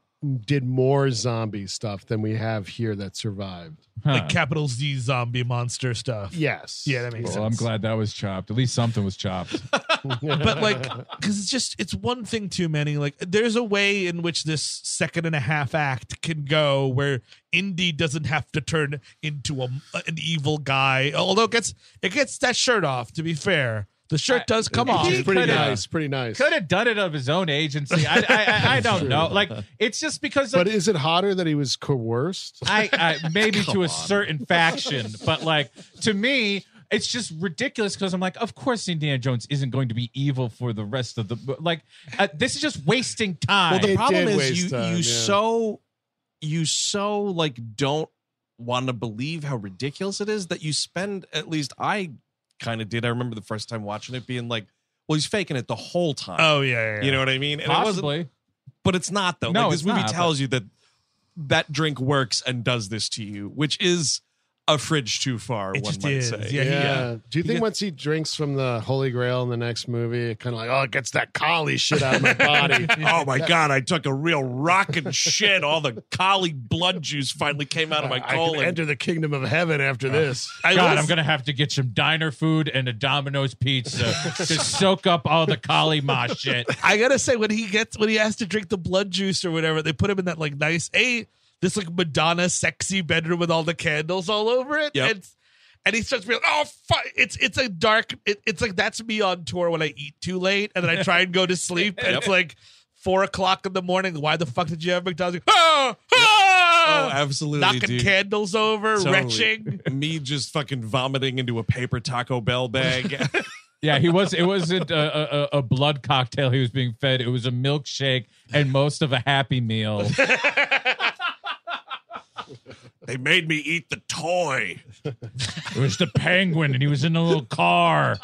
S3: did more zombie stuff than we have here that survived.
S4: Huh.
S2: like capital Z zombie monster stuff.
S3: Yes.
S2: Yeah, that makes
S4: Well, I'm
S2: sense.
S4: glad that was chopped. At least something was chopped.
S2: but like because it's just it's one thing too many like there's a way in which this second and a half act can go where indy doesn't have to turn into a an evil guy although it gets it gets that shirt off to be fair the shirt does come off
S3: It's pretty
S4: could've-
S3: nice. Pretty nice.
S4: Could have done it of his own agency. I, I, I, I don't know. Like it's just because like,
S3: But is it hotter that he was coerced?
S4: I, I maybe to a certain faction, but like to me, it's just ridiculous because I'm like, of course Indiana Jones isn't going to be evil for the rest of the but, like. Uh, this is just wasting time.
S1: Well, the
S3: It
S1: problem
S3: did
S1: is
S3: waste
S1: you
S3: time,
S1: you
S3: yeah.
S1: so you so like don't want to believe how ridiculous it is that you spend at least I kind of did. I remember the first time watching it being like, well, he's faking it the whole time.
S2: oh yeah, yeah, yeah.
S1: You know what I mean? And it wasn't-
S4: Possibly.
S1: but it's not though.
S4: No,
S1: like, this
S4: it's
S1: movie
S4: not,
S1: tells you that that drink works and does this to you, which is a fridge too far.
S2: It
S1: one
S2: just
S1: might
S2: is.
S1: say.
S2: Yeah, he-
S3: Do you think once he drinks from the Holy Grail in the next movie, it kind of like, oh, it gets that collie shit out of my body?
S1: Oh my god! I took a real rockin' shit. All the collie blood juice finally came out of my
S3: I can
S1: colon.
S3: enter the kingdom of heaven after this.
S2: I
S4: God,
S2: was-
S4: I'm gonna have to get some diner food and a Domino's pizza to soak up all the Kali Ma shit.
S2: I gotta say, when he gets when he has to drink the blood juice or whatever, they put him in that like nice a this like Madonna sexy bedroom with all the candles all over it.
S1: Yep.
S2: And, and he starts being like, oh fuck it's it's a dark it, it's like that's me on tour when I eat too late and then I try and go to sleep and it's like four o'clock in the morning. Why the fuck did you have McDonald's?
S1: oh,
S2: Oh,
S3: Uh,
S2: oh,
S1: absolutely,
S2: knocking
S1: dude.
S2: candles over,
S1: Totally.
S2: retching.
S1: Me just fucking vomiting into a paper Taco Bell bag.
S4: Yeah, he was. It wasn't a, a, a blood cocktail he was being fed. It was a milkshake and most of a Happy Meal.
S1: they made me eat the toy.
S4: It was the penguin, and he was in a little car.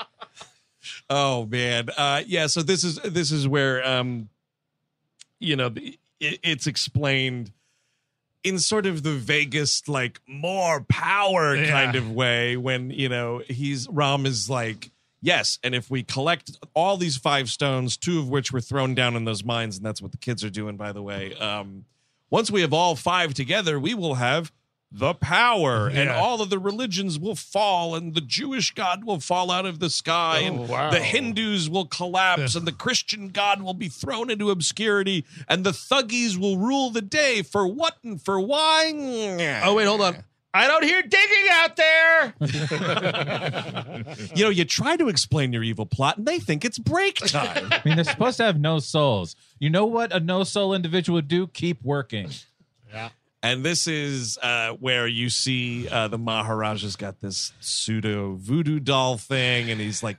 S1: Oh man, uh, yeah. So this is this is where um, you know, the- it, it's explained in sort of the vaguest, like more power kind of way. When you know he's Ram is like. Yes, and if we collect all these five stones, two of which were thrown down in those mines, and that's what the kids are doing, by the way. Um, once we have all five together, we will have the power, and
S2: Yeah.
S1: all of the religions will fall, and the Jewish God will fall out of the sky, and
S3: wow.
S1: the Hindus will collapse, and the Christian God will be thrown into obscurity, and the thuggies will rule the day. For what and for why?
S2: Oh wait, hold on.
S6: I don't hear digging out there.
S1: You know, you try to explain your evil plot and they think it's break time.
S4: I mean, they're supposed to have no souls. You know what a no soul individual would do? Keep working.
S1: and this is uh, where you see uh, the Maharaja's got this pseudo voodoo doll thing and he's like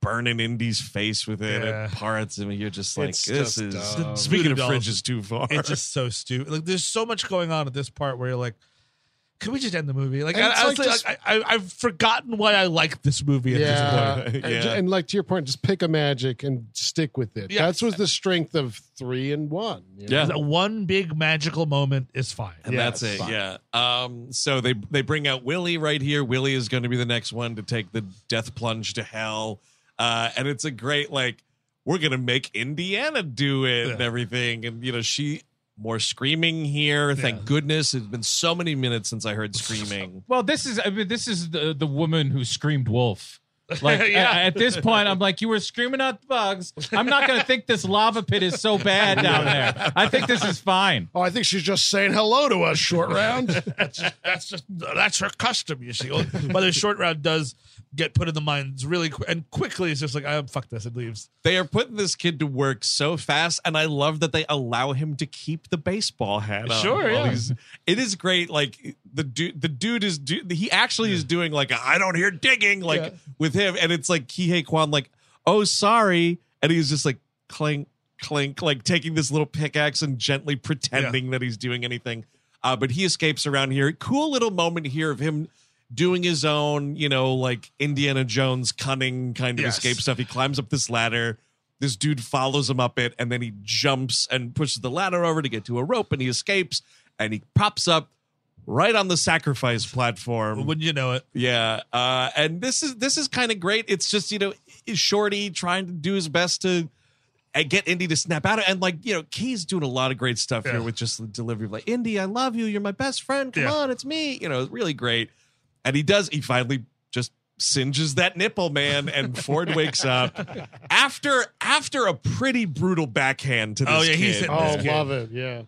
S1: burning Indy's face with it
S2: Yeah.
S1: and parts. and you're just like,
S3: It's
S1: this
S3: just
S1: is.
S3: dumb.
S1: Speaking of
S2: Voodoo
S1: fringe
S2: dolls.
S1: is too far.
S2: It's just so stupid. Like, there's so much going on at this part where you're like, can we just end the movie? Like,
S3: And
S2: I,
S3: it's
S2: honestly,
S3: like just-
S2: like, I, I, I've forgotten why I liked this movie at this point.
S3: Yeah.
S1: point.
S3: And,
S1: Yeah.
S3: ju- and like to your point, just pick a magic and stick with it.
S2: Yeah.
S3: That's was the strength of three and one. you know?
S1: Yeah.
S2: That one big magical moment is fine.
S1: and
S3: Yeah,
S1: that's
S3: it's
S1: it.
S3: fine.
S1: Yeah. Um. So they they bring out Willie right here. Willie is going to be the next one to take the death plunge to hell. Uh. And it's a great like we're going to make Indiana do it and
S2: Yeah.
S1: everything. And you know she more screaming here. Thank goodness it's been so many minutes since I heard screaming.
S4: Well, this is I mean, this is the the woman who screamed wolf. Like a-
S2: Yeah.
S4: at, this point, I'm like, you were screaming out the bugs. I'm not gonna think this lava pit is so bad down there. I think this is fine.
S3: Oh, I think she's just saying hello to us, short round.
S2: that's just that's her custom, you see. But the short round does get put in the minds really quick and quickly. It's just like, I fuck this, it leaves.
S1: They are putting this kid to work so fast, and I love that they allow him to keep the baseball hat on.
S2: Sure,
S1: while
S2: yeah.
S1: he's- It is great. Like the dude, the dude is do, he actually is doing like I I don't hear digging like
S2: Yeah.
S1: with him, and it's like Kihei Kwan like oh sorry, and he's just like clink clink like taking this little pickaxe and gently pretending that he's doing anything. Uh, but he escapes around here. Cool little moment here of him doing his own, you know, like Indiana Jones cunning kind of
S2: Yes.
S1: escape stuff. He climbs up this ladder. This dude follows him up it, and then he jumps and pushes the ladder over to get to a rope, and he escapes. And he pops up right on the sacrifice platform.
S2: Wouldn't you know it?
S1: Yeah, uh, and this is this is kind of great. It's just you know Shorty trying to do his best to uh, get Indy to snap out of, and like you know Key's doing a lot of great stuff
S2: Yeah.
S1: here with just the delivery of like Indy, I love you, you're my best friend. Come
S2: Yeah.
S1: on, it's me. You know, it's really great. And he does. He finally just singes that nipple, man. And Ford wakes up after after a pretty brutal backhand to this
S2: Oh, yeah, he's
S1: kid.
S2: hitting
S3: oh,
S2: This kid.
S3: love it. Yeah.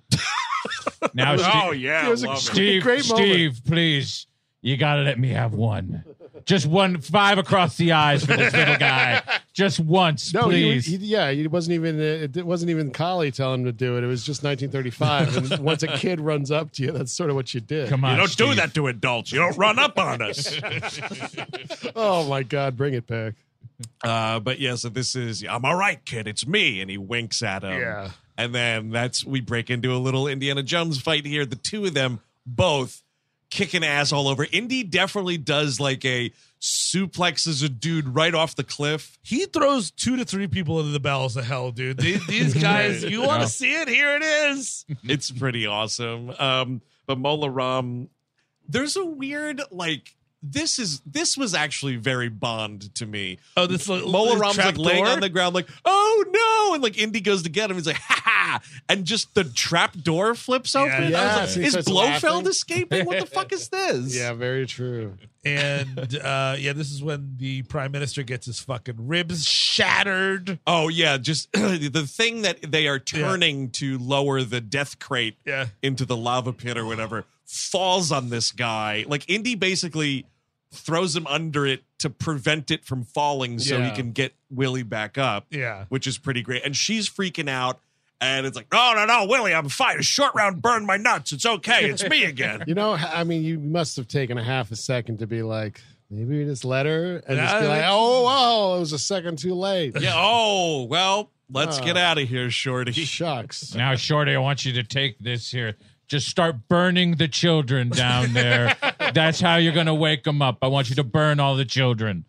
S4: Now, Steve,
S1: yeah,
S3: It was a
S1: love it.
S4: Steve,
S3: great moment.
S4: Steve, please, you gotta let me have one. Just one five across the eyes for this little guy. Just once,
S3: No, he,
S4: please.
S3: he, yeah, it wasn't even uh, it wasn't even Collie telling him to do it. It was just 1935. and once a kid runs up to you, that's sort of what you did.
S8: Oh,
S4: Come on, Steve.
S1: to adults. You don't run up on us.
S3: Oh my God, bring it back.
S1: Uh, but yeah, so this is I'm all right, kid. It's me, and he winks at him.
S3: Yeah.
S1: and then that's we break into a little Indiana Jones fight here. The two of them both kicking ass all over. Indy definitely does like a suplexes a dude right off the cliff.
S2: He throws two to three people into the bowels of hell, dude. These, these guys, you want to see it? Here it is.
S1: it's pretty awesome. Um, but Mola Ram, there's a weird like this is this was actually very Bond to me.
S2: Oh, this like,
S1: Mola
S2: this
S1: Ram's
S2: trap
S1: like laying
S2: door?
S1: on the ground, like, oh no. And like Indy goes to get him. He's like, ha ha. And just the trap door flips open. I
S3: Yes,
S1: was
S3: he
S1: like, is
S3: starts
S1: Blofeld
S3: laughing.
S1: escaping? What the fuck is this?
S3: Yeah, very true.
S2: and uh, yeah, this is when the prime minister gets his fucking ribs shattered.
S1: Oh, yeah. Just the thing that they are turning to lower the death crate
S2: Yeah.
S1: into the lava pit or whatever falls on this guy. Like, Indy basically throws him under it to prevent it from falling so he
S3: Yeah.
S1: can get Willie back up.
S2: Yeah.
S1: which is pretty great. And she's freaking out. And it's like, no, no, no, Willie, I'm fine. A short round burned my nuts. It's okay. It's me again.
S3: You know, I mean, you must have taken a half a second to be like, maybe we just let her and just be like, oh, wow, it was a second too late.
S1: yeah. Oh, well, let's get out of here, Shorty.
S3: Shucks.
S4: Now, Shorty, I want you to take this here. Just start burning the children down there. That's how you're going to wake them up. I want you to burn all the children.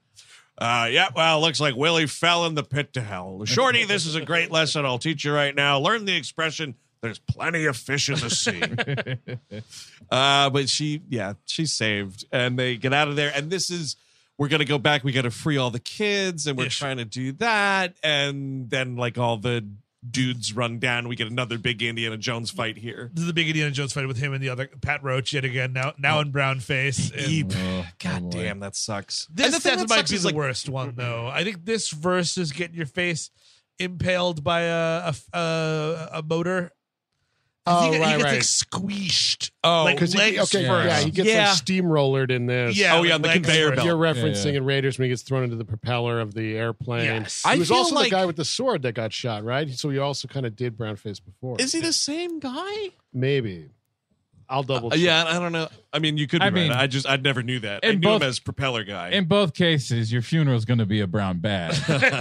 S1: Uh, yeah, well, looks like Willie fell in the pit to hell. Shorty, this is a great lesson I'll teach you right now. Learn the expression, there's plenty of fish in the sea. uh, but she, yeah, she's saved. And they get out of there. And this is, we're going to go back. We got to free all the kids. And we're trying to do that. And then, like, all the dudes run down. We get another big Indiana Jones fight here.
S2: This is the big Indiana Jones fight with him and the other Pat Roach yet again. Now, now
S1: Mm.
S2: in brown face. And-
S1: Eep.
S9: Oh,
S1: God
S4: boy.
S1: damn, that sucks. And
S2: This
S1: the thing
S2: that
S1: that
S2: might
S1: sucks
S2: be
S1: is,
S2: the
S1: like,
S2: worst one though. I think this versus getting your face impaled by a a, a, a motor He
S3: Oh,
S2: get- he,
S3: right,
S2: gets like
S3: right.
S2: squeezed. Oh, like
S3: 'Cause he-
S2: legs
S3: okay,
S2: first.
S3: yeah, he gets
S1: Yeah.
S3: like steamrollered in this.
S2: Yeah,
S1: Oh, yeah, on the
S2: legs
S1: conveyor
S2: first.
S1: belt.
S3: You're
S8: yeah.
S3: referencing in Raiders when he gets thrown into the propeller of the airplane.
S2: Yes.
S3: He
S1: I
S3: was
S1: feel
S3: also
S1: like-
S3: the guy with the sword that got shot, right? So he also kind of did brown face before.
S1: Is he the same guy?
S3: Maybe. I'll double
S9: Uh,
S3: check.
S9: yeah, I don't know. I mean, you could be
S8: I
S9: right.
S8: mean-
S9: I just I never knew that. I
S8: In
S9: knew
S8: both-
S9: him as propeller guy.
S8: In both cases, your funeral's going to be a brown bag.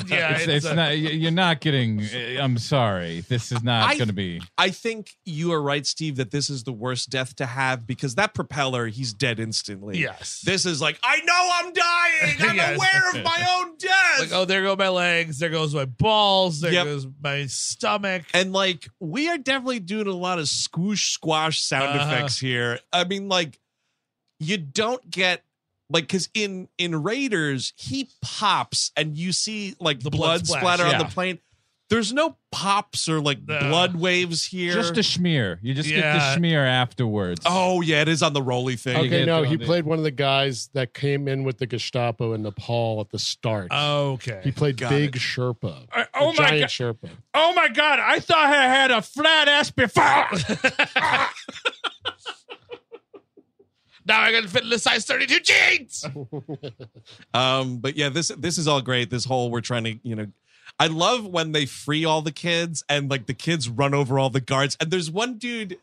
S2: yeah,
S8: it's, it's not. you- You're not getting.
S4: eh,
S8: I'm sorry. This is not
S1: I-
S8: going to be.
S1: I think you are right, Steve, that this is the worst death to have because that propeller, he's dead instantly.
S2: Yes.
S1: This is like, I know I'm dying. I'm
S2: Yes.
S1: aware of my own death.
S2: like, oh, there go my legs. There goes my balls. There
S1: Yep.
S2: goes my stomach.
S1: and like, we are definitely doing a lot of squoosh squash sound
S2: Uh-huh.
S1: effects here. I mean, like, you don't get like because in in Raiders he pops and you see like
S2: The blood
S1: blood,
S2: splash,
S1: splatter on
S8: yeah.
S1: the plane. There's no pops or like
S2: No.
S1: blood waves here.
S8: Just a schmear. You just get
S2: Yeah.
S8: the schmear afterwards.
S1: oh yeah, it is on the roly thing.
S8: you
S3: Okay,
S8: get
S3: no,
S8: the-
S3: he played one of the guys that came in with the Gestapo in Nepal at the start.
S8: Oh.
S2: Okay.
S3: he played
S1: Got
S3: Big Sherpa.
S2: Uh, oh
S3: the
S2: my
S3: giant
S2: God.
S3: Sherpa.
S2: Oh my god, I thought I had a flat ass before. now I can fit in a size 32 jeans.
S1: Um, but yeah, this this is all great. This whole we're trying to, you know, I love when they free all the kids and like the kids run over all the guards. And there's one dude,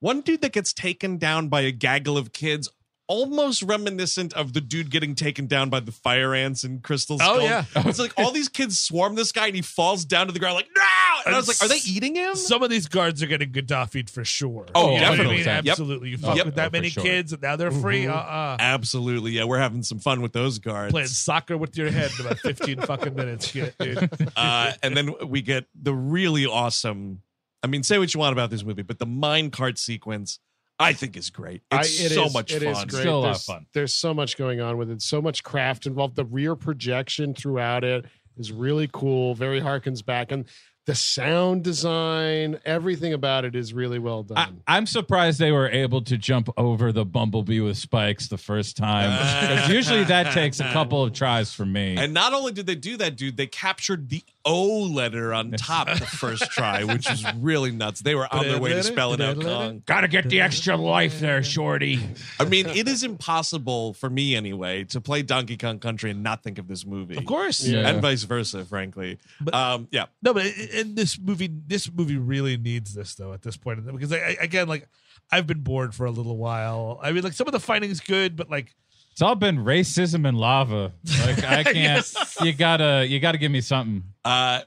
S1: one dude that gets taken down by a gaggle of kids, almost reminiscent of the dude getting taken down by the fire ants and crystal skull.
S2: Oh, yeah.
S1: It's like all these kids swarm this guy and he falls down to the ground like, no! And I was like, are they eating him?
S2: Some of these guards are getting Gaddafi for sure.
S1: Oh,
S2: You know what
S1: definitely.
S2: I mean?
S1: Yep.
S2: Absolutely. You fuck
S1: Yep.
S2: with
S8: Oh,
S2: that
S8: for
S2: many
S8: sure.
S2: kids and now they're free.
S3: Mm-hmm.
S2: Uh-uh.
S1: Absolutely. Yeah, we're having some fun with those guards.
S2: Playing soccer with your head in about 15 fucking minutes. Shit, dude.
S1: uh, and then we get the really awesome. I mean, say what you want about this movie, but the mine cart sequence, I think, is great. It's
S3: I- it
S1: so
S3: is-
S1: much
S3: it
S1: fun.
S3: is great.
S8: Still a lot
S3: there's,
S8: of fun.
S3: There's so much going on with it. So much craft involved. The rear projection throughout it is really cool. Very harkens back, and the sound design, everything about it is really well done.
S8: I, I'm surprised they were able to jump over the bumblebee with spikes the first time. 'Cause usually that takes a couple of tries for me.
S1: And not only did they do that, dude, they captured the O letter on top the first try, which is really nuts. They were on their way to spell it out. Kong.
S2: Gotta get the extra life there, Shorty.
S1: I mean, it is impossible for me anyway to play Donkey Kong Country and not think of this movie.
S2: Of course.
S8: Yeah.
S1: And vice versa, frankly.
S2: But-
S1: um, yeah.
S2: No, but in this movie, this movie really needs this though at this point because I, I again like I've been bored for a little while. I mean, like some of the fighting's good, but like
S8: It's all been racism and lava. Like I can't. You gotta. You gotta give me something.
S1: Uh,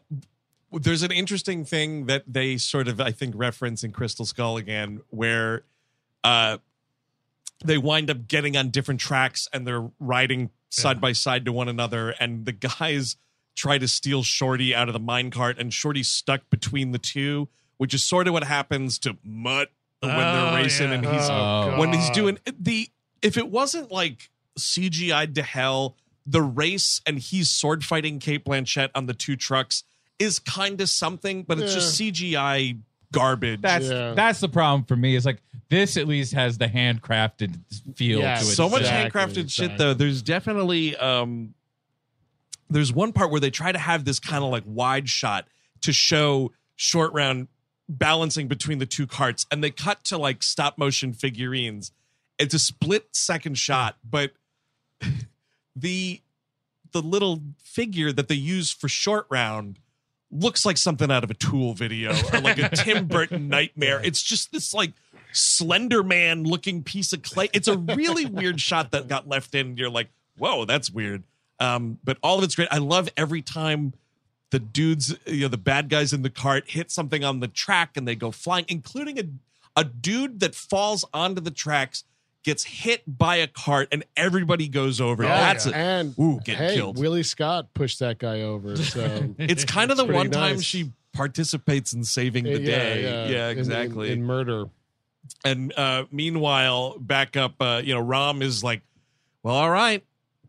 S1: there's an interesting thing that they sort of, I think, reference in Crystal Skull again, where uh, they wind up getting on different tracks and they're riding side by side to one another, and the guys try to steal Shorty out of the minecart, and Shorty's stuck between the two, which is sort of what happens to Mutt when
S2: Oh,
S1: they're racing,
S2: yeah.
S1: and he's uh,
S8: Oh.
S1: when he's
S3: God.
S1: doing the if it wasn't like CGI'd to hell, the race and he's sword fighting Kate Blanchett on the two trucks is kind of something, but it's just CGI garbage.
S8: That's
S3: Yeah.
S8: that's the problem for me. Is like this at least has the handcrafted feel
S3: Yeah,
S8: to it.
S1: so much
S3: Exactly,
S1: handcrafted
S3: exactly.
S1: shit though. There's definitely um there's one part where they try to have this kind of like wide shot to show short round balancing between the two carts and they cut to like stop motion figurines. It's a split second shot, but the the little figure that they use for short round looks like something out of a tool video or like a Tim Burton nightmare. It's just this like slender man looking piece of clay. It's a really weird shot that got left in. You're like, whoa, that's weird. Um, but all of it's great. I love every time the dudes, you know, the bad guys in the cart hit something on the track and they go flying, including a, a dude that falls onto the tracks, gets hit by a cart, and everybody goes over.
S3: Oh, Yeah,
S1: That's it.
S3: and
S1: Ooh, get
S3: hey,
S1: killed.
S3: Willie Scott pushed that guy over. So
S1: It's kind of the
S3: pretty
S1: one time
S3: nice.
S1: she participates in saving the day. Yeah,
S3: In- in-
S1: exactly.
S3: In, murder,
S1: and uh, meanwhile, back up, uh, you know, Rom is like, well, all right,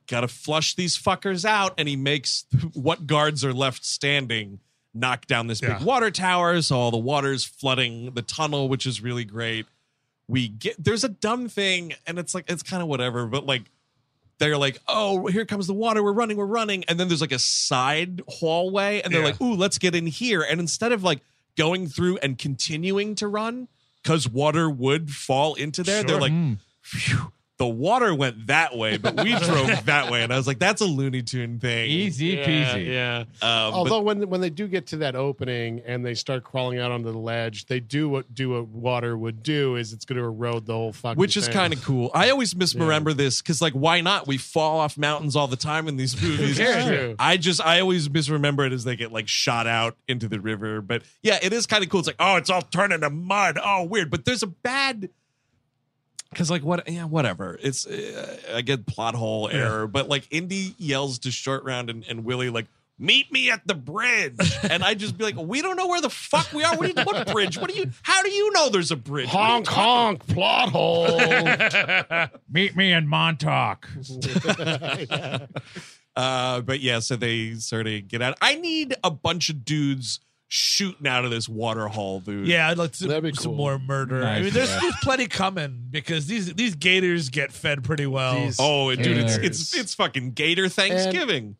S1: got to flush these fuckers out. And he makes what guards are left standing knock down this
S2: Yeah.
S1: big water tower. So all the water's flooding the tunnel, which is really great. We get there's a dumb thing, and it's like, it's kind of whatever, but like, they're like, oh, here comes the water. We're running, we're running. And then there's like a side hallway, and they're
S2: Yeah.
S1: like, ooh, let's get in here. And instead of like going through and continuing to run because water would fall into there. They're like, phew, the water went that way, but we drove that way. And I was like, that's a Looney Tune thing.
S8: Easy
S3: Yeah,
S8: peasy.
S3: yeah.
S1: Um, but-
S3: Although when when they do get to that opening and they start crawling out onto the ledge, they do what do what water would do is it's going to erode the whole fucking.
S1: which is
S3: thing.
S1: kind of cool. I always misremember this because, like, why not? We fall off mountains all the time in these movies.
S3: cares?
S1: I just, I always misremember it as they get like shot out into the river. But yeah, it is kind of cool. It's like, oh, it's all turning to mud. Oh, weird. But there's a bad. Cause like what yeah whatever it's uh, I get plot hole error but like Indy yells to short round and, and Willie like meet me at the bridge and I just be like we don't know where the fuck we are what, do you, what bridge what do you how do you know there's a bridge What are you
S3: honk honk plot hole.
S8: Meet me in Montauk.
S1: Uh, but yeah, so they sort of get out. I need a bunch of dudes shooting out of this water hole, dude.
S2: Yeah, I'd like to
S3: That'd be
S2: some
S3: cool.
S2: more murder. I
S8: Nice,
S2: mean, there's,
S8: yeah.
S2: there's plenty coming because these these gators get fed pretty well.
S3: These-
S1: Oh, and dude, it's
S8: Gators.
S1: it's it's fucking Gator Thanksgiving.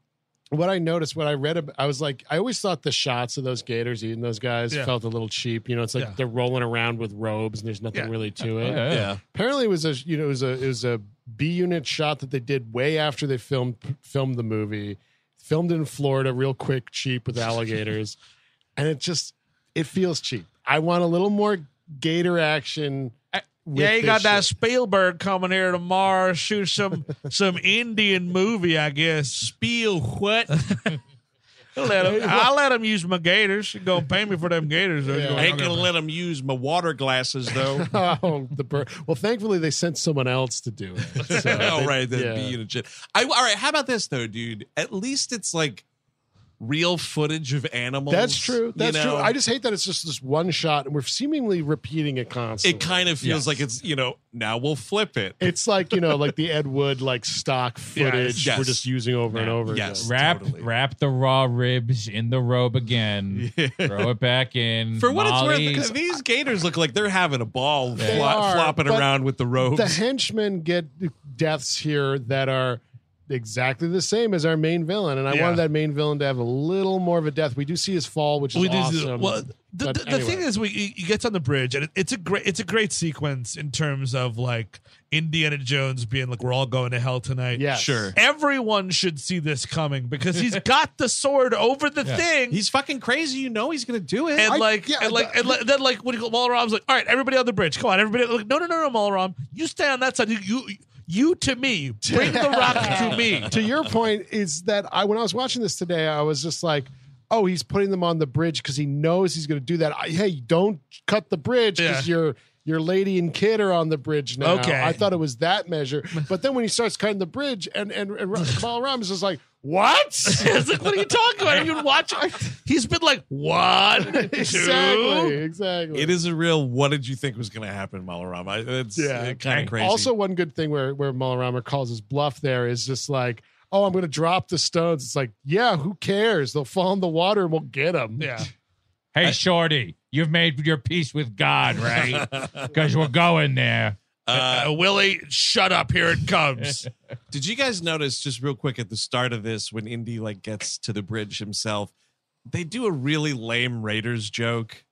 S3: what I noticed, what I read, ab- I was like, I always thought the shots of those gators eating those guys
S2: Yeah.
S3: felt a little cheap. You know, it's like
S2: Yeah.
S3: they're rolling around with robes and there's nothing
S2: Yeah.
S3: really to it.
S8: Yeah.
S3: Apparently, it was a you know it was a it was a B unit shot that they did way after they filmed filmed the movie, filmed in Florida, real quick, cheap with alligators, and it just it feels cheap. I want a little more gator action. with
S2: Eh, yeah, you
S3: this
S2: got that
S3: shit.
S2: Spielberg coming here tomorrow. Shoot some some Indian movie, I guess. Spiel what? I'll let 'em- I'll let him use my gators. You Go pay me for them gators. though.
S3: Yeah.
S2: Go,
S1: I ain't
S2: "Okay."
S1: gonna let them use my water glasses though.
S3: Oh, the bird. Well, thankfully they sent someone else to do it. So
S1: oh
S3: they-
S1: right, that'd be
S3: yeah.
S1: unit shit. I all right. How about this though, dude? At least it's like real footage of animals.
S3: That's true.
S1: you
S3: That's
S1: know?
S3: true. I just hate that it's just this one shot and we're seemingly repeating it constantly.
S1: it kind of feels like it's you know now we'll flip it.
S3: It's like, you know, like the Ed Wood like stock footage
S1: Yes.
S3: we're just using over and over
S1: Yes.
S3: again.
S8: Wrap
S1: Totally.
S8: wrap the raw ribs in the robe again. Throw it back in.
S1: For what
S8: Molly-
S1: it's worth, these gators look like they're having a ball
S3: They
S1: fla-
S3: are,
S1: flopping
S3: but
S1: around with the robes.
S3: The henchmen get deaths here that are exactly the same as our main villain. And I
S2: Yeah.
S3: wanted that main villain to have a little more of a death. We do see his fall, which is
S2: We do-
S3: awesome.
S2: well, the, the,
S3: But
S2: the
S3: anyway.
S2: thing is, we he- he gets on the bridge, and it, it's a great it's a great sequence in terms of like Indiana Jones being like, "We're all going to hell tonight."
S3: Yes.
S1: Sure.
S2: everyone should see this coming because he's got the sword over the thing.
S1: He's fucking crazy. You know he's gonna do it.
S2: and
S3: I-
S2: like,
S3: yeah,
S2: and like,
S3: the-
S2: and like, then like, what do you call Molaram's like? All right, everybody on the bridge, come on, everybody. Like, no, no, no, no, Molaram, you stay on that side. You, you, you to me, bring the rock to me.
S3: to your point is that I when I was watching this today, I was just like, oh, he's putting them on the bridge because he knows he's going to do that. I, hey, don't cut the bridge because
S2: Yeah.
S3: your your lady and kid are on the bridge now.
S2: Okay.
S3: I thought it was that measure, but then when he starts cutting the bridge, and and, and Ra- Kamal Ram is just like, what?
S2: It's like, what are you talking about? Have you been watching? He's been like one, two.
S3: exactly, exactly.
S1: it is a real. What did you think was gonna happen, Malaram? I- It's
S3: Yeah.
S1: kind of crazy.
S3: Also, one good thing where where Malarama calls his bluff there is just like, oh, I'm going to drop the stones. It's like, yeah, who cares? They'll fall in the water and we'll get them.
S2: Yeah.
S8: Hey, Shorty, you've made your peace with God, right? Because we're going there.
S2: Uh, Willie, shut up! Here it comes.
S1: did you guys notice just real quick at the start of this when Indy like gets to the bridge himself? They do a really lame Raiders joke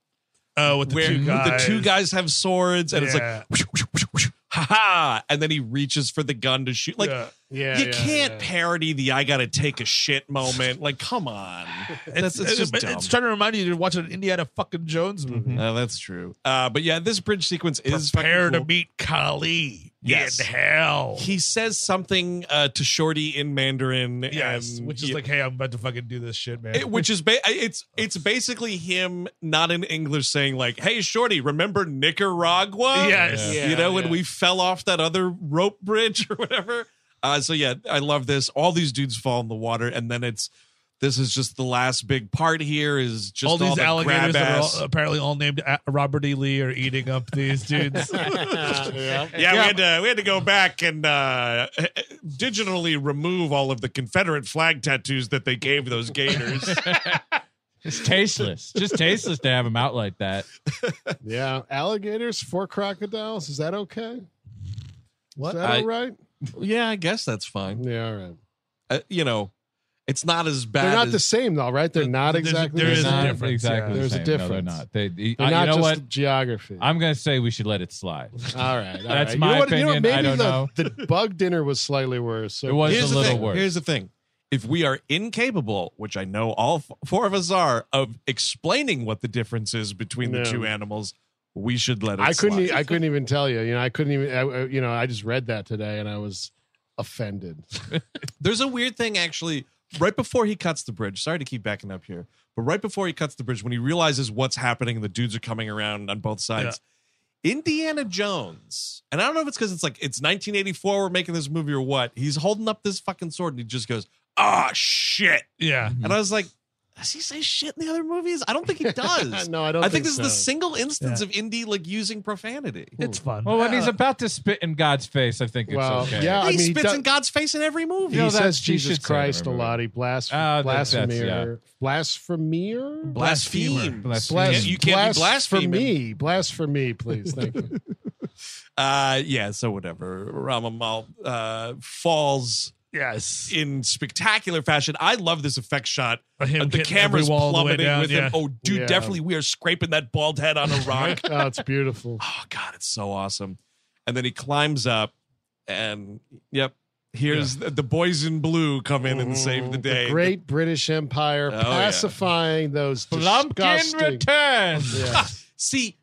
S2: Oh, with the
S1: where
S2: two
S1: the
S2: guys.
S1: two guys have swords and
S2: Yeah.
S1: it's like, ha ha, and then he reaches for the gun to shoot. Like
S2: Yeah.
S3: Yeah,
S1: you
S3: yeah,
S1: can't
S3: yeah.
S1: parody the "I gotta take a shit" moment. Like, come on, that's it's just
S2: it's,
S1: dumb.
S2: it's trying to remind you to watch an Indiana fucking Jones movie.
S3: Mm-hmm.
S1: Uh, that's true. Uh, but yeah, this bridge sequence is fucking
S2: Prepare to
S1: cool.
S2: meet Kali
S1: Yes.
S2: in hell.
S1: He says something uh, to Shorty in Mandarin.
S2: yes,
S1: and-
S2: which is
S1: yeah.
S2: like, hey, I'm about to fucking do this shit, man.
S1: It- which is ba- it's it's basically him not in English saying like, "Hey, Shorty, remember Nicaragua?"
S2: Yes.
S1: you know when we fell off that other rope bridge or whatever. Uh, so yeah, I love this. All these dudes fall in the water, and then it's this is just the last big part. Here is just
S2: all these
S1: the
S2: alligators
S1: grab
S2: that are
S1: ass.
S2: all, apparently all named A- Robert E. Lee are eating up these dudes.
S3: yeah.
S1: Yeah, we had to we had to go back and uh, digitally remove all of the Confederate flag tattoos that they gave those Gators.
S8: It's tasteless. Just tasteless to have him out like that.
S3: Yeah, alligators for crocodiles. Is that okay? What? Is that
S1: I-
S3: all right?
S1: yeah, I guess that's fine.
S3: Yeah, all right.
S1: Uh, you know, It's not as bad.
S3: They're not
S1: as,
S3: the same though, right? They're not
S2: there's-
S3: exactly.
S2: there
S3: the
S2: is a
S3: same.
S8: Not
S2: difference,
S8: Exactly.
S3: yeah.
S8: the
S3: There's a
S8: same. No, they're
S3: difference.
S8: not. They, they-
S3: They're
S8: I-
S3: not
S8: you know
S3: just
S8: what?
S3: geography.
S8: I'm gonna say we should let it slide.
S3: all right, all
S8: That's
S3: right.
S8: my
S3: you know what, You know,
S8: opinion.
S3: maybe
S8: I don't
S3: the,
S8: know.
S3: the bug dinner was slightly worse. So
S8: It was
S1: Here's
S8: a
S1: the
S8: little
S1: thing.
S8: worse.
S1: Here's the thing. If we are incapable, which I know all f- four of us are, of explaining what the difference is between the
S3: No.
S1: two animals, we should let it.
S3: I couldn't.
S1: slide.
S3: e- I couldn't even tell you. You know, I couldn't even. I, I- you know, I just read that today and I was offended.
S1: There's a weird thing actually. Right before he cuts the bridge, sorry to keep backing up here, but right before he cuts the bridge, when he realizes what's happening and the dudes are coming around on both sides, Indiana Jones, and I don't know if it's because it's like it's 1984, we're making this movie or what. He's holding up this fucking sword and he just goes, "Ah, shit!"
S2: Yeah.
S1: And I was like, "Does he say shit in the other movies? I don't think he does."
S3: no, I don't.
S1: I think this
S3: so.
S1: is the single instance of Indy like using profanity.
S2: It's fun.
S1: Oh,
S8: Well, when he's about to spit in God's face, I think it's
S3: Well,
S8: okay.
S3: yeah. I
S1: he
S3: mean, he
S1: spits
S3: does-
S1: in God's face in every movie.
S3: He
S8: No, that's-
S3: says
S8: he should
S3: Jesus
S8: say
S3: Christ
S8: that,
S3: a
S8: right,
S3: lot. He blas-
S8: Ah, that- that's-
S3: blasphemer. Blasphemer.
S1: Blaspheme.
S8: Blaspheme.
S1: You can't be
S3: for
S1: blaspheming.
S3: me. Blaspheme, me, please. Thank you.
S1: Uh, yeah, so whatever. Ramamal uh, falls
S2: yes.
S1: in spectacular fashion. I love this effect shot.
S2: Him
S1: Uh, the
S2: hitting
S1: camera's
S2: every wall all the way
S1: plummeting
S2: down,
S1: with
S2: yeah.
S1: him. Oh, dude,
S3: Yeah.
S1: definitely we are scraping that bald head on a rock.
S3: Oh, it's beautiful.
S1: oh, God, it's so awesome. And then he climbs up, and yep, here's the, the boys in blue come in and save Mm, the day.
S3: Great British Empire
S1: Oh, yeah.
S3: pacifying those
S8: Plumpkin
S3: disgusting.
S8: returns.
S3: Yeah.
S1: See,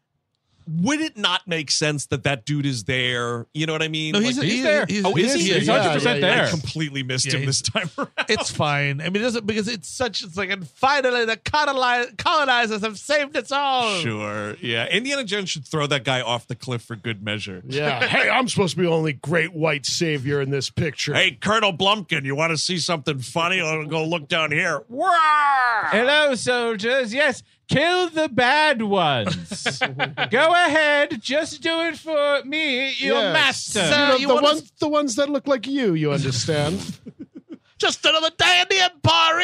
S1: would it not make sense that that dude is there? You know what I mean?
S2: No, he's,
S1: Like,
S8: he's
S2: he's
S8: there.
S2: He's,
S1: Oh, is he?
S8: He's
S3: Yeah,
S8: 100%
S3: yeah, yeah.
S8: there.
S1: I completely missed
S2: Yeah,
S1: him this time around.
S2: It's fine. I mean, it doesn't because it's such. It's like, and finally, the coloni- colonizers have saved us all.
S1: Sure. Yeah. Indiana Jones should throw that guy off the cliff for good measure.
S3: yeah. Hey, I'm supposed to be the only great white savior in this picture.
S1: Hey, Colonel Blumpkin, you want to see something funny? I'll go look down here. Wah!
S8: Hello, soldiers. Yes, kill the bad ones. Go ahead, just do it for me, your
S3: Yes.
S8: master.
S3: You know,
S2: you
S3: the
S2: wanna-
S3: ones, the ones that look like you. You understand?
S2: Just another day in the empire,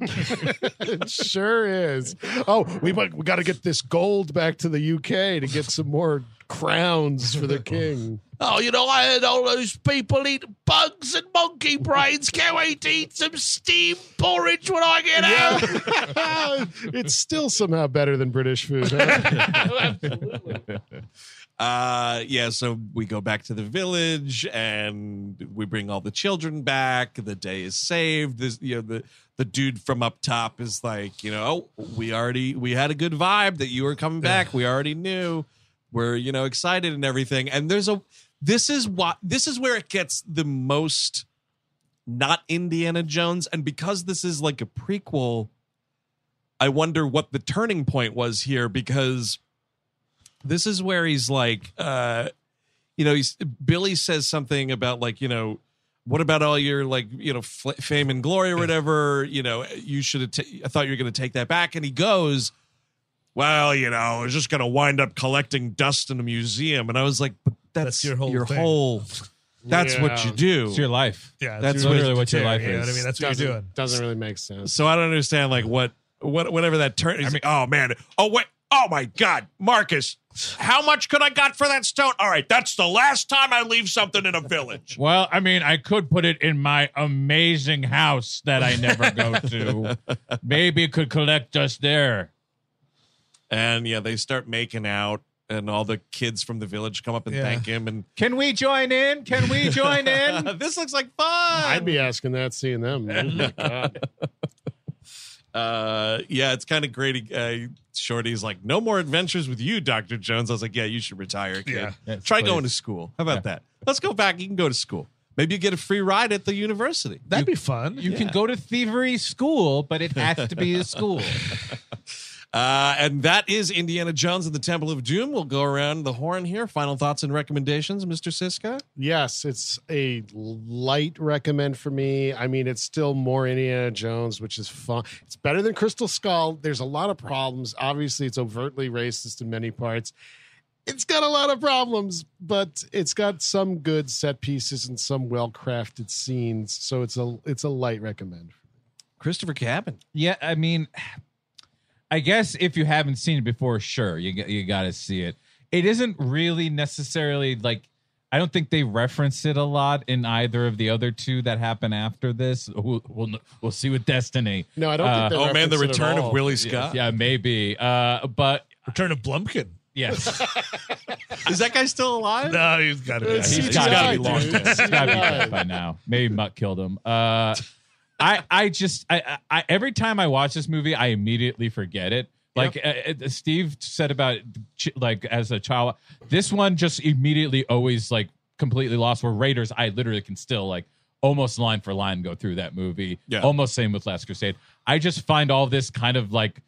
S2: isn't it?
S3: it sure is. Oh, we might- we got to get this gold back to the UK to get some more crowns for the king.
S2: Oh, you know, I heard all those people eat bugs and monkey brains. Can't wait to eat some steamed porridge when I get out.
S3: it's still somehow better than British food. huh?
S1: Uh, yeah. So we go back to the village and we bring all the children back. The day is saved. This, you know, the the dude from up top is like, you know, "Oh, we already we had a good vibe that you were coming back. We already knew. We're you know excited and everything. And there's a this is what this is where it gets the most not Indiana Jones. And because this is like a prequel, I wonder what the turning point was here because this is where he's like, uh, you know, he's Billy says something about like, you know, what about all your like, you know, fl- fame and glory or whatever? You know, you should have. ta- I thought you were going to take that back, and he goes. Well, you know, I was just going to wind up collecting dust in a museum, and I was like, "But that's,
S2: That's your whole thing.
S1: whole- that's what
S3: Yeah.
S1: you do.
S8: It's your life.
S2: Yeah,
S8: That's literally what your life
S2: you know
S8: is.
S2: what I mean, that's what you're doing.
S3: doesn't, doesn't really make sense.
S1: So I don't understand like what what whatever that turn. He's like, oh man, oh wait, oh my god, Marcus, how much could I got for that stone? All right, that's the last time I leave something in a village.
S8: Well, I mean, I could put it in my amazing house that I never go to. Maybe it could collect us there.
S1: and yeah, they start making out, and all the kids from the village come up and
S2: Yeah.
S1: thank him. And
S8: Can we join in? Can we join in?
S1: this looks like
S3: I'd
S1: fun.
S3: be asking that, seeing them. man. Oh my God.
S1: Uh, yeah, it's kind of great. Uh, Shorty's like, no more adventures with you, Doctor Jones. I was like, yeah, you should retire, kid.
S2: Yeah.
S8: Yes,
S1: Try
S8: please.
S1: going to school. How about that? Let's go back. You can go to school. Maybe you get a free ride at the university.
S2: That'd be fun.
S8: You can go to thievery school, but it has to be a school.
S1: Uh, and that is Indiana Jones and the Temple of Doom. We'll go around the horn here. Final thoughts and recommendations, Mr. Siska?
S3: Yes, it's a light recommend for me. I mean, it's still more Indiana Jones, which is fun. It's better than Crystal Skull. There's a lot of problems. Obviously, it's overtly racist in many parts. It's got a lot of problems, but it's got some good set pieces and some well-crafted scenes. So it's a it's a light recommend.
S1: Christopher Cabin.
S8: Yeah, I mean, I guess if you haven't seen it before, sure, you g- you got to see it. It isn't really necessarily like I I don't think they reference it a lot in either of the other two that happen after this. We'll we'll, we'll see with Destiny.
S3: No, I don't
S8: Uh,
S3: think. they
S1: Oh man, the
S3: reference it at
S1: return of
S3: all.
S1: Willie Scott.
S8: yeah, maybe. Uh, but
S2: Return of Blumpkin.
S8: yes,
S1: Is that guy still alive?
S2: No, he's got to
S3: It's
S2: be.
S8: he's
S3: CGI,
S8: gotta be
S3: dude.
S8: long
S3: It's
S8: he's gotta be
S3: CGI.
S8: dead by now. Maybe Mutt killed him. Uh, I I just I, I I- every time I watch this movie, I immediately forget it. Like uh, uh, Steve said about ch- like as a child, this one just immediately always like completely lost. Where Raiders, I literally can still like almost line for line go through that movie.
S1: Yeah.
S8: Almost same with Last Crusade. I just find all this kind of like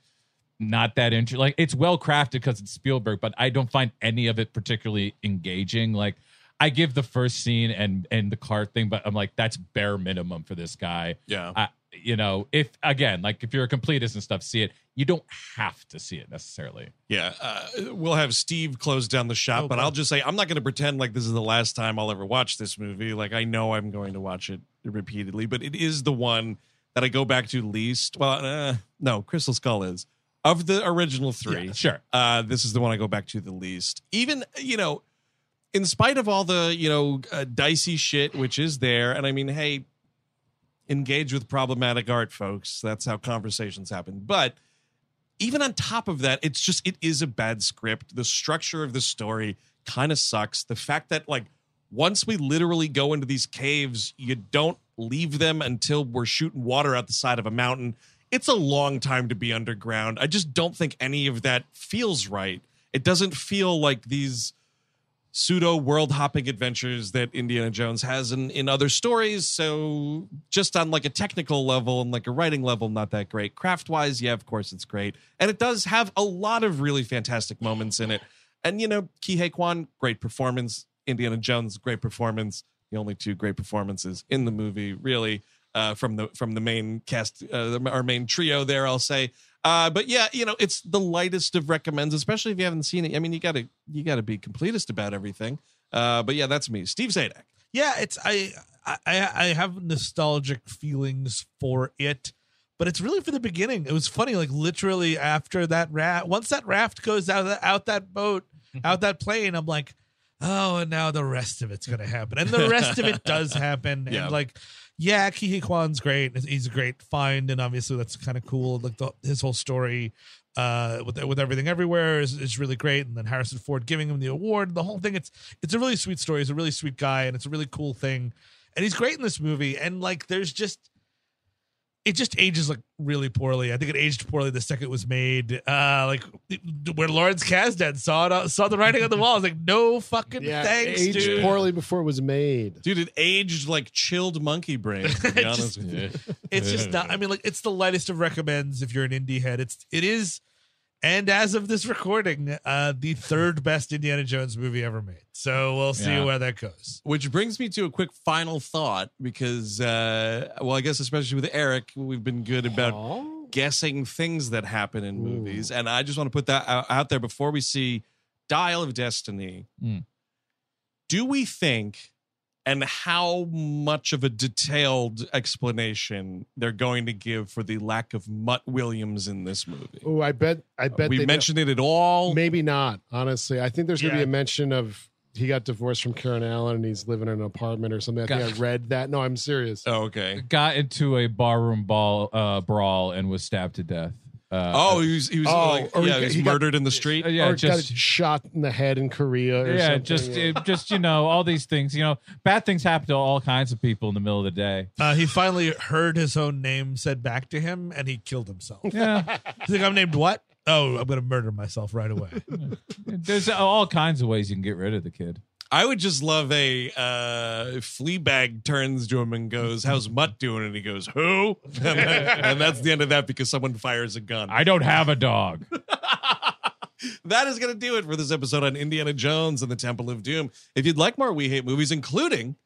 S8: not that interesting. Like it's well crafted because it's Spielberg, but I don't find any of it particularly engaging. Like I give the first scene and and the car thing, but I'm like that's bare minimum for this guy.
S1: Yeah.
S8: I, you know, if again, like if you're a completist and stuff, see it. You don't have to see it necessarily.
S1: Yeah, uh, we'll have Steve close down the shop, but I'll just say I'm not going to pretend like this is the last time I'll ever watch this movie. Like I know I'm going to watch it repeatedly, but it is the one that I go back to least. Well, uh, no, Crystal Skull is of the original three.
S8: Sure.
S1: Uh, this is the one I go back to the least. Even you know, in spite of all the you know uh, dicey shit which is there, and I mean, hey, engage with problematic art, folks. That's how conversations happen. But even on top of that, it's just it is a bad script. The structure of the story kind of sucks. The fact that like once we literally go into these caves, you don't leave them until we're shooting water out the side of a mountain. It's a long time to be underground. I just don't think any of that feels right. It doesn't feel like these pseudo world hopping adventures that Indiana Jones has in, in other stories. So just on like a technical level and like a writing level, not that great. Craft wise, yeah, of course it's great. And it does have a lot of really fantastic moments in it. And you know, Kihei Kwan, great performance. Indiana Jones, great performance. The only two great performances in the movie, really, uh, from the from the main cast, uh, our main trio there. I'll say, uh, but yeah, you know, it's the lightest of recommends, especially if you haven't seen it. I mean, you gotta you gotta be completist about everything. Uh, but yeah, that's me, Steve Zadak.
S2: yeah it's I, I i have nostalgic feelings for it but it's really for the beginning it was funny like literally after that raft once that raft goes out of that, out that boat out that plane i'm like oh and now the rest of it's gonna happen and the rest of it does happen
S1: Yeah.
S2: and like yeah Kihei Kwan's great he's a great find and obviously that's kind of cool like the, his whole story uh, with with everything everywhere is, is really great, and then Harrison Ford giving him the award, the whole thing. It's it's a really sweet story. He's a really sweet guy, and it's a really cool thing, and he's great in this movie. And like, there's just it just ages like really poorly. I think it aged poorly the second it was made. Uh, like where Lawrence Kasdan saw it, saw the writing on the wall. It's like no fucking
S3: Yeah,
S2: thanks,
S3: aged
S2: dude.
S3: poorly before it was made.
S1: Dude, it aged like chilled monkey brain, to be honest with you.
S2: It's just not. I mean, like it's the lightest of recommends if you're an indie head. It's it is, and as of this recording, uh, the third best Indiana Jones movie ever made. So we'll see
S8: Yeah.
S2: where that goes.
S1: Which brings me to a quick final thought because, uh, well, I guess especially with Eric, we've been good about guessing things that happen in movies. And I just want to put that out, out there before we see Dial of Destiny.
S3: Hmm.
S8: Mm.
S1: Do we think, and how much of a detailed explanation they're going to give for the lack of Mutt Williams in this movie?
S3: Oh, I bet. I bet
S1: we
S3: they
S1: mentioned it at all.
S3: Maybe not. Honestly, I think there's going to
S2: Yeah.
S3: be a mention of he got divorced from Karen Allen and he's living in an apartment or something. I think I read that. No, I'm serious.
S1: Oh, okay.
S8: Got into a barroom ball uh, brawl and was stabbed to death. Uh,
S1: Oh, he was, he was
S3: Oh,
S1: like,
S3: or he
S1: yeah,
S3: got-
S1: he was
S3: he got-
S1: murdered in the street.
S8: uh, yeah,
S3: Oh, or
S8: just
S3: got shot in the head in Korea. Or
S8: yeah,
S3: something.
S8: just
S3: Yeah.
S8: it- just you know all these things. You know, bad things happen to all kinds of people in the middle of the day.
S2: Uh, he finally heard his own name said back to him, and he killed himself. He's
S8: Yeah.
S2: like, "I'm named what? Oh, I'm gonna murder myself right away."
S8: There's all kinds of ways you can get rid of the kid.
S1: I would just love a uh, Fleabag turns to him and goes, "How's Mutt doing?" And he goes, "Who?" And, that- and that's the end of that because someone fires a gun.
S8: I don't have a dog.
S1: that is going to do it for this episode on Indiana Jones and the Temple of Doom. If you'd like more We Hate Movies, including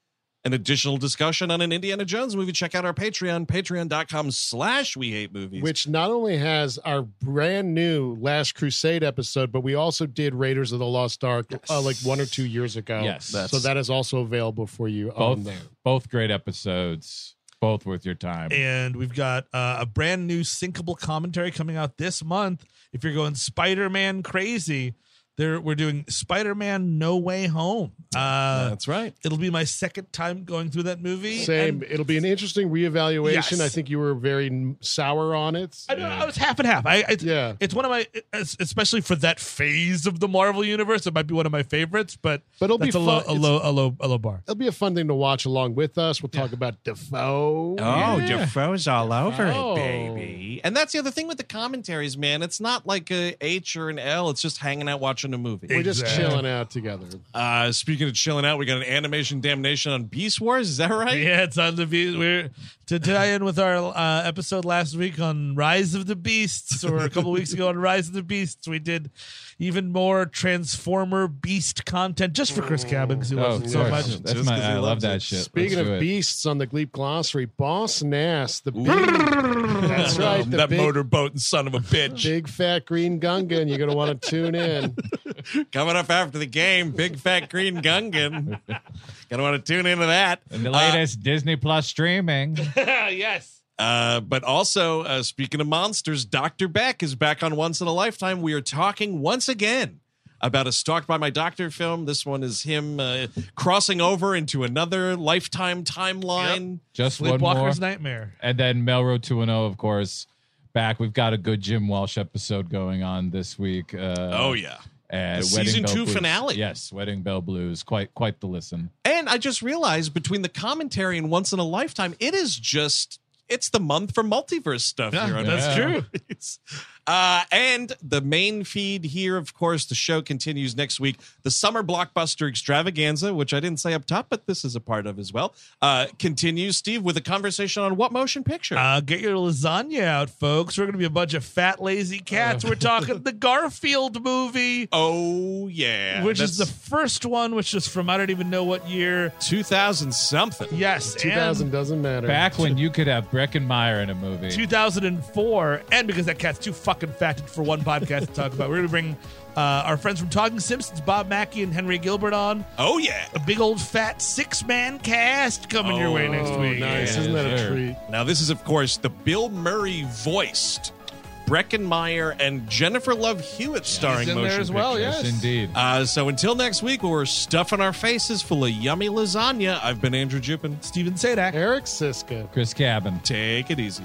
S1: an additional discussion on an Indiana Jones movie, check out our Patreon, patreon.com slash We Hate Movies.
S3: Which not only has our brand new Last Crusade episode, but we also did Raiders of the Lost Ark uh, like one or two years ago.
S8: Yes.
S3: so that is also available for you on
S8: Both
S3: there.
S8: both great episodes. Both worth your time.
S2: and we've got uh, a brand new sinkable commentary coming out this month. If you're going Spider Man crazy, There we're doing Spider-Man: No Way Home. Uh,
S1: That's right.
S2: It'll be my second time going through that movie.
S3: Same.
S2: and
S3: It'll be an interesting reevaluation.
S2: Yes.
S3: I think you were very n- sour on it.
S2: I, don't know, I was half and half. I, I
S3: Yeah.
S2: It's one of my, es- especially for that phase of the Marvel universe, it might be one of my favorites. But
S3: But it'll be
S2: that's a low,
S3: fun.
S2: a low, a low, a low bar.
S3: It'll be a fun thing to watch along with us. We'll talk about Defoe.
S4: Oh, Defoe's all over
S3: Defoe.
S4: it, baby. And that's the other thing with the commentaries, man. It's not like a H or an L. It's just hanging out watching a movie.
S3: Oh, We're just
S2: Exactly.
S3: chilling out together.
S4: Uh, speaking of chilling out, we got an animation damnation on Beast Wars. Is that right?
S2: Yeah, it's on the beast. We're to tie in with our uh, episode last week on Rise of the Beasts, or a couple weeks ago on Rise of the Beasts. We did even more Transformer Beast content just for Chris Cabin because he
S8: Oh,
S2: loves it so
S8: of
S2: much.
S8: course. That's my. I love that shit.
S3: Speaking
S8: Let's do
S3: of
S8: it.
S3: beasts on the Gleep glossary, Boss Nass, the bee. That's right. The
S4: that
S3: big,
S4: motorboat and son of a bitch.
S3: big fat green gungan. You're going to want to tune in.
S4: Coming up after the game, Big Fat Green Gungan. Gonna want to tune into that.
S8: And the
S4: Uh,
S8: latest Disney Plus streaming.
S4: Uh, but also, uh, speaking of monsters, Dr. Beck is back on Once in a Lifetime. We are talking once again about a Stalked by My Doctor film. This one is him uh, crossing over into another lifetime timeline.
S8: Just one more.
S2: Sleepwalker's Nightmare.
S8: And then Melrose 2 0, of course, back. We've got a good Jim Welsh episode going on this week. Uh,
S4: Oh, yeah.
S8: And
S4: The
S8: Wedding
S4: season
S8: Bell
S4: two
S8: Blues.
S4: finale.
S8: Yes, Wedding Bell Blues. Quite quite the listen.
S4: And I just realized between the commentary and Once in a Lifetime, it is just. It's the month for multiverse stuff here on
S8: that's
S4: true. Uh, and the main feed here, of course, the show continues next week. The summer blockbuster extravaganza, which I didn't say up top, but this is a part of as well, uh, continues, Steve, with a conversation on what motion picture?
S2: Uh, get your lasagna out, folks. We're going to be a bunch of fat, lazy cats. We're talking the Garfield movie,
S4: oh, yeah.
S2: which is the
S4: That's
S2: first one, which is from I don't even know what year.
S4: 2000 something.
S2: Yes, and
S3: 2000 doesn't matter.
S8: Back when you could have Breckenmeyer in a movie.
S2: 2004. And because that cat's too fucking fat for one podcast to talk about, we're going to bring uh, our friends from Talking Simpsons, Bob Mackey and Henry Gilbert, on.
S4: Oh, yeah.
S2: A big old fat six man cast coming your way next
S3: Oh,
S2: week.
S3: nice.
S8: Yeah,
S3: Isn't that a
S8: sure.
S3: treat?
S4: Now, this is, of course, the Bill Murray voiced Breckenmeyer and Jennifer Love Hewitt starring motion picture.
S8: yes. indeed.
S4: Uh, so until next week, where we're stuffing our faces full of yummy lasagna, I've been Andrew Jippin.
S2: Steven Sadak.
S3: Eric Siska.
S8: Chris Cabin.
S4: Take it easy.